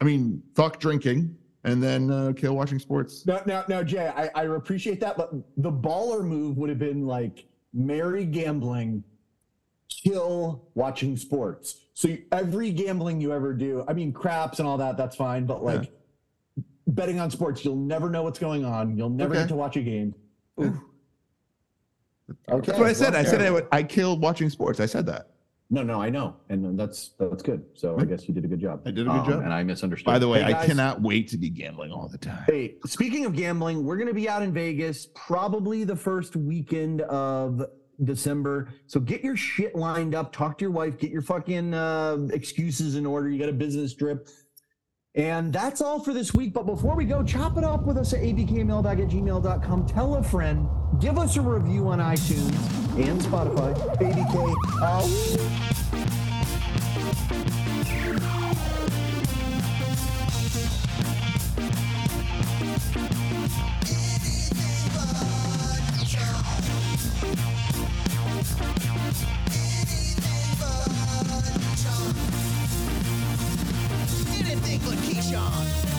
[SPEAKER 3] I mean, fuck drinking and then uh, kill watching sports.
[SPEAKER 5] No, no, no, Jay, I, I appreciate that, but
[SPEAKER 2] The baller move would have been like marry gambling, kill watching sports. So you- every gambling you ever do, I mean craps and all that, that's fine, but like betting on sports, you'll never know what's going on. You'll never
[SPEAKER 3] Okay.
[SPEAKER 2] get to watch a game. Ooh. Okay.
[SPEAKER 3] That's what I said. I said I would. I killed watching sports. I said that.
[SPEAKER 2] No, no, I know, and that's that's good. So I guess you did a good job. Um,
[SPEAKER 3] Hmm? I did a good job.
[SPEAKER 2] and I misunderstood.
[SPEAKER 3] By the way,
[SPEAKER 2] Hey,
[SPEAKER 3] I
[SPEAKER 2] guys.
[SPEAKER 3] cannot wait to be gambling all the time.
[SPEAKER 2] Hey, speaking of gambling, we're going to be out in Vegas probably the first weekend of December. So get your shit lined up. Talk to your wife. Get your fucking uh, excuses in order. You got a business trip. And that's all for this week. But before we go, chop it up with us at abkmailbag at gmail.com. Tell a friend. Give us a review on iTunes and Spotify. ABK out.
[SPEAKER 7] Anything but Keyshawn.